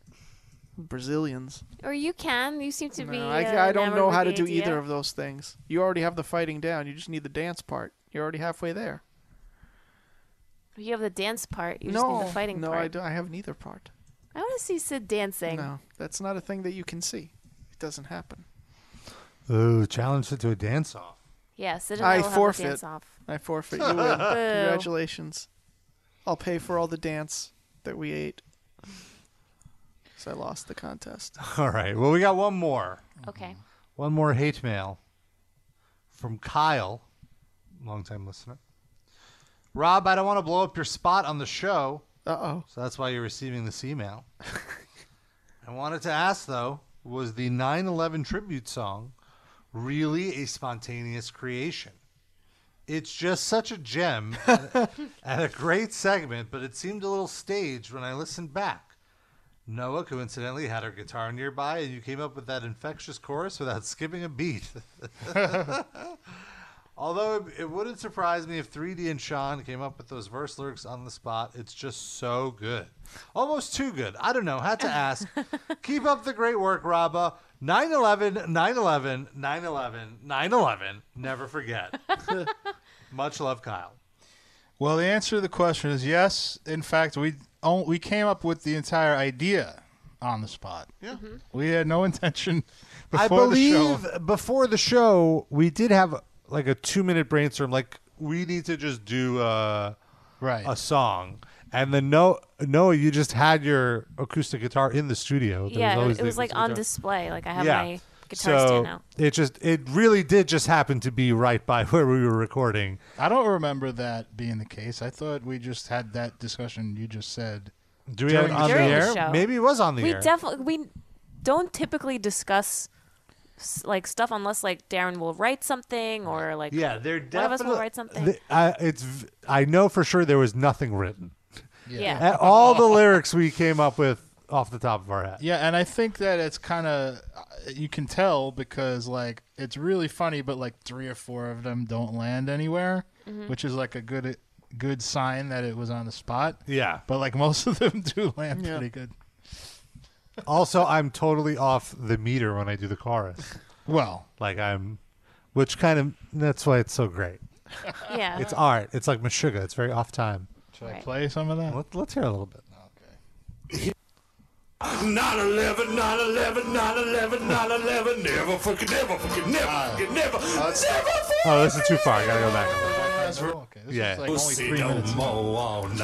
Speaker 3: Brazilians.
Speaker 5: Or you can. You seem to be.
Speaker 3: No, I,
Speaker 5: uh,
Speaker 3: I don't
Speaker 5: enamored
Speaker 3: know
Speaker 5: with
Speaker 3: how to
Speaker 5: the
Speaker 3: do
Speaker 5: idea.
Speaker 3: either of those things. You already have the fighting down. You just need the dance part. You're already halfway there.
Speaker 5: You have the dance part. You
Speaker 3: no,
Speaker 5: just need the fighting
Speaker 3: no,
Speaker 5: part.
Speaker 3: I, don't, I have neither part.
Speaker 5: I want to see Sid dancing.
Speaker 3: No, that's not a thing that you can see. It doesn't happen.
Speaker 4: Ooh, challenged it to a dance off.
Speaker 5: Yeah, Sid and I,
Speaker 3: I
Speaker 5: will have a
Speaker 3: forfeit.
Speaker 5: dance off.
Speaker 3: I forfeit. You win.
Speaker 5: Boo.
Speaker 3: Congratulations. I'll pay for all the dance that we ate. So I lost the contest.
Speaker 4: All right. Well, we got one more.
Speaker 5: Okay.
Speaker 4: One more hate mail from Kyle, longtime listener. Rob, I don't want to blow up your spot on the show.
Speaker 3: Uh oh.
Speaker 4: So that's why you're receiving this email. I wanted to ask, though, was the 9 11 tribute song really a spontaneous creation? It's just such a gem and, and a great segment, but it seemed a little staged when I listened back. Noah coincidentally had her guitar nearby, and you came up with that infectious chorus without skipping a beat. Although it, it wouldn't surprise me if 3D and Sean came up with those verse lyrics on the spot. It's just so good. Almost too good. I don't know. Had to ask. Keep up the great work, Rabba. 9 11, 9 11, 9 11, 9 11. Never forget. Much love, Kyle.
Speaker 2: Well, the answer to the question is yes. In fact, we on- we came up with the entire idea on the spot.
Speaker 4: Yeah.
Speaker 2: We had no intention before
Speaker 4: I believe
Speaker 2: the show.
Speaker 4: before the show we did have like a two minute brainstorm. Like we need to just do a
Speaker 2: right
Speaker 4: a song. And then no, Noah, you just had your acoustic guitar in the studio. There
Speaker 5: yeah,
Speaker 4: always
Speaker 5: it
Speaker 4: the
Speaker 5: was like
Speaker 4: acoustic
Speaker 5: on
Speaker 4: guitar.
Speaker 5: display. Like I have my guitar
Speaker 4: so
Speaker 5: stand out.
Speaker 4: It just it really did just happen to be right by where we were recording.
Speaker 2: I don't remember that being the case. I thought we just had that discussion you just said.
Speaker 4: Do we
Speaker 2: during
Speaker 4: have it on
Speaker 2: the
Speaker 4: the
Speaker 2: show.
Speaker 4: air? Show. Maybe it was on the
Speaker 5: we
Speaker 4: air.
Speaker 5: definitely we don't typically discuss s- like stuff unless like Darren will write something or like
Speaker 4: Yeah, they're
Speaker 5: one of us will
Speaker 4: definite-
Speaker 5: write something.
Speaker 4: The- I, it's v- I know for sure there was nothing written.
Speaker 5: Yeah.
Speaker 4: And all the lyrics we came up with off the top of our head.
Speaker 2: Yeah, and I think that it's kind of you can tell because like it's really funny, but like three or four of them don't land anywhere,
Speaker 4: Mhm.
Speaker 2: which is like a good good sign that it was on the spot.
Speaker 4: Yeah.
Speaker 2: But like most of them do land
Speaker 4: Yeah.
Speaker 2: pretty good.
Speaker 4: Also, I'm totally off the meter when I do the chorus.
Speaker 2: Well,
Speaker 4: like I'm, which kind of that's why it's so great.
Speaker 2: Uh-huh.
Speaker 5: Yeah.
Speaker 4: It's art. It's like Meshuggah. It's very off time.
Speaker 2: Should I play some of that?
Speaker 4: Let, let's hear a little bit.
Speaker 9: 9-11, 9-11, 9-11, 9-11, never fucking, never fucking, never fucking, never, never fucking.
Speaker 4: Oh, this is too far. I gotta go back.
Speaker 2: That's real. Okay.
Speaker 4: yeah.
Speaker 9: Pussy no more on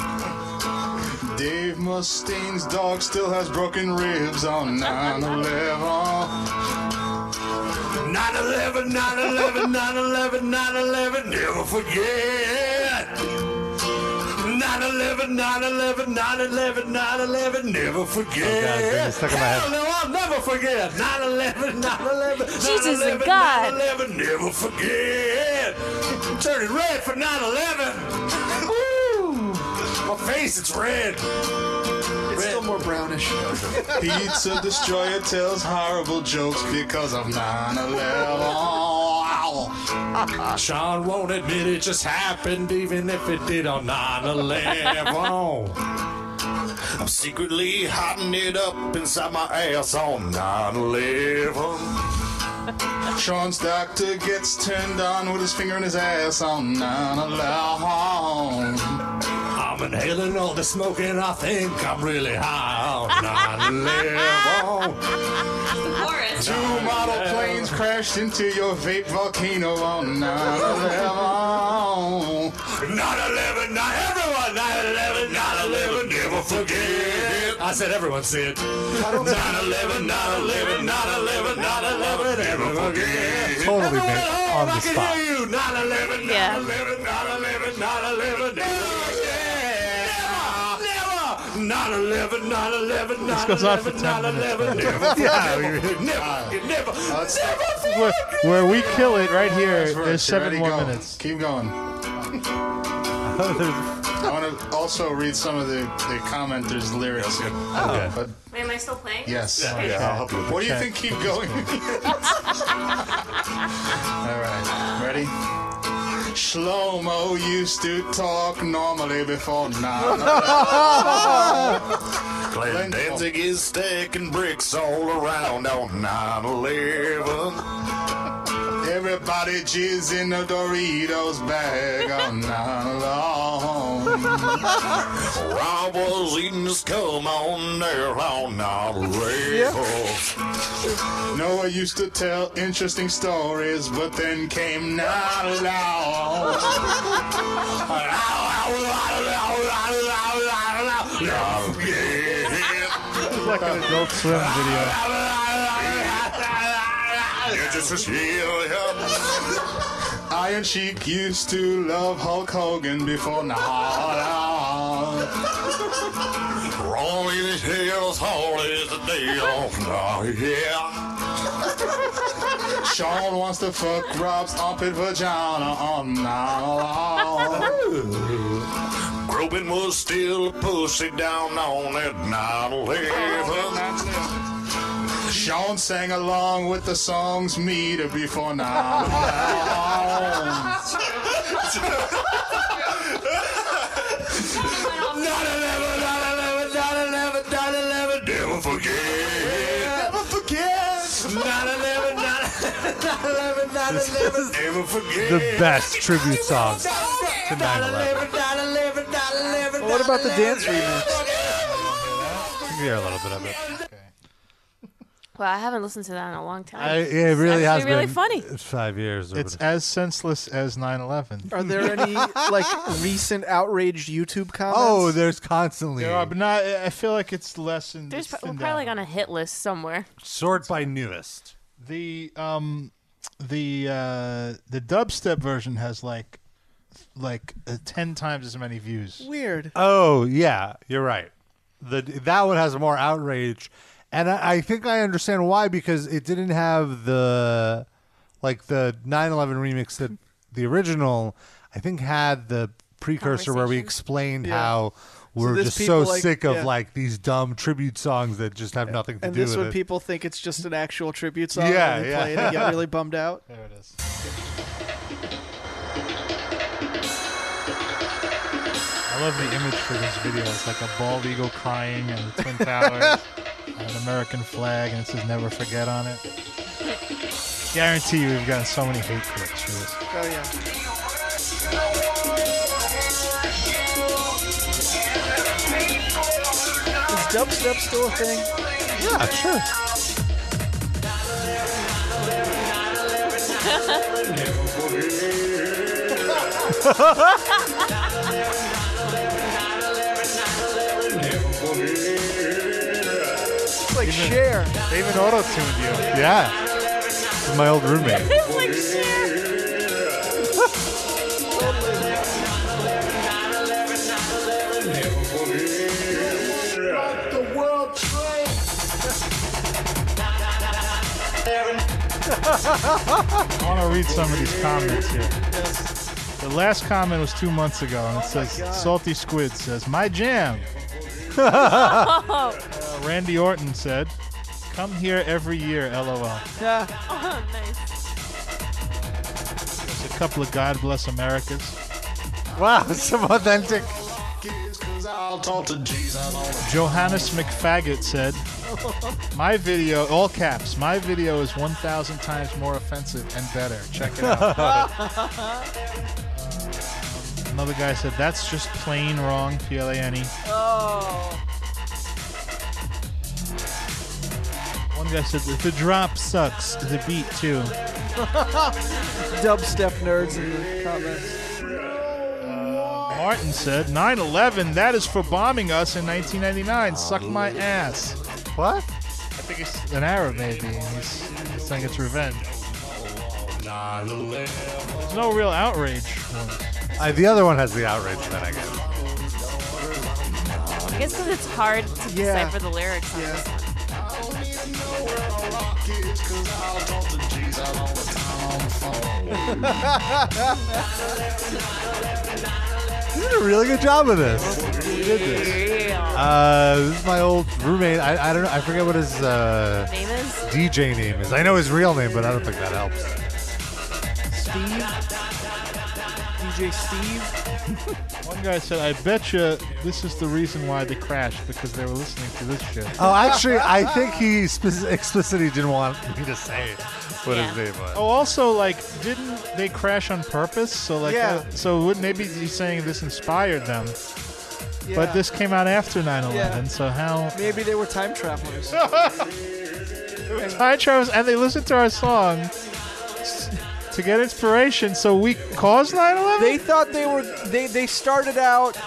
Speaker 9: 9-11.
Speaker 2: Dave Mustaine's dog still has broken ribs on 9-11.
Speaker 9: 9-11, 9-11, 9-11, 9-11, never forget. 9-11, 9-11, 9-11, 9-11, never forget.
Speaker 4: Oh, goodness, stuck in my head.
Speaker 9: Hell no, I'll never forget. 9-11, 9-11,
Speaker 10: Jesus and
Speaker 9: 9/11,
Speaker 10: God.
Speaker 9: 9/11, never forget. Turn it red for 9-11. Woo! My face, it's red. It's still more brownish.
Speaker 2: Pizza Destroyer tells horrible jokes because of
Speaker 9: 9-11. Sean won't admit it just happened, even if it did on 9-11. I'm secretly hotting it up inside my ass on 9-11.
Speaker 2: Sean's doctor gets turned on with his finger in his ass on 9-11.
Speaker 9: I'm inhaling all the smoke and I think I'm really high on 9-11.
Speaker 10: Chorus.
Speaker 9: Two model planes crashed into your vape volcano on 9 11. 9 11, not everyone, 9 11, 9 11, never forget. I said everyone said 9 11, 9 11, 9 11, 9 11, never forget.
Speaker 4: Totally made on the
Speaker 9: I can
Speaker 4: spot.
Speaker 9: hear you, 9 11, 9 11, 9 11, 9 11, never forget. Never, never, 9 11, 9 11, 9
Speaker 2: This goes on for 10
Speaker 9: 11,
Speaker 2: minutes.
Speaker 9: never forget.
Speaker 2: Yeah,
Speaker 9: Never,
Speaker 2: we-
Speaker 9: never, never, never
Speaker 2: Where, where we kill it right
Speaker 9: Nice
Speaker 2: here.
Speaker 9: work.
Speaker 2: There's
Speaker 9: You're
Speaker 2: seven
Speaker 9: ready,
Speaker 2: more
Speaker 9: go.
Speaker 2: minutes.
Speaker 9: Keep going.
Speaker 2: I
Speaker 9: want to also read some of the, the commenters' lyrics.
Speaker 4: Oh.
Speaker 9: But
Speaker 5: Wait, am I still playing?
Speaker 9: yes.
Speaker 2: Oh,
Speaker 5: Okay.
Speaker 9: What do you think? Keep going. All right. Ready? Shlomo used to talk normally before now.
Speaker 10: Glenn
Speaker 9: Danzig is stacking bricks all around on 9 11. Everybody jizz in the Doritos bag on 9 11. Rob was eating his cum on there on 9 Noah used to tell interesting stories, but then came 9
Speaker 2: It's like an adult swim video.
Speaker 9: You're just a shield. Iron Sheik used to love Hulk Hogan before now. Rolling his hills, whole is the deal. Oh, yeah. Sean wants to fuck Rob's armpit vagina on now. Groban was still a pussy down on that 9 Sean sang along with the songs meter before now. Never forget. Never forget. Not eleven, not eleven, not eleven. Never forget.
Speaker 4: The best tribute song to 9 11.
Speaker 3: Well, what about the dance remix?
Speaker 4: Hear a little bit of it.
Speaker 5: Well, I haven't listened to that in a long time.
Speaker 4: I, yeah, it really
Speaker 5: it's
Speaker 4: has
Speaker 5: actually really
Speaker 4: been
Speaker 5: funny.
Speaker 4: Five years.
Speaker 2: It's as senseless as 9/11.
Speaker 3: Are there any like recent outraged YouTube comments?
Speaker 4: oh, there's constantly
Speaker 2: There are, but not. I feel like it's lessened.
Speaker 5: There's
Speaker 2: it's
Speaker 5: pro-
Speaker 2: thinned
Speaker 5: probably like
Speaker 2: out.
Speaker 5: on a hit list somewhere.
Speaker 4: sort by newest.
Speaker 2: The um the uh the dubstep version has like like uh, 10 times as many views.
Speaker 3: Weird.
Speaker 4: Oh yeah, you're right. The that one has more outrage, and I, I think I understand why because it didn't have the like the 9/11 remix that the original I think had the precursor where we explained
Speaker 3: Yeah.
Speaker 4: how
Speaker 3: So
Speaker 4: we're
Speaker 3: this
Speaker 4: just so
Speaker 3: people like-
Speaker 4: sick of
Speaker 3: yeah.
Speaker 4: like these dumb tribute songs that just have nothing to
Speaker 3: And
Speaker 4: do
Speaker 3: this
Speaker 4: with
Speaker 3: one,
Speaker 4: it.
Speaker 3: people think it's just an actual tribute song.
Speaker 4: Yeah,
Speaker 3: and they
Speaker 4: yeah.
Speaker 3: play it and get really bummed out.
Speaker 2: There it is. I love the image for this video. It's like a bald eagle crying and the twin towers, and an American flag, and it says "Never Forget" on it. Guarantee you, we've gotten so many hate clicks for this.
Speaker 3: Oh yeah. Is dubstep still a thing?
Speaker 4: Yeah, sure.
Speaker 3: It's like share.
Speaker 2: They even auto tuned you.
Speaker 4: Yeah, With my old roommate.
Speaker 10: It's like share.
Speaker 9: The world
Speaker 2: I want to read some of these comments here. The last comment was two months ago, and it
Speaker 4: Oh
Speaker 2: says Salty Squid says, My jam. uh, Randy Orton said, Come here every year, lol.
Speaker 3: Yeah.
Speaker 5: Oh, nice.
Speaker 2: There's a couple of God Bless Americas.
Speaker 4: Wow, some authentic.
Speaker 9: I'll talk to Jesus on the
Speaker 2: Johannes McFaggot said, My video, all caps, my video is 1,000 times more offensive and better. Check it out. Another guy said, That's just plain wrong, P L A N E.
Speaker 5: Oh.
Speaker 2: One think I said this. The drop sucks. The beat too.
Speaker 3: Dubstep nerds in the comments.
Speaker 2: Martin said 9/11. That is for bombing us in 1999. Suck my ass. What? I think it's an Arab maybe. and He's, he's saying it's revenge. There's no real outrage.
Speaker 4: Uh, the other one has the outrage that I guess.
Speaker 5: I guess because it's hard to
Speaker 4: Yeah.
Speaker 5: decipher the lyrics on this one.
Speaker 4: You did a really good job of this. You did this. Uh, this is my old roommate. I, I don't know. I forget what his uh,
Speaker 5: Name is?
Speaker 4: DJ name is. I know his real name, but I don't think that helps.
Speaker 3: Steve? DJ Steve?
Speaker 2: One guy said, "I bet you this is the reason why they crashed because they were listening to this shit."
Speaker 4: Oh, actually, I think he spec- explicitly didn't want me to say what his name was.
Speaker 2: Oh, also, like, didn't they crash on purpose? So, like,
Speaker 4: Yeah.
Speaker 2: uh, so would maybe he's saying this inspired them.
Speaker 3: Yeah.
Speaker 2: But this came out after 9/11,
Speaker 3: Yeah.
Speaker 2: so how?
Speaker 3: Maybe they were time travelers.
Speaker 2: Hi, Travis, and they listened to our song s- to get inspiration. So we caused 9/11.
Speaker 3: They thought they were they they started out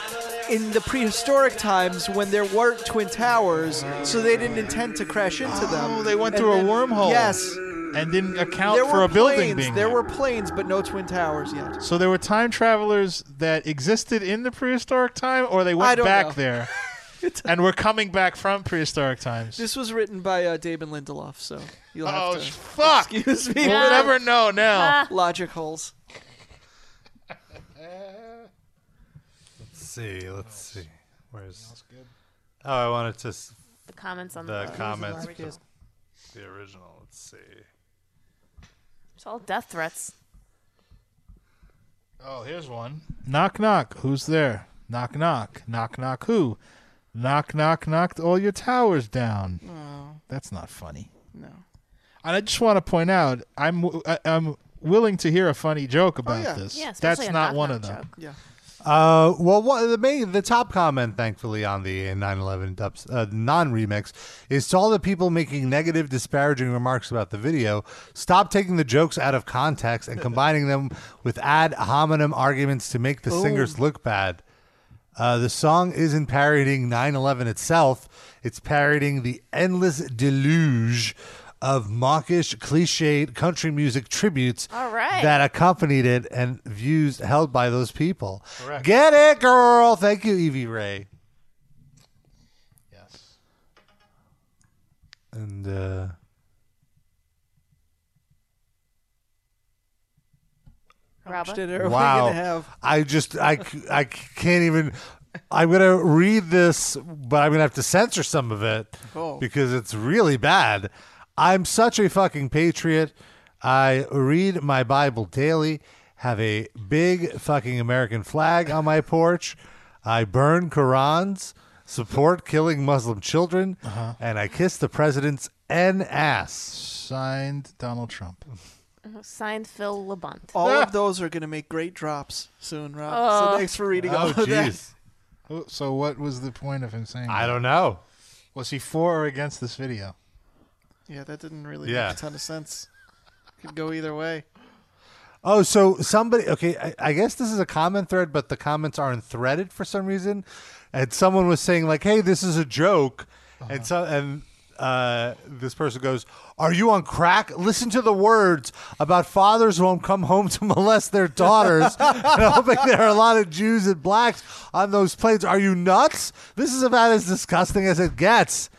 Speaker 3: in the prehistoric times when there weren't twin towers, so they didn't intend to crash into them.
Speaker 2: Oh, they went
Speaker 3: And
Speaker 2: through
Speaker 3: then-
Speaker 2: a wormhole.
Speaker 3: Yes.
Speaker 2: and didn't account
Speaker 3: there
Speaker 2: for
Speaker 3: were
Speaker 2: a building
Speaker 3: planes.
Speaker 2: being
Speaker 3: there
Speaker 2: there.
Speaker 3: were planes, but no twin towers yet.
Speaker 2: So there were time travelers that existed in the prehistoric time, or they
Speaker 3: I
Speaker 2: went
Speaker 3: don't
Speaker 2: back
Speaker 3: know.
Speaker 2: there, and were coming back from prehistoric times.
Speaker 3: This was written by uh, David Lindelof, so you'll have
Speaker 2: Oh,
Speaker 3: to
Speaker 2: sh- fuck.
Speaker 3: excuse me.
Speaker 2: We'll
Speaker 3: for the
Speaker 2: never know now.
Speaker 3: Logic holes.
Speaker 4: Let's see. Let's see. Where's? Oh, I wanted to. s-
Speaker 5: The comments on
Speaker 4: the
Speaker 5: the-
Speaker 4: comments.
Speaker 5: These are garbage.
Speaker 4: for The original. Let's see.
Speaker 5: It's all death threats.
Speaker 2: Oh, here's one. Knock, knock. Who's there? Knock, knock. Knock, knock. Who? Knock, knock, knocked all your towers down.
Speaker 3: Oh.
Speaker 2: That's not funny.
Speaker 3: No.
Speaker 2: And I just want to point out, I'm w- I- I'm willing to hear a funny joke
Speaker 3: Oh,
Speaker 2: about
Speaker 4: yeah.
Speaker 2: this.
Speaker 4: Yeah,
Speaker 2: That's
Speaker 4: especially a
Speaker 2: not
Speaker 4: knock,
Speaker 2: one
Speaker 4: knock
Speaker 2: of them.
Speaker 3: Yeah.
Speaker 4: Uh, well, what, the main, the top comment, thankfully, on the 9/11 dubs, uh, non-remix is to all the people making negative, disparaging remarks about the video. Stop taking the jokes out of context and combining them with ad hominem arguments to make the
Speaker 13: Boom.
Speaker 4: singers look bad. Uh, the song isn't parodying 9/11 itself; it's parodying the endless deluge of mawkish, cliched country music tributes
Speaker 5: All right.
Speaker 4: that accompanied it and views held by those people. Get it, girl. Thank you, Evie Ray. Yes. And uh
Speaker 5: How much
Speaker 3: did everyone
Speaker 4: wow.
Speaker 3: gonna have?
Speaker 4: I just I c- I c- can't even I'm going to read this, but I'm going to have to censor some of it
Speaker 3: Oh.
Speaker 4: because it's really bad. I'm such a fucking patriot. I read my Bible daily, have a big fucking American flag on my porch. I burn Korans, support killing Muslim children,
Speaker 2: Uh-huh.
Speaker 4: and I kiss the president's N ass.
Speaker 2: Signed Donald Trump.
Speaker 5: Uh, Signed Phil Labont.
Speaker 3: All of those are going to make great drops soon, Rob.
Speaker 5: Oh.
Speaker 3: so thanks for reading
Speaker 4: Oh,
Speaker 3: all of that.
Speaker 4: jeez.
Speaker 2: Oh, So what was the point of him saying?
Speaker 4: I don't know.
Speaker 2: Was he for or against this video?
Speaker 3: Yeah, that didn't really
Speaker 4: Yeah.
Speaker 3: make a ton of sense. Could go either way.
Speaker 4: Oh, so somebody. Okay, I, I guess this is a comment thread, but the comments aren't threaded for some reason. And someone was saying like, "Hey, this is a joke," and so and uh, this person goes, "Are you on crack? Listen to the words about fathers who won't come home to molest their daughters." and I'm hoping there are a lot of Jews and blacks on those planes. Are you nuts? This is about as disgusting as it gets.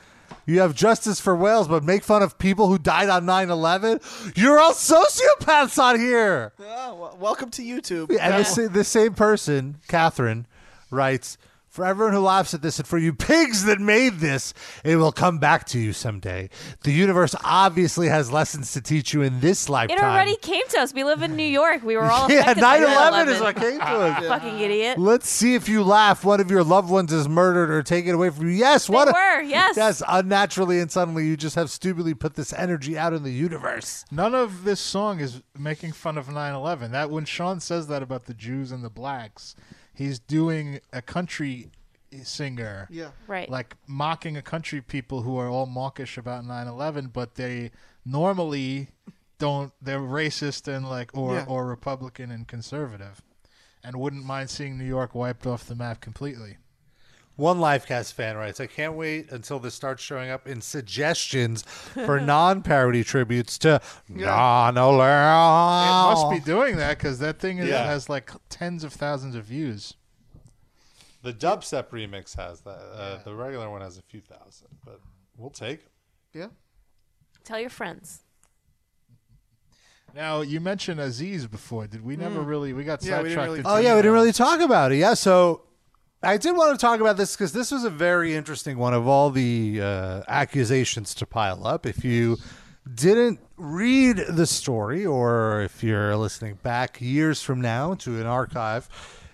Speaker 4: You have justice for whales, but make fun of people who died on 9 11? You're all sociopaths on here!
Speaker 3: Oh, well, welcome to YouTube.
Speaker 4: And the, sa- the same person, Catherine, writes For everyone who laughs at this and for you pigs that made this, it will come back to you someday. The universe obviously has lessons to teach you in this lifetime.
Speaker 5: It already came to us. We live in New York. We were all
Speaker 4: Yeah,
Speaker 5: affected by
Speaker 4: 9/11 is what came to us.
Speaker 5: Fucking idiot.
Speaker 4: Let's see if you laugh. One of your loved ones is murdered or taken away from you. Yes,
Speaker 5: They
Speaker 4: what? a-
Speaker 5: were, yes.
Speaker 4: Yes, unnaturally and suddenly you just have stupidly put this energy out in the universe.
Speaker 2: None of this song is making fun of 9/11. That when Sean says that about the Jews and the blacks, he's doing a country singer.
Speaker 3: Yeah.
Speaker 5: Right.
Speaker 2: Like mocking a country people who are all mawkish about 9/11, but they normally don't. They're racist and like or
Speaker 3: Yeah.
Speaker 2: or Republican and conservative, and wouldn't mind seeing New York wiped off the map completely.
Speaker 4: One Livecast fan writes, I can't wait until this starts showing up in suggestions for non parody tributes to
Speaker 2: Ah,
Speaker 4: Don
Speaker 2: It
Speaker 4: O'Leary.
Speaker 2: must be doing that because that thing is,
Speaker 4: Yeah.
Speaker 2: has like tens of thousands of views.
Speaker 4: The dubstep remix has that. Uh, The regular one has a few thousand, but we'll take it.
Speaker 5: Tell your friends.
Speaker 2: Now you mentioned Aziz before. Did we never really? We got
Speaker 3: Yeah, we didn't
Speaker 2: sidetracked.
Speaker 3: really
Speaker 2: into
Speaker 4: Oh yeah, we didn't really talk about it. Yeah, so I did want to talk about this because this was a very interesting one of all the uh, accusations to pile up. If you didn't read the story, or if you're listening back years from now to an archive,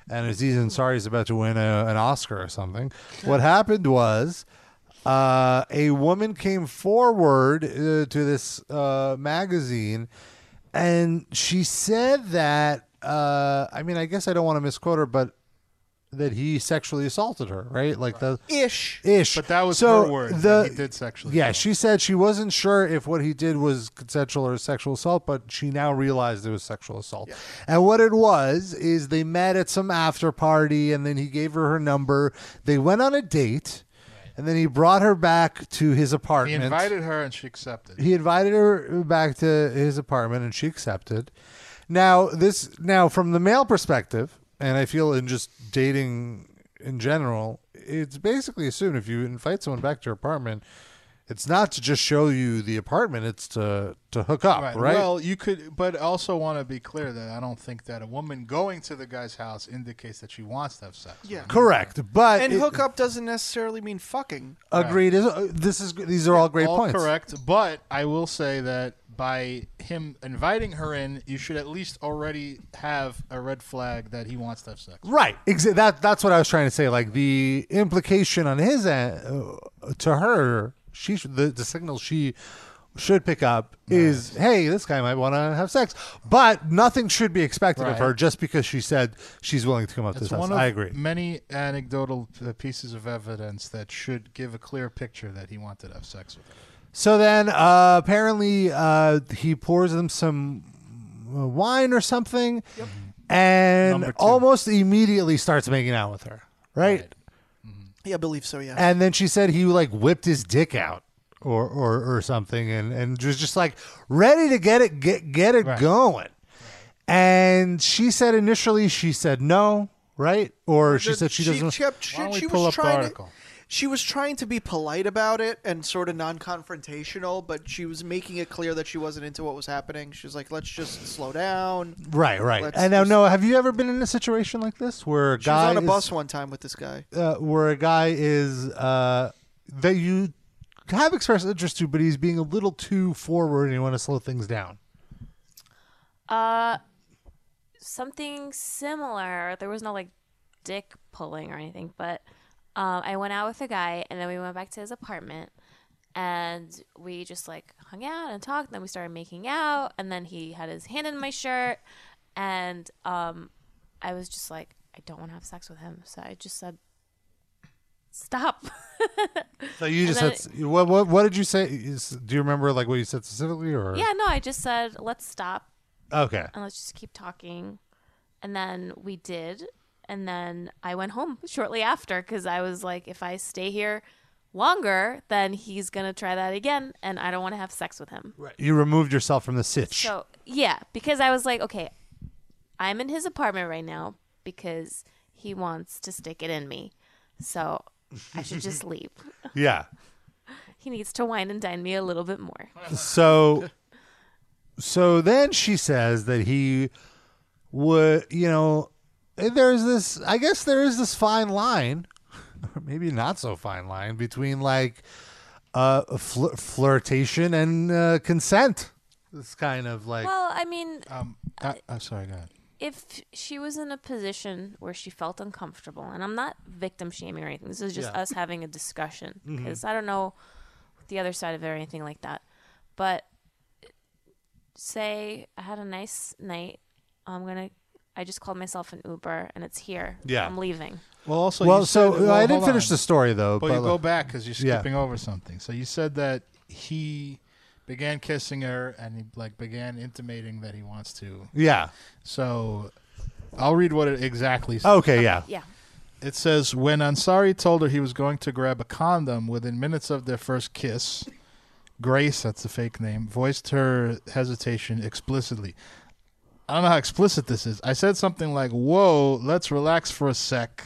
Speaker 4: and Aziz Ansari is about to win a, an Oscar or something, what happened was. Uh, a woman came forward uh, to this uh, magazine and she said that uh, I mean, I guess I don't want to misquote her, but that he sexually assaulted her, right? Like the
Speaker 2: uh,
Speaker 3: ish,
Speaker 4: ish.
Speaker 2: But that was
Speaker 4: so
Speaker 2: her word.
Speaker 4: the-
Speaker 2: that he did sexually.
Speaker 4: yeah, she said she wasn't sure if what he did was consensual or sexual assault, but she now realized it was sexual assault. And what it was is they met at some after party, and then he gave her her number. They went on a date, and then he brought her back to his
Speaker 2: He
Speaker 4: apartment.
Speaker 2: invited her and she accepted.
Speaker 4: He invited her back to his apartment, and she accepted. Now, this now from the male perspective, and I feel in just dating in general, it's basically assumed if you invite someone back to your apartment, it's not to just show you the apartment; it's to to hook up, right?
Speaker 2: Well, you could, but I also want to be clear that I don't think that a woman going to the guy's house indicates that she wants to have sex.
Speaker 3: Yeah.
Speaker 4: Correct, but
Speaker 3: and
Speaker 4: it-
Speaker 3: hookup doesn't necessarily mean fucking.
Speaker 4: Agreed. Is- uh, This is these are all great
Speaker 2: All
Speaker 4: points.
Speaker 2: correct, but I will say that by him inviting her in, you should at least already have a red flag that he wants to have sex.
Speaker 4: Right. Exa- that that's what I was trying to say. Like the implication on his end uh, to her, she sh- the the signal she should pick up is, hey, this guy might want to have sex, but nothing should be expected of
Speaker 2: Right.
Speaker 4: her just because she said she's willing to come up to
Speaker 2: It's
Speaker 4: this house.
Speaker 2: one of
Speaker 4: I agree.
Speaker 2: many anecdotal uh, pieces of evidence that should give a clear picture that he wanted to have sex with her.
Speaker 4: So then, uh, apparently, uh, he pours them some uh, wine or something, and almost immediately starts making out with her. Right.
Speaker 3: Yeah, I believe so. Yeah.
Speaker 4: And then she said he like whipped his dick out or or, or something and, and was just like ready to get it get get it going. And she said initially she said no, right? Or she
Speaker 3: The-
Speaker 4: said she doesn't
Speaker 3: kept- she, she was trying to, she was trying to be polite about it and sort of non-confrontational, but she was making it clear that she wasn't into what was happening. She was like, "Let's just slow down."
Speaker 4: Right, right.
Speaker 3: Let's
Speaker 4: and now
Speaker 3: just-
Speaker 4: no, have you ever been in a situation like this where a
Speaker 3: she was
Speaker 4: guy
Speaker 3: on a
Speaker 4: is-
Speaker 3: bus one time with this guy.
Speaker 4: uh, where a guy is uh, that you have expressed interest to, but he's being a little too forward and you want to slow things down.
Speaker 5: Uh, something similar. There was no like dick pulling or anything, but um, I went out with a guy, and then we went back to his apartment, and we just like hung out and talked. And then we started making out, and then he had his hand in my shirt, and um, I was just like, I don't want to have sex with him, so I just said, stop.
Speaker 4: So you
Speaker 5: And
Speaker 4: just
Speaker 5: then
Speaker 4: said s- what, what? What did you say? Is- Do you remember like what you said specifically? Or
Speaker 5: Yeah, no, I just said, let's stop.
Speaker 4: Okay.
Speaker 5: And let's just keep talking. And then we did. And then I went home shortly after because I was like, if I stay here longer, then he's going to try that again. And I don't want to have sex with him. Right.
Speaker 4: you removed yourself from the sitch.
Speaker 5: So, yeah, because I was like, okay, I'm in his apartment right now because he wants to stick it in me. So I should just leave.
Speaker 4: yeah.
Speaker 5: He needs to wine and dine me a little bit more.
Speaker 4: So, so then she says that he would, you know, there's this. I guess there is this fine line, or maybe not so fine line between like uh fl- flirtation and uh, consent. This kind of like
Speaker 5: well, I mean,
Speaker 2: I, I'm sorry, go ahead.
Speaker 5: if she was in a position where she felt uncomfortable, and I'm not victim shaming or anything, this is just
Speaker 10: Yeah.
Speaker 5: us having a discussion
Speaker 10: Mhm.
Speaker 5: because I don't know the other side of it or anything like that. But say I had a nice night, I'm gonna, I just called myself an Uber and it's here.
Speaker 4: Yeah.
Speaker 5: I'm leaving.
Speaker 2: Well, also,
Speaker 4: Well,
Speaker 2: you
Speaker 4: so,
Speaker 2: said-
Speaker 4: uh, I
Speaker 2: well,
Speaker 4: didn't
Speaker 2: hold
Speaker 4: finish
Speaker 2: on.
Speaker 4: the story, though,
Speaker 2: But you
Speaker 4: but,
Speaker 2: go
Speaker 4: like-
Speaker 2: back because you're
Speaker 4: Yeah.
Speaker 2: skipping over something. So you said that he began kissing her and he like began intimating that he wants to.
Speaker 4: Yeah.
Speaker 2: So I'll read what it exactly says.
Speaker 4: Okay, yeah.
Speaker 5: Yeah.
Speaker 2: It says when Ansari told her he was going to grab a condom within minutes of their first kiss, Grace, that's the fake name, voiced her hesitation explicitly. I don't know how explicit this is. I said something like, "Whoa, let's relax for a sec.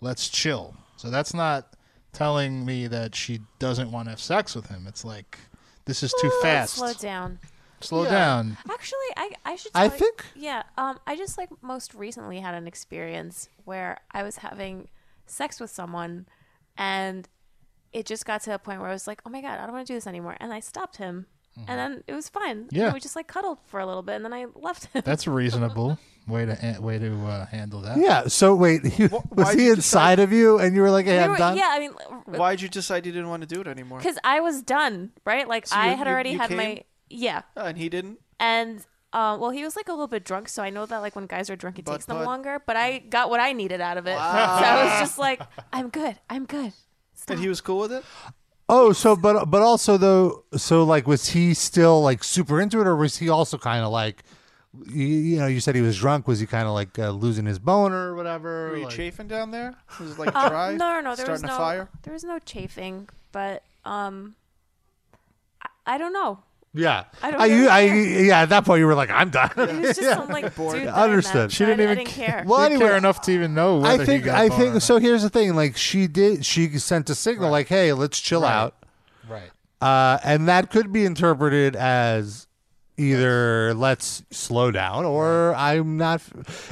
Speaker 2: Let's chill." So that's not telling me that she doesn't want to have sex with him. It's like this is too
Speaker 5: Ooh,
Speaker 2: fast.
Speaker 5: Slow down.
Speaker 2: Slow Yeah. down.
Speaker 5: Actually, I I should.
Speaker 2: I
Speaker 5: tell you-
Speaker 2: think-
Speaker 5: Yeah. Um. I just like most recently had an experience where I was having sex with someone, and it just got to a point where I was like, oh my god, I don't want to do this anymore, and I stopped him, and then it was fine. And
Speaker 2: Mm-hmm. Yeah.
Speaker 5: we just like cuddled for a little bit, and then I left him.
Speaker 2: That's a reasonable way to an- way to uh, handle that.
Speaker 4: Yeah. So wait, he, was
Speaker 2: why'd
Speaker 4: he
Speaker 2: you
Speaker 4: inside of you, and you were like, "Hey,
Speaker 5: We
Speaker 4: I'm
Speaker 5: were-
Speaker 4: done."
Speaker 5: yeah. I mean,
Speaker 3: Why'd you decide you didn't want to do it anymore?
Speaker 5: because I was done, right? Like
Speaker 3: So
Speaker 5: I
Speaker 3: you-
Speaker 5: had
Speaker 3: you-
Speaker 5: already
Speaker 3: you
Speaker 5: had my
Speaker 3: came?
Speaker 5: yeah.
Speaker 3: and he didn't.
Speaker 5: And uh, well, he was like a little bit drunk, so I know that like when guys are drunk, it
Speaker 3: Butt
Speaker 5: takes them
Speaker 3: putt.
Speaker 5: longer. But I got what I needed out of it,
Speaker 3: Wow.
Speaker 5: so I was just like, I'm good, I'm good.
Speaker 3: And he was cool with it.
Speaker 4: Oh, so but but also though, so like, was he still like super into it, or was he also kind of like, you, you know, you said he was drunk. Was he kind of like uh, losing his boner? or whatever.
Speaker 3: Were you chafing down there? Was it like
Speaker 5: Uh,
Speaker 3: dry?
Speaker 5: no, no, no, there was
Speaker 3: starting
Speaker 5: no
Speaker 3: a fire.
Speaker 5: there was no chafing, but um, I, I don't know.
Speaker 4: Yeah.
Speaker 5: I don't
Speaker 4: I,
Speaker 5: really
Speaker 4: I,
Speaker 5: care.
Speaker 4: yeah. At that point, you were like, "I'm done."
Speaker 5: It was just
Speaker 4: yeah.
Speaker 5: some, like, dude
Speaker 4: Yeah,
Speaker 5: that I met,
Speaker 4: understood.
Speaker 5: so She didn't I- I even didn't ca- care.
Speaker 2: Well,
Speaker 4: Well,
Speaker 2: didn't
Speaker 4: anyway,
Speaker 2: care enough to even know whether
Speaker 4: I think
Speaker 2: he got
Speaker 4: I
Speaker 2: bar or
Speaker 4: think
Speaker 2: not.
Speaker 4: so. Here's the thing: like, she did. She sent a signal, like, "Hey, let's chill out."
Speaker 2: Right.
Speaker 4: Uh, and that could be interpreted as either let's slow down or I'm not.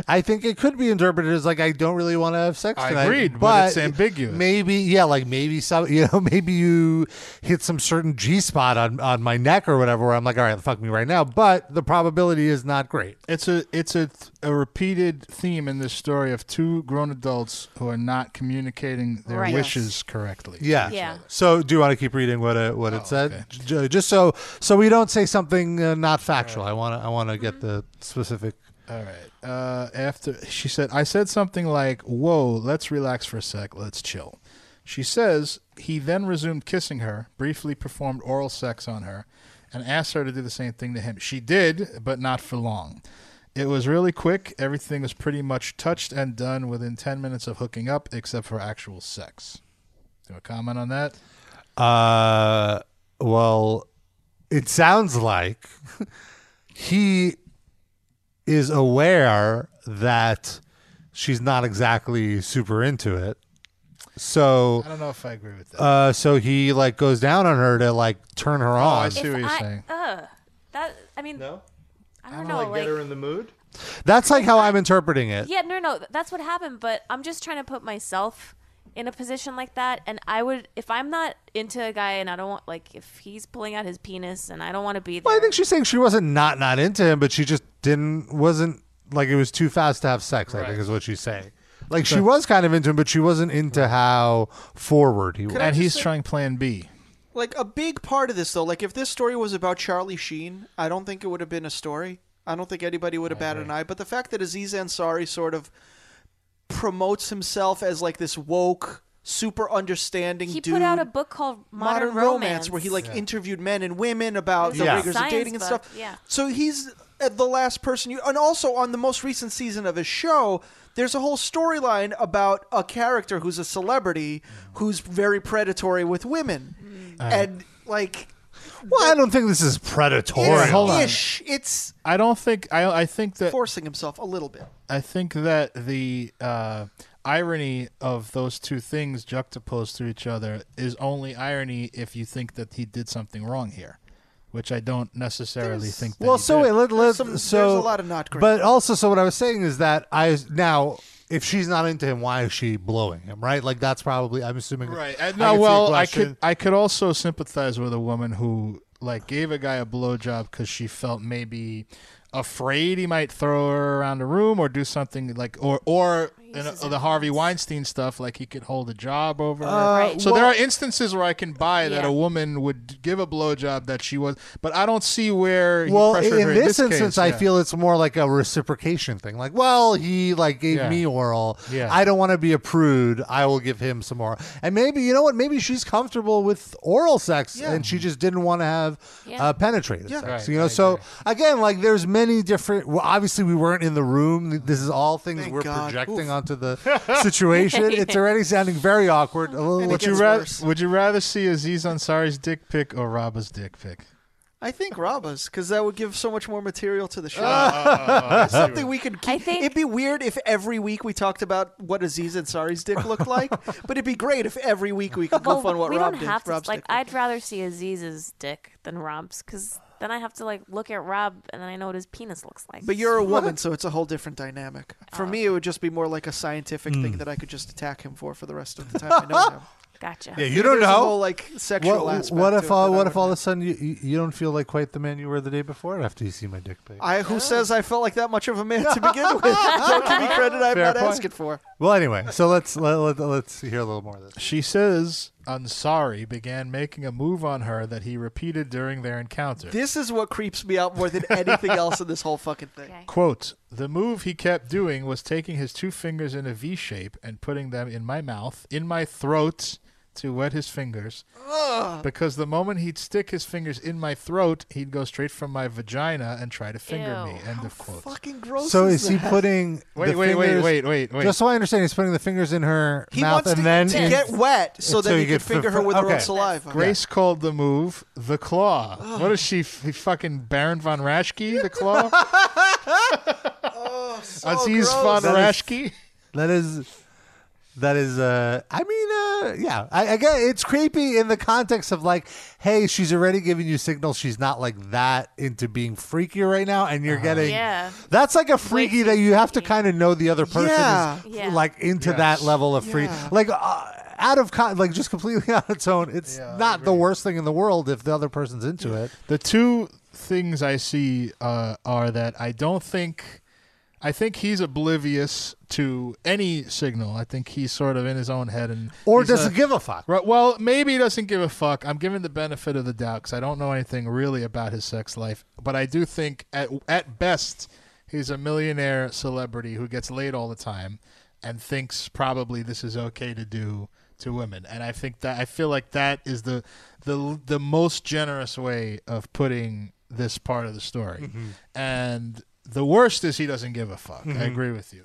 Speaker 4: I think it could be interpreted as like I don't really want to have sex.
Speaker 2: I
Speaker 4: tonight,
Speaker 2: agreed,
Speaker 4: but,
Speaker 2: but it's ambiguous.
Speaker 4: Maybe yeah, like maybe some you know maybe you hit some certain G spot on on my neck or whatever. Where I'm like, all right, fuck me right now. But the probability is not great.
Speaker 2: It's a it's a th- a repeated theme in this story of two grown adults who are not communicating their
Speaker 4: Right.
Speaker 2: wishes correctly.
Speaker 4: Yeah.
Speaker 2: Yeah.
Speaker 4: So do you want to keep reading what it,
Speaker 2: Oh,
Speaker 4: what it said? J- Just so so we don't say something uh, not factual. I want to I want to
Speaker 2: Mm-hmm.
Speaker 4: get the specific.
Speaker 2: All right. Uh, after she said, I said something like, "Whoa, let's relax for a sec. Let's chill." She says he then resumed kissing her, briefly performed oral sex on her, and asked her to do the same thing to him. She did, but not for long. It was really quick. Everything was pretty much touched and done within ten minutes of hooking up, except for actual sex. Do a comment on that?
Speaker 4: Uh, well, it sounds like he is aware that she's not exactly super into it. So
Speaker 2: I don't know if I agree with that. Oh,
Speaker 4: Uh, so he like goes down on her to like turn her on.
Speaker 2: I see what you're saying.
Speaker 5: Uh, that I mean,
Speaker 4: no,
Speaker 5: I don't, know. Like,
Speaker 4: in the mood. That's like how I'm interpreting it.
Speaker 5: yeah, no, no, that's what happened. But I'm just trying to put myself in a position like that, and I would if I'm not into a guy, and I don't want like if he's pulling out his penis, and I don't want to be there.
Speaker 4: Well, I think she's saying she wasn't not not into him, but she just didn't wasn't like it was too fast to have sex. I think is what she's saying. Like she was kind of into him, but she wasn't into how forward he was.
Speaker 3: I And just he's say-
Speaker 2: trying Plan B.
Speaker 3: Like a big part of this, though, like if this story was about Charlie Sheen, I don't think it would have been a story. I don't think anybody would have batted an eye. But the fact that Aziz Ansari sort of promotes himself as like this woke, super understanding
Speaker 5: he
Speaker 3: dude.
Speaker 5: put out a book called Modern, Romance,
Speaker 3: where he like interviewed men and women about the
Speaker 5: Yeah.
Speaker 3: rigors of
Speaker 5: Science
Speaker 3: dating and
Speaker 5: book,
Speaker 3: stuff.
Speaker 5: yeah.
Speaker 3: So he's uh, the last person you, and also on the most recent season of his show, there's a whole storyline about a character who's a celebrity
Speaker 2: Mm.
Speaker 3: who's very predatory with women,
Speaker 4: Uh,
Speaker 3: and like
Speaker 4: well, I don't think this is predatory.
Speaker 3: it's
Speaker 2: hold on.
Speaker 3: ish. It's
Speaker 2: I don't think I. I think that
Speaker 3: forcing himself a little bit.
Speaker 2: I think that the uh, irony of those two things juxtaposed to each other is only irony if you think that he did something wrong here, which I don't necessarily think. That
Speaker 4: Well,
Speaker 2: he
Speaker 4: so
Speaker 2: did.
Speaker 4: wait, let, let,
Speaker 2: some-
Speaker 4: so
Speaker 2: there's a lot of not great.
Speaker 4: But also, so what I was saying is that I now, if she's not into him, why is she blowing him? Right? Like that's probably I'm assuming.
Speaker 2: Right.
Speaker 4: I
Speaker 2: uh,
Speaker 4: can see
Speaker 2: No,
Speaker 4: the
Speaker 2: well, I
Speaker 4: question.
Speaker 2: could I could also sympathize with a woman who like gave a guy a blowjob because she felt maybe afraid he might throw her around the room or do something like or or
Speaker 4: Oh,
Speaker 2: in or the Harvey Weinstein stuff like he could hold a job over her.
Speaker 4: Uh, Right.
Speaker 2: So
Speaker 4: well-
Speaker 2: there are instances where I can buy that a woman would give a blowjob that she was, but I don't see where he
Speaker 4: well,
Speaker 2: pressured
Speaker 4: in
Speaker 2: her
Speaker 4: this,
Speaker 2: in
Speaker 4: instance,
Speaker 2: case,
Speaker 4: I
Speaker 2: yeah.
Speaker 4: feel it's more like a reciprocation thing. Like, well, he like gave
Speaker 2: Yeah.
Speaker 4: me oral.
Speaker 2: Yeah.
Speaker 4: I don't want to be a prude. I will give him some oral. And maybe you know what? Maybe she's comfortable with oral sex, and she just didn't want to have
Speaker 2: Yeah.
Speaker 4: uh, penetrated
Speaker 2: Yeah.
Speaker 4: sex.
Speaker 2: Right,
Speaker 4: you know, so again, like, there's many different. Well, obviously, we weren't in the room. This is all things
Speaker 2: Thank
Speaker 4: we're
Speaker 2: God.
Speaker 4: projecting
Speaker 2: Oof.
Speaker 4: onto the situation. It's already sounding very awkward. A little,
Speaker 2: Would you, ra- would you rather see Aziz Ansari's dick pic or Raba's dick pic?
Speaker 3: I think Rabas, because that would give so much more material to the show.
Speaker 2: Ah.
Speaker 3: That's something we could keep. it'd be weird if every week we talked about what Aziz Ansari's dick looked like, but it'd be great if every week we could goof on what
Speaker 5: we
Speaker 3: Rob
Speaker 5: don't
Speaker 3: did.
Speaker 5: have to.
Speaker 3: Rob's
Speaker 5: like,
Speaker 3: dick.
Speaker 5: I'd rather see Aziz's dick than Rob's, because then I have to like look at Rob, and then I know what his penis looks like.
Speaker 3: But you're a woman, so it's a whole different dynamic.
Speaker 5: Oh.
Speaker 3: For me, it would just be more like a scientific thing
Speaker 4: Hmm.
Speaker 3: that I could just attack him for for the rest of the time I know him.
Speaker 5: Gotcha.
Speaker 4: Yeah, you don't
Speaker 3: There's a
Speaker 4: know.
Speaker 3: whole, like sexual
Speaker 4: what,
Speaker 3: aspect.
Speaker 4: What
Speaker 3: to
Speaker 4: if
Speaker 3: it
Speaker 4: all,
Speaker 3: that I
Speaker 4: what if
Speaker 3: would-
Speaker 4: all of a sudden you, you you don't feel like quite the man you were the day before after you see my dick pic?
Speaker 3: I
Speaker 5: Oh.
Speaker 3: who says I felt like that much of a man to begin with? don't give me credit I'm
Speaker 4: Fair
Speaker 3: not
Speaker 4: point.
Speaker 3: asking for.
Speaker 4: Well, anyway, so let's let, let, let's hear a little more of this.
Speaker 2: She says Ansari began making a move on her that he repeated during their encounter.
Speaker 3: This is what creeps me out more than anything else in this whole fucking thing.
Speaker 2: Quote, the move he kept doing was taking his two fingers in a V shape and putting them in my mouth, in my throat, to wet his fingers.
Speaker 3: Ugh.
Speaker 2: Because the moment he'd stick his fingers in my throat, he'd go straight from my vagina and try to finger me. End of quote.
Speaker 3: Fucking gross.
Speaker 4: So
Speaker 3: is,
Speaker 4: is he
Speaker 3: that?
Speaker 4: putting?
Speaker 2: Wait,
Speaker 4: the
Speaker 2: wait, wait,
Speaker 4: fingers-
Speaker 2: wait, wait, wait.
Speaker 4: Just so I understand, he's putting the fingers in her
Speaker 3: He wants
Speaker 4: mouth and
Speaker 3: to-
Speaker 4: then
Speaker 3: to
Speaker 4: in-
Speaker 3: get wet so that
Speaker 4: you
Speaker 3: he can
Speaker 4: get fi-
Speaker 3: finger her with her own saliva.
Speaker 2: Grace called the move the claw.
Speaker 3: Ugh.
Speaker 2: What is she, f- fucking Baron von Raschke? The claw.
Speaker 3: Oh, so
Speaker 2: Aziz
Speaker 3: gross.
Speaker 2: von
Speaker 4: That is-
Speaker 2: Raschke.
Speaker 4: That is. That is, uh, I mean, uh, yeah. I, I get it's creepy in the context of like, hey, she's already giving you signals. She's not like that into being freaky right now, and
Speaker 3: Uh-huh.
Speaker 4: you're getting
Speaker 5: Yeah.
Speaker 4: That's like a freaky that you have to kind of know the other person
Speaker 5: Yeah.
Speaker 4: is
Speaker 5: Yeah.
Speaker 4: like into that level of freak.
Speaker 5: Yeah.
Speaker 4: Like uh, out of con- like just completely on its own. It's not the worst thing in the world if the other person's into it.
Speaker 2: The two things I see uh, are that I don't think, I think he's oblivious to any signal. I think he's sort of in his own head and
Speaker 4: Or
Speaker 2: he's
Speaker 4: doesn't give a fuck.
Speaker 2: Right, well, maybe he doesn't give a fuck. I'm giving the benefit of the doubt because I don't know anything really about his sex life. But I do think at at best he's a millionaire celebrity who gets laid all the time and thinks probably this is okay to do to women. And I think that I feel like that is the the the most generous way of putting this part of the story.
Speaker 4: Mm-hmm.
Speaker 2: And the worst is he doesn't give a fuck. I
Speaker 4: Mhm.
Speaker 2: agree with you.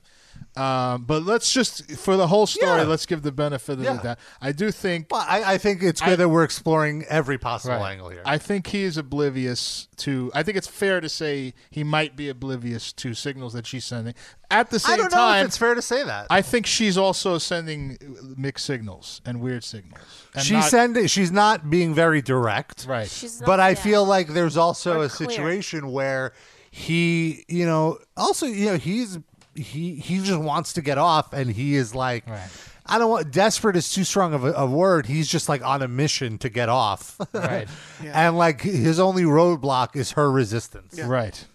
Speaker 2: Um, but let's just for the whole story,
Speaker 4: Yeah.
Speaker 2: let's give the benefit of
Speaker 4: Yeah.
Speaker 2: the doubt. I do think.
Speaker 4: Well, I, I think it's good
Speaker 2: I-
Speaker 4: that we're exploring every possible
Speaker 2: Right.
Speaker 4: angle here.
Speaker 2: I think he is oblivious to. I think it's fair to say he might be oblivious to signals that she's sending. At the same
Speaker 4: I don't know
Speaker 2: time,
Speaker 4: if it's fair to say that.
Speaker 2: I think she's also sending mixed signals and weird signals. And
Speaker 4: She's
Speaker 2: not-
Speaker 4: sending. She's not being very direct,
Speaker 2: right?
Speaker 4: but I feel like there's also a situation where he, you know, also you know he's he he just wants to get off, and he is like, I don't want desperate is too strong of a, a word. He's just like on a mission to get off,
Speaker 2: Right.
Speaker 4: and like his only roadblock is her resistance,
Speaker 2: right?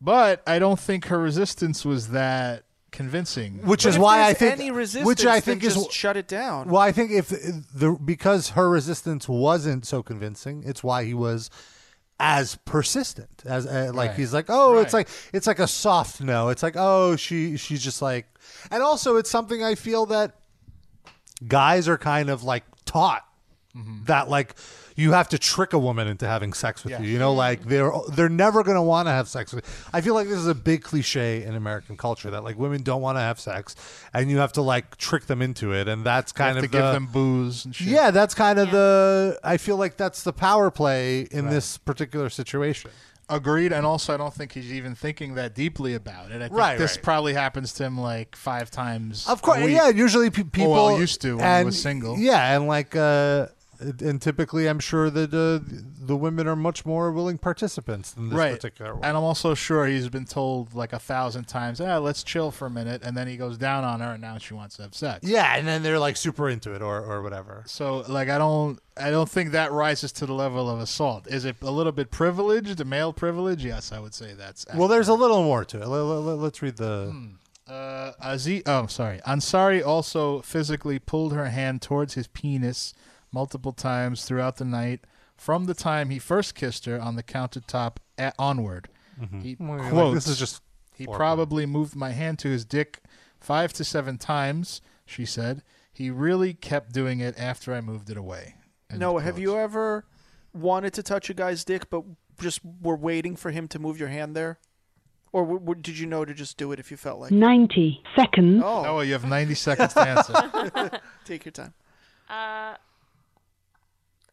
Speaker 2: But I don't think her resistance was that convincing.
Speaker 4: Which
Speaker 3: But
Speaker 4: is
Speaker 3: if
Speaker 4: why I
Speaker 3: there's
Speaker 4: think,
Speaker 3: any resistance,
Speaker 4: which I
Speaker 3: then
Speaker 4: think is
Speaker 3: just shut it down.
Speaker 4: Well, I think if the because her resistance wasn't so convincing, it's why he was as persistent as uh, like
Speaker 2: Right.
Speaker 4: he's like, oh, it's
Speaker 2: Right.
Speaker 4: like it's like a soft no. It's like oh, she she's just like, and also it's something I feel that guys are kind of like taught Mm. that like you have to trick a woman into having sex with you. You know, like they're they're never gonna want to have sex with. I feel like this is a big cliche in American culture that like women don't want to have sex, and you have to like trick them into it, and that's kind
Speaker 2: have
Speaker 4: of
Speaker 2: to give
Speaker 4: the-
Speaker 2: them booze and shit.
Speaker 4: Yeah, that's kind of the. I feel like that's the power play in this particular situation.
Speaker 2: Agreed, and also I don't think he's even thinking that deeply about it. I think
Speaker 4: Right,
Speaker 2: this
Speaker 4: right.
Speaker 2: probably happens to him like five times.
Speaker 4: Of course,
Speaker 2: a week.
Speaker 4: yeah. Usually pe-
Speaker 2: Or,
Speaker 4: people
Speaker 2: well, Oh, used to when he
Speaker 4: and,
Speaker 2: was single.
Speaker 4: Yeah, and like uh, And and typically, I'm sure that uh, the women are much more willing participants than this
Speaker 2: right.
Speaker 4: particular one.
Speaker 2: And I'm also sure he's been told like a thousand times, ah, let's chill for a minute. And then he goes down on her and now she wants to have sex.
Speaker 4: Yeah, and then they're like super into it or, or whatever.
Speaker 2: So like I don't I don't think that rises to the level of assault. Is it a little bit privileged, the male privilege? Yes, I would say that's
Speaker 4: Well, there's a little more to it. Let, us read the.
Speaker 2: Uh, Aziz, oh, sorry. Ansari also physically pulled her hand towards his penis multiple times throughout the night from the time he first kissed her on the countertop a- onward.
Speaker 4: Mhm.
Speaker 2: He
Speaker 4: Well, like,
Speaker 2: quotes,
Speaker 4: this is just
Speaker 2: He
Speaker 4: foreplay.
Speaker 2: probably moved my hand to his dick five to seven times, she said. He really kept doing it after I moved it away. End
Speaker 3: No, have you ever wanted to touch a guy's dick, but just were waiting for him to move your hand there, or w- w- did you know to just do it if you felt like? it?
Speaker 2: 90 seconds.
Speaker 3: Oh.
Speaker 2: oh, you have 90 seconds to answer.
Speaker 3: Take your time.
Speaker 5: Uh,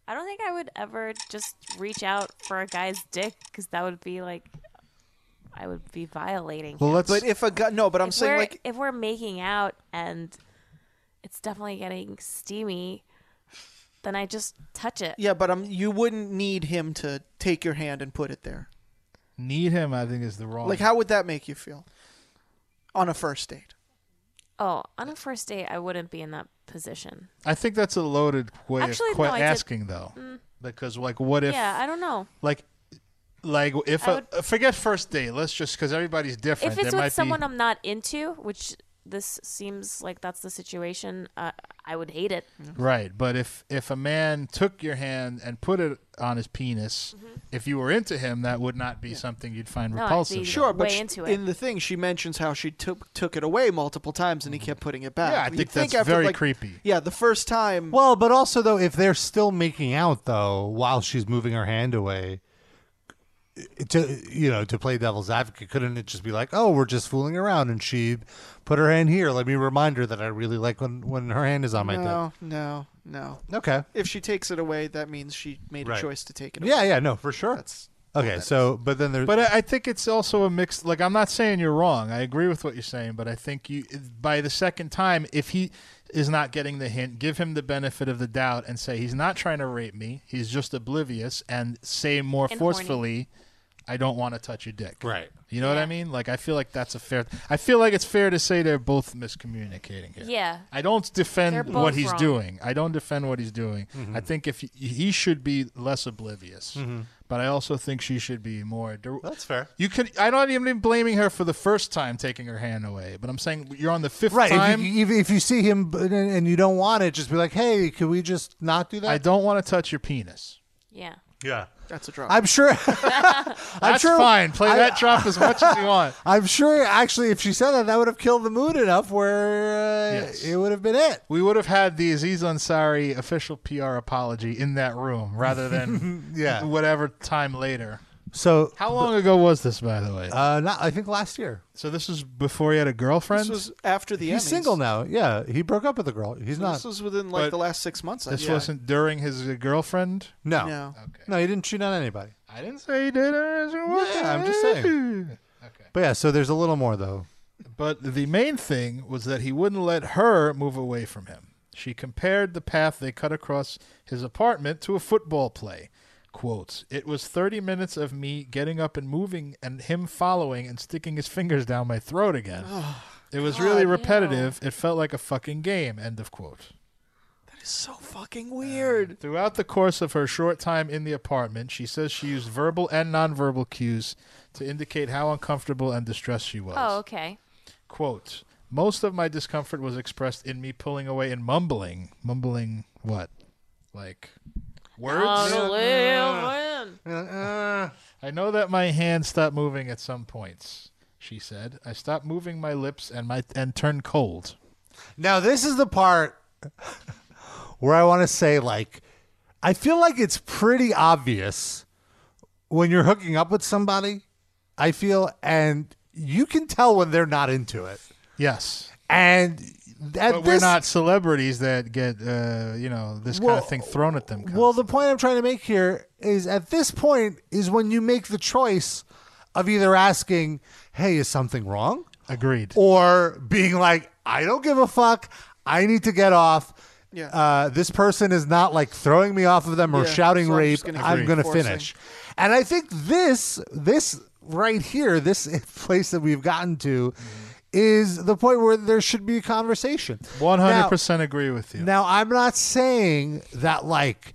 Speaker 5: I don't think I would ever just reach out for a guy's dick because that would be like, I would be violating. him.
Speaker 3: But if a guy, no, but I'm
Speaker 5: if
Speaker 3: saying
Speaker 5: we're,
Speaker 3: like
Speaker 5: if we're making out and it's definitely getting steamy, then I just touch it.
Speaker 3: yeah, but I'm you wouldn't need him to take your hand and put it there.
Speaker 2: Need him, I think, is the wrong.
Speaker 3: Like, how would that make you feel? On a first date.
Speaker 5: Oh, on a first date, I wouldn't be in that position.
Speaker 2: I think that's a loaded way
Speaker 5: Actually,
Speaker 2: of que-
Speaker 5: no, I did-
Speaker 2: asking, though.
Speaker 5: Mm.
Speaker 2: Because, like, what if.
Speaker 5: yeah, I don't know.
Speaker 2: Like, like if
Speaker 5: I
Speaker 2: a, uh, forget first date. Let's just because everybody's different.
Speaker 5: If it's
Speaker 2: there might
Speaker 5: with someone
Speaker 2: be,
Speaker 5: I'm not into, which this seems like that's the situation, uh, I would hate it.
Speaker 2: right, but if if a man took your hand and put it on his penis,
Speaker 5: Mm-hmm.
Speaker 2: if you were into him, that would not be something you'd find repulsive.
Speaker 3: Sure, but
Speaker 2: she-
Speaker 3: sh- in the thing, she mentions how she took took it away multiple times and he kept putting it back.
Speaker 2: Mm-hmm. Yeah, I
Speaker 3: You'd
Speaker 2: think that's very creepy.
Speaker 3: Yeah, the first time.
Speaker 4: Well, but also though, if they're still making out though while she's moving her hand away, to you know, to play devil's advocate, couldn't it just be like, oh, we're just fooling around, and she put her hand here? Let me remind her that I really like when when her hand is on my
Speaker 3: no, no, no.
Speaker 4: dick. Okay.
Speaker 3: If she takes it away, that means she made
Speaker 4: Right.
Speaker 3: a choice to take it away.
Speaker 4: Yeah, yeah, no, for sure. okay, so but then there's
Speaker 2: But uh, I I think it's also a mix. Like I'm not saying you're wrong. I agree with what you're saying, but I think you by the second time, if he is not getting the hint, give him the benefit of the doubt and say he's not trying to rape me. He's just oblivious, and say more
Speaker 4: And horny.
Speaker 2: forcefully, "I don't want to touch your dick."
Speaker 4: Right.
Speaker 2: You know what I mean? Like I feel like that's a fair. I feel like it's fair to say they're both miscommunicating here.
Speaker 5: Yeah.
Speaker 2: I don't
Speaker 5: They're
Speaker 2: defend
Speaker 5: both
Speaker 2: what he's
Speaker 5: wrong.
Speaker 2: doing. I don't defend what he's doing. I think if he, he should be less oblivious, but I also think she should be more. dir-
Speaker 4: That's fair.
Speaker 2: You could. I'm not even blaming her for the first time taking her hand away, but I'm saying you're on the fifth
Speaker 4: right.
Speaker 2: time.
Speaker 4: If you, if, if you see him b- and, and you don't want it, just be like, hey, can we just not do that?
Speaker 2: I don't want to touch your penis.
Speaker 5: Yeah.
Speaker 4: Yeah.
Speaker 3: That's a drop.
Speaker 4: I'm sure. I'm
Speaker 2: That's
Speaker 4: sure,
Speaker 2: fine. Play that drop as much as you want.
Speaker 4: I'm sure, actually, if she said that, that would have killed the mood enough where uh, it would have been it.
Speaker 2: We would have had the Aziz Ansari official PR apology in that room rather than
Speaker 4: Yeah.
Speaker 2: whatever time later.
Speaker 4: So
Speaker 2: how long ago was this, by the way?
Speaker 4: Uh, not, I think last year.
Speaker 2: So this was before he had a girlfriend.
Speaker 3: This was after the
Speaker 4: He's
Speaker 3: Emmys.
Speaker 4: single now. Yeah, he broke up with a girl. He's not.
Speaker 3: This was within like
Speaker 2: But
Speaker 3: the last six months. I
Speaker 2: This
Speaker 3: think.
Speaker 2: wasn't during his uh, girlfriend.
Speaker 4: no.
Speaker 3: No.
Speaker 4: No, he didn't cheat on anybody.
Speaker 2: I didn't say he did. Yeah,
Speaker 4: Yeah, I'm just saying. But yeah, so there's a little more though.
Speaker 2: But the main thing was that he wouldn't let her move away from him. She compared the path they cut across his apartment to a football play. Quotes, it was 30 minutes of me getting up and moving and him following and sticking his fingers down my throat again.
Speaker 3: Oh,
Speaker 2: it was
Speaker 3: God,
Speaker 2: really
Speaker 3: ew.
Speaker 2: repetitive. It felt like a fucking game. End of quote. Uh,
Speaker 3: That is so fucking weird.
Speaker 2: Throughout the course of her short time in the apartment, she says she used verbal and nonverbal cues to indicate how uncomfortable and distressed she was.
Speaker 5: Oh, okay.
Speaker 2: Quote, most of my discomfort was expressed in me pulling away and mumbling. Mumbling what? Like words? I know that my hand stopped moving at some points, she said. I stopped moving my lips and my and turned cold.
Speaker 4: Now this is the part where I want to say like I feel like it's pretty obvious when you're hooking up with somebody. I feel and you can tell when they're not into it.
Speaker 2: Yes.
Speaker 4: And at
Speaker 2: but we're
Speaker 4: this-
Speaker 2: not celebrities that get uh, you know, this kind
Speaker 4: Well,
Speaker 2: of thing thrown at them.
Speaker 4: Well, the point I'm trying to make here is at this point is when you make the choice of either asking, "Hey, is something wrong?"
Speaker 2: Agreed.
Speaker 4: Or being like, "I don't give a fuck. I need to get off."
Speaker 3: Yeah.
Speaker 4: uh, this person is not like throwing me off of them or
Speaker 3: Yeah,
Speaker 4: shouting
Speaker 3: so I'm
Speaker 4: rape.
Speaker 3: just gonna
Speaker 4: I'm
Speaker 3: keep
Speaker 4: going to
Speaker 3: forcing.
Speaker 4: finish. And I think this this right here, this place that we've gotten to, is the point where there should be a conversation.
Speaker 2: One hundred
Speaker 4: Now-
Speaker 2: percent agree with you.
Speaker 4: now, I'm not saying that like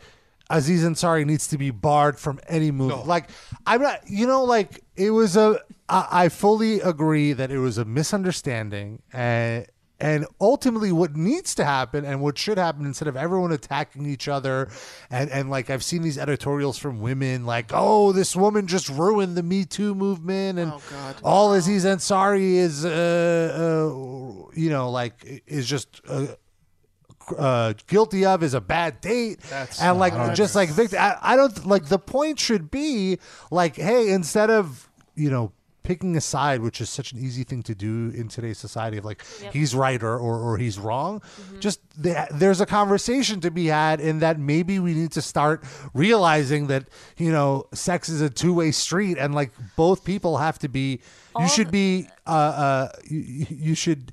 Speaker 4: Aziz Ansari needs to be barred from any movie. Like, I'm not, you know, like it was a. I, I fully agree that it was a misunderstanding, and and ultimately, what needs to happen and what should happen instead of everyone attacking each other, and and like I've seen these editorials from women like, oh, this woman just ruined the Me Too movement, and
Speaker 2: Oh,
Speaker 4: all Aziz Ansari is, uh, uh, you know, like is just. Uh, uh, guilty of is a bad date,
Speaker 2: That's
Speaker 4: and like
Speaker 2: not
Speaker 4: just like Victor. I, I don't like the point should be like, hey, instead of you know picking a side, which is such an easy thing to do in today's society of like
Speaker 2: Yep.
Speaker 4: he's right or or, or he's wrong. Just th- there's a conversation to be had in that maybe we need to start realizing that you know sex is a two way street, and like both people have to be. You should be. Uh, uh, you, you you should.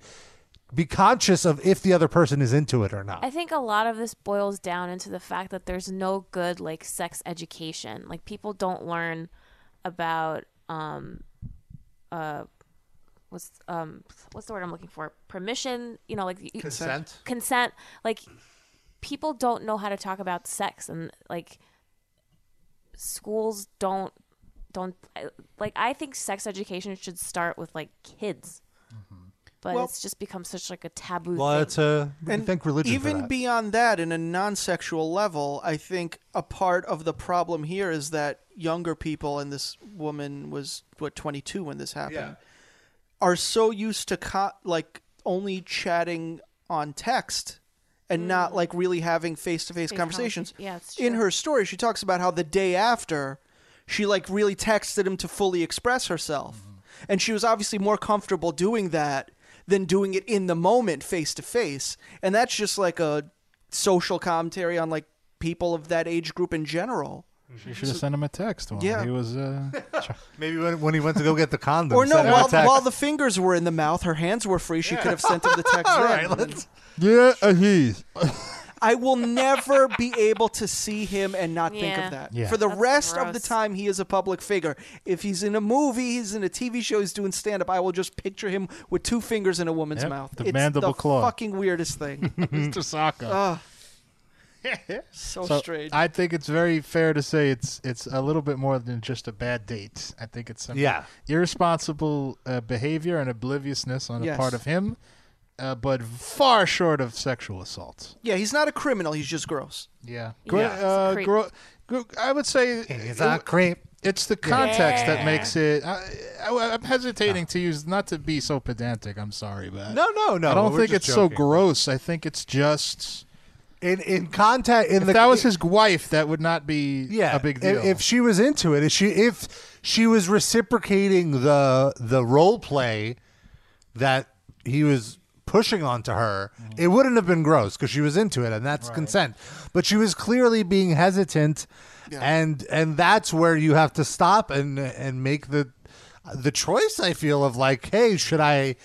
Speaker 4: Be conscious of if the other person is into it or not.
Speaker 5: I think a lot of this boils down into the fact that there's no good like sex education. Like people don't learn about um uh what's um what's the word I'm looking for? Permission, you know, like you-
Speaker 4: Consent.
Speaker 5: Consent. Like people don't know how to talk about sex and like schools don't don't I- like I think sex education should start with like kids. But
Speaker 3: Well-
Speaker 5: it's just become such like a taboo
Speaker 4: Well,
Speaker 5: thing.
Speaker 4: it's a I
Speaker 3: And
Speaker 4: think religion.
Speaker 3: Even
Speaker 4: for that.
Speaker 3: beyond that, in a non-sexual level, I think a part of the problem here is that younger people, and this woman was what 22 when this happened, are so used to co- like only chatting on text and not like really having face-to-face
Speaker 5: Face
Speaker 3: conversations.
Speaker 5: conversa- Mm. yeah, it's
Speaker 3: in
Speaker 5: true.
Speaker 3: her story, she talks about how the day after, she like really texted him to fully express herself, and she was obviously more comfortable doing that than doing it in the moment face to face. And that's just like a social commentary on like people of that age group in general.
Speaker 2: You should have sent him a text. While
Speaker 3: Yeah.
Speaker 2: he was. Uh,
Speaker 4: Maybe when, when he went to go get the condom.
Speaker 3: Or no, while, while the fingers were in the mouth, her hands were free. She could have sent him the text.
Speaker 4: All
Speaker 3: then.
Speaker 4: right, let's-
Speaker 2: yeah, uh, he's.
Speaker 3: I will never be able to see him and not think
Speaker 5: Yeah.
Speaker 3: of that.
Speaker 2: Yeah.
Speaker 3: For the
Speaker 5: That's
Speaker 3: rest of the
Speaker 5: gross.
Speaker 3: time, he is a public figure. If he's in a movie, he's in a TV show, he's doing stand up, I will just picture him with two fingers in a woman's
Speaker 2: Yep,
Speaker 3: mouth.
Speaker 2: the
Speaker 3: it's
Speaker 2: mandible
Speaker 3: the
Speaker 2: claw.
Speaker 3: fucking weirdest thing.
Speaker 2: Mr. Saka.
Speaker 3: Ugh. so, strange.
Speaker 2: I think it's very fair to say it's it's a little bit more than just a bad date. I think it's some
Speaker 4: Yeah.
Speaker 2: irresponsible uh, behavior and obliviousness on
Speaker 3: Yes.
Speaker 2: the part of him, uh, but far short of sexual assault.
Speaker 3: yeah, he's not a criminal. He's just gross.
Speaker 2: Yeah.
Speaker 3: Yeah. It's a
Speaker 2: uh,
Speaker 3: creep.
Speaker 2: gro- gro- I would say it's
Speaker 4: a creep.
Speaker 2: Uh, It's the context that makes it. I, I, I'm hesitating to use not to be so pedantic. I'm sorry, but
Speaker 4: No, no, no,
Speaker 2: I don't
Speaker 4: we're
Speaker 2: think
Speaker 4: just
Speaker 2: it's so
Speaker 4: joking.
Speaker 2: gross. I think it's just
Speaker 4: in in contact in
Speaker 2: if
Speaker 4: the
Speaker 2: that was his wife, that would not be
Speaker 4: yeah
Speaker 2: a big
Speaker 4: i-
Speaker 2: deal.
Speaker 4: If she was into it, if she if she was reciprocating the the role play that he was pushing onto her,
Speaker 2: Mm-hmm.
Speaker 4: it wouldn't have been gross because she was into it and that's consent. But she was clearly being hesitant, and and that's where you have to stop and and make the the choice. I feel of like, hey, should I?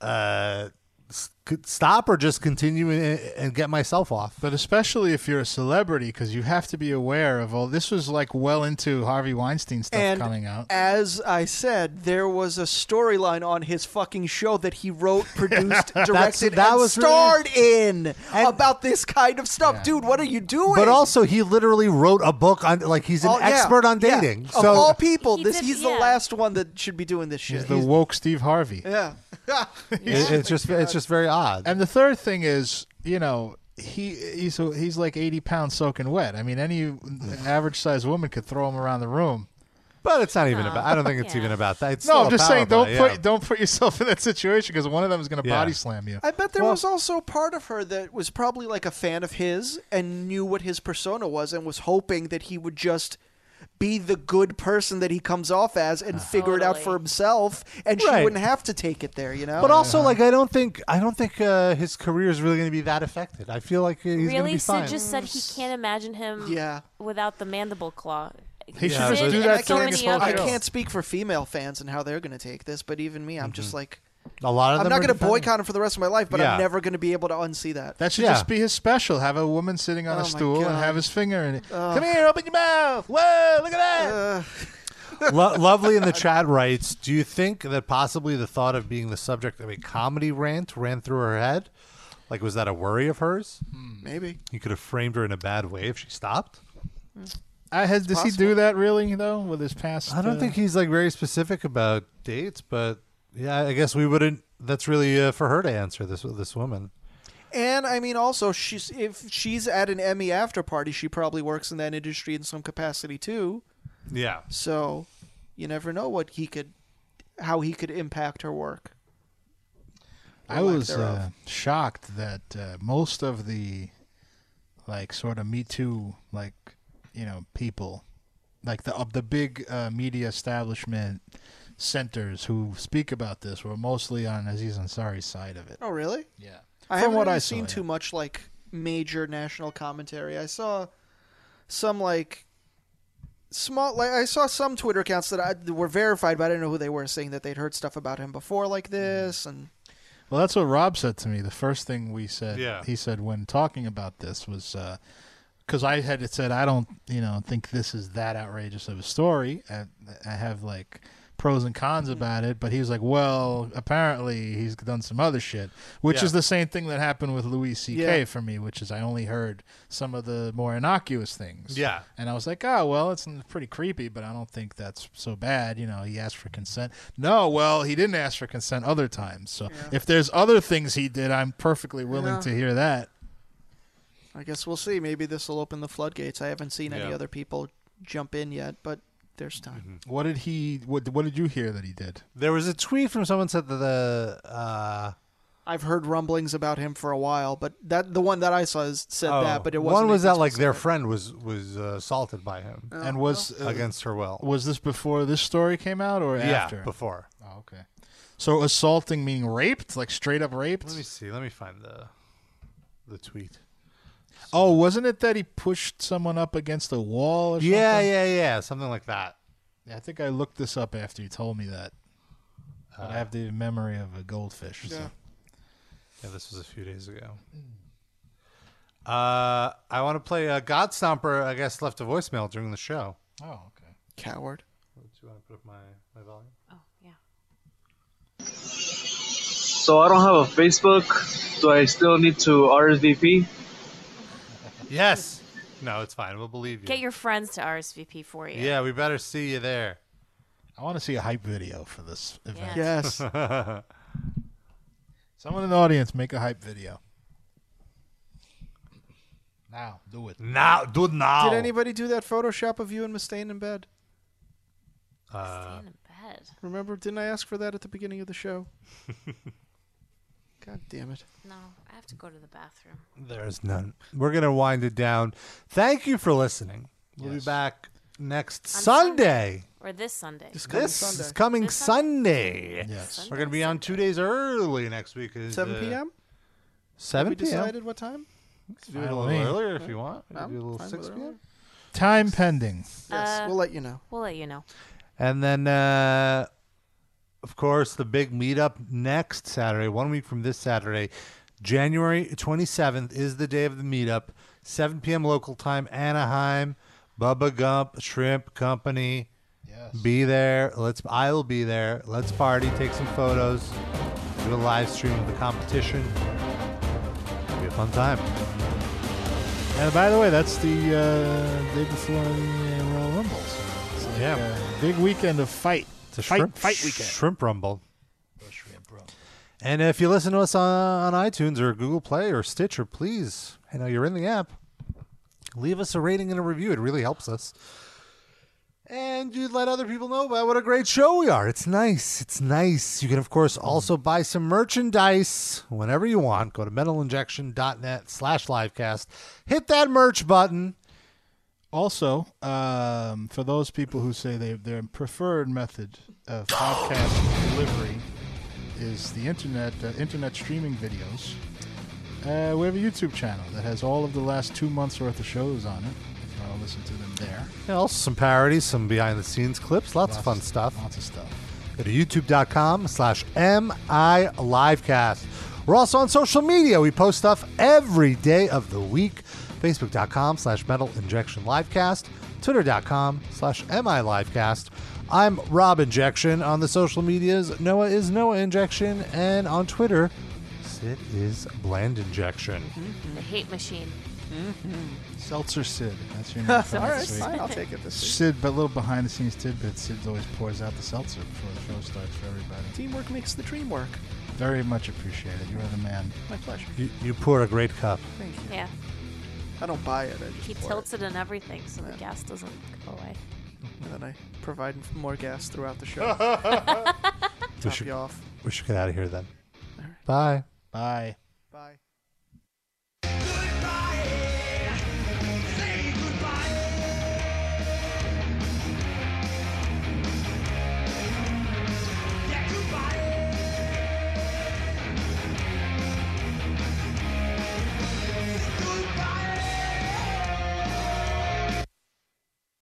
Speaker 4: Uh, s- stop or just continue and, and get myself off.
Speaker 2: But especially if you're a celebrity, because you have to be aware of all this was like well into Harvey Weinstein stuff
Speaker 3: and
Speaker 2: coming out.
Speaker 3: As I said, there was a storyline on his fucking show that he wrote, produced, directed,
Speaker 4: that
Speaker 3: and
Speaker 4: was really-
Speaker 3: starred in about this kind of stuff. Dude, what are you doing?
Speaker 4: But also, he literally wrote a book on like he's an
Speaker 3: Oh, yeah,
Speaker 4: expert on
Speaker 3: yeah.
Speaker 4: dating.
Speaker 3: of
Speaker 4: So
Speaker 3: all people,
Speaker 5: He
Speaker 3: this
Speaker 5: did-
Speaker 3: he's
Speaker 5: yeah.
Speaker 3: the last one that should be doing this
Speaker 2: He's
Speaker 3: shit.
Speaker 2: the woke Steve Harvey.
Speaker 3: yeah.
Speaker 4: it- it's just it's just very odd.
Speaker 2: And the third thing is, you know, he he's he's like 80 pounds soaking wet. I mean, any average sized woman could throw him around the room.
Speaker 4: But it's not even about. I don't think it's
Speaker 5: Yeah.
Speaker 4: even about that. It's
Speaker 2: No,
Speaker 4: still
Speaker 2: I'm
Speaker 4: a
Speaker 2: just
Speaker 4: power
Speaker 2: saying, don't
Speaker 4: play,
Speaker 2: put
Speaker 4: yeah.
Speaker 2: don't put yourself in that situation because one of them is going to
Speaker 4: Yeah.
Speaker 2: body slam you.
Speaker 3: I bet there
Speaker 4: Well-
Speaker 3: was also part of her that was probably like a fan of his and knew what his persona was and was hoping that he would just be the good person that he comes off as and figure it out for
Speaker 5: Totally.
Speaker 3: himself and
Speaker 4: Uh-huh. Right.
Speaker 3: she wouldn't have to take it there, you know?
Speaker 4: But also, like, I don't think I don't think uh, his career is really going to be that affected. I feel like he's going to
Speaker 5: really,
Speaker 4: be
Speaker 5: Sid
Speaker 4: fine.
Speaker 5: just said he can't imagine him
Speaker 3: Yeah.
Speaker 5: without the mandible claw.
Speaker 2: He
Speaker 5: Sid
Speaker 2: should just do
Speaker 5: and
Speaker 2: that
Speaker 5: so
Speaker 2: during
Speaker 5: many
Speaker 2: his whole
Speaker 5: others.
Speaker 3: I
Speaker 2: show.
Speaker 3: can't speak for female fans and how they're going to take this, but even me, I'm just like,
Speaker 4: A Mm-hmm. lot of
Speaker 3: I'm
Speaker 4: them
Speaker 3: not
Speaker 4: are
Speaker 3: going to
Speaker 4: defending-
Speaker 3: boycott him for the rest of my life, but
Speaker 4: Yeah.
Speaker 3: I'm never going to be able to unsee that.
Speaker 2: That should just be his special. Have a woman sitting on
Speaker 3: Oh
Speaker 2: a
Speaker 3: my
Speaker 2: stool and
Speaker 3: God.
Speaker 2: have his finger in it.
Speaker 3: Ugh.
Speaker 2: Come here, open your mouth. Whoa, look at that.
Speaker 4: Uh. Lo- lovely in the chat writes, "Do you think that possibly the thought of being the subject of a comedy rant ran through her head? Like, was that a worry of hers?
Speaker 3: Maybe
Speaker 4: you could have framed her in a bad way if she stopped.
Speaker 2: I had, does he do that really though with his past?
Speaker 4: I don't
Speaker 2: uh,
Speaker 4: think he's like very specific about dates, but yeah, I guess we wouldn't. That's really uh, for her to answer this this woman.
Speaker 3: And I mean, also, she's if she's at an Emmy after party, she probably works in that industry in some capacity too.
Speaker 4: Yeah.
Speaker 3: So, you never know what he could, how he could impact her work.
Speaker 2: I
Speaker 3: Or lack
Speaker 2: was
Speaker 3: thereof.
Speaker 2: uh, shocked that uh, most of the like sort of Me Too like you know people like the of the big uh, media establishment centers who speak about this were mostly on Aziz Ansari's side of it.
Speaker 3: Oh, really?
Speaker 2: Yeah.
Speaker 3: I
Speaker 2: From
Speaker 3: haven't
Speaker 2: what
Speaker 3: really
Speaker 2: I saw,
Speaker 3: seen
Speaker 2: yeah.
Speaker 3: too much like major national commentary. I saw some like small like I saw some Twitter accounts that I, were verified, but I didn't know who they were, saying that they'd heard stuff about him before like
Speaker 2: Mm-hmm.
Speaker 3: this and
Speaker 2: Well, that's what Rob said to me. The first thing we said,
Speaker 3: Yeah.
Speaker 2: he said when talking about this was because I had said I don't, you know, think this is that outrageous of a story. I, I have like pros and cons
Speaker 4: Mm-hmm.
Speaker 2: about it, but he was like, well, apparently he's done some other shit, which
Speaker 4: Yeah.
Speaker 2: is the same thing that happened with Louis C.K.
Speaker 4: Yeah.
Speaker 2: for me, which is I only heard some of the more innocuous things.
Speaker 4: Yeah.
Speaker 2: And I was like, oh, well, it's pretty creepy, but I don't think that's so bad. You know, he asked for consent. No, well, he didn't ask for consent other times. So if there's other things he did, I'm perfectly willing
Speaker 3: Yeah.
Speaker 2: to hear that.
Speaker 3: I guess we'll see. Maybe this will open the floodgates. I haven't seen any
Speaker 2: Yeah. Mm-hmm.
Speaker 3: other people jump in yet, but there's time.
Speaker 2: What did he, what, what did you hear that he did?
Speaker 4: There was a tweet from someone said that the uh,
Speaker 3: I've heard rumblings about him for a while, but that the one that I saw is, said that, but it wasn't.
Speaker 4: one was that
Speaker 3: anything
Speaker 4: like their
Speaker 3: specific.
Speaker 4: friend was was uh, assaulted by him
Speaker 2: Oh, And was, well. uh,
Speaker 4: against her will.
Speaker 2: Was this before this story came out or
Speaker 4: yeah,
Speaker 2: after?
Speaker 4: before.
Speaker 2: Oh, okay. So assaulting meaning raped, like straight up raped?
Speaker 4: Let me see. Let me find the the tweet.
Speaker 2: Oh, wasn't it that he pushed someone up against a
Speaker 3: Oh,
Speaker 2: wall or
Speaker 4: Yeah,
Speaker 2: something?
Speaker 4: yeah, yeah, something like that.
Speaker 2: Yeah, I think I looked this up after you told me that.
Speaker 4: Uh,
Speaker 2: But I have the memory of a goldfish. so.
Speaker 4: Yeah. Yeah, this was a few days ago. Uh, I want to play uh, God Stomper. I guess left a voicemail during the show.
Speaker 2: Oh, okay.
Speaker 3: Coward.
Speaker 4: Do you want to put up my, my volume?
Speaker 13: So I don't have a Facebook. Do I still need to RSVP?
Speaker 4: Yes. No, it's fine. We'll believe you.
Speaker 5: Get your friends to RSVP for you.
Speaker 4: Yeah, we better see you there.
Speaker 2: I want to see a hype video for this event.
Speaker 4: Yes.
Speaker 2: Someone in the audience make a hype video. Now, do it.
Speaker 4: Now, do it now.
Speaker 3: Did anybody do that Photoshop of you and Mustaine in bed?
Speaker 4: Uh,
Speaker 3: Remember, didn't I ask for that at the beginning of the show? God damn it.
Speaker 5: No, I have to go to the bathroom.
Speaker 4: There's none. We're gonna wind it down. Thank you for listening. We'll be back next Sunday.
Speaker 5: Or this Sunday.
Speaker 4: This is coming Sunday.
Speaker 2: Yes.
Speaker 4: We're gonna be on two days early next week. Is,
Speaker 3: 7
Speaker 4: uh,
Speaker 3: p.m.?
Speaker 4: Seven
Speaker 3: We
Speaker 4: p.m.
Speaker 3: decided what time?
Speaker 4: Do it a little earlier if you want. We could do a little
Speaker 3: fine
Speaker 4: six
Speaker 3: with
Speaker 4: p.m.
Speaker 2: Time pending.
Speaker 3: Yes,
Speaker 5: Uh,
Speaker 3: we'll let you know.
Speaker 5: We'll let you know.
Speaker 4: And then, uh, of course, the big meetup next Saturday, one week from this Saturday, January 27th is the day of the meetup, 7 p.m. local time, Anaheim, Bubba Gump Shrimp Company. Yes. Be there. Let's. I will be there. Let's party. Take some photos. Do a live stream of the competition. It'll be a fun time.
Speaker 2: And by the way, that's the uh, day before the uh, Royal Rumble. So it's like,
Speaker 4: Yeah.
Speaker 2: uh, big weekend of fight.
Speaker 4: It's a
Speaker 2: fight,
Speaker 4: shrimp,
Speaker 2: fight weekend.
Speaker 4: Shrimp rumble. And if you listen to us on, on iTunes or Google Play or Stitcher, please, I know you're in the app, leave us a rating and a review. It really helps us. And you let other people know about what a great show we are. It's nice. It's nice. You can, of course, also buy some merchandise whenever you want. Go to metalinjection.net slash livecast. Hit that merch button.
Speaker 2: Also, um, for those people who say they, their preferred method of podcast delivery is the internet, uh, internet streaming videos. Uh, we have a YouTube channel that has all of the last two months' worth of shows on it. You can listen to them there.
Speaker 4: And also some parodies, some behind the scenes clips, lots, of fun stuff.
Speaker 2: Lots of stuff.
Speaker 4: Go to youtube.com slash MI Livecast. We're also on social media. We post stuff every day of the week. Facebook.com slash Metal Injection Livecast. Twitter.com slash MI Livecast. I'm Rob Injection on the social medias. Noah is Noah Injection. And on Twitter, Sid is Bland Injection.
Speaker 5: The hate machine.
Speaker 2: Seltzer Sid. That's your name. for
Speaker 5: All right,
Speaker 2: this week.
Speaker 5: fine, I'll take it this week.
Speaker 2: Sid, but a little behind the scenes tidbit. Sid always pours out the seltzer before the show starts for everybody.
Speaker 3: Teamwork makes the dream work.
Speaker 2: Very much appreciated. You are the man.
Speaker 3: My pleasure.
Speaker 4: You, you pour a great cup.
Speaker 3: Thank you.
Speaker 5: Yeah.
Speaker 3: I don't buy it. I just
Speaker 5: He
Speaker 3: pour
Speaker 5: tilts it and everything so the gas doesn't go away.
Speaker 3: it. And then I provide more gas throughout the show. Top
Speaker 4: should-
Speaker 3: you off.
Speaker 4: We should get out of here then. Bye.
Speaker 2: Bye.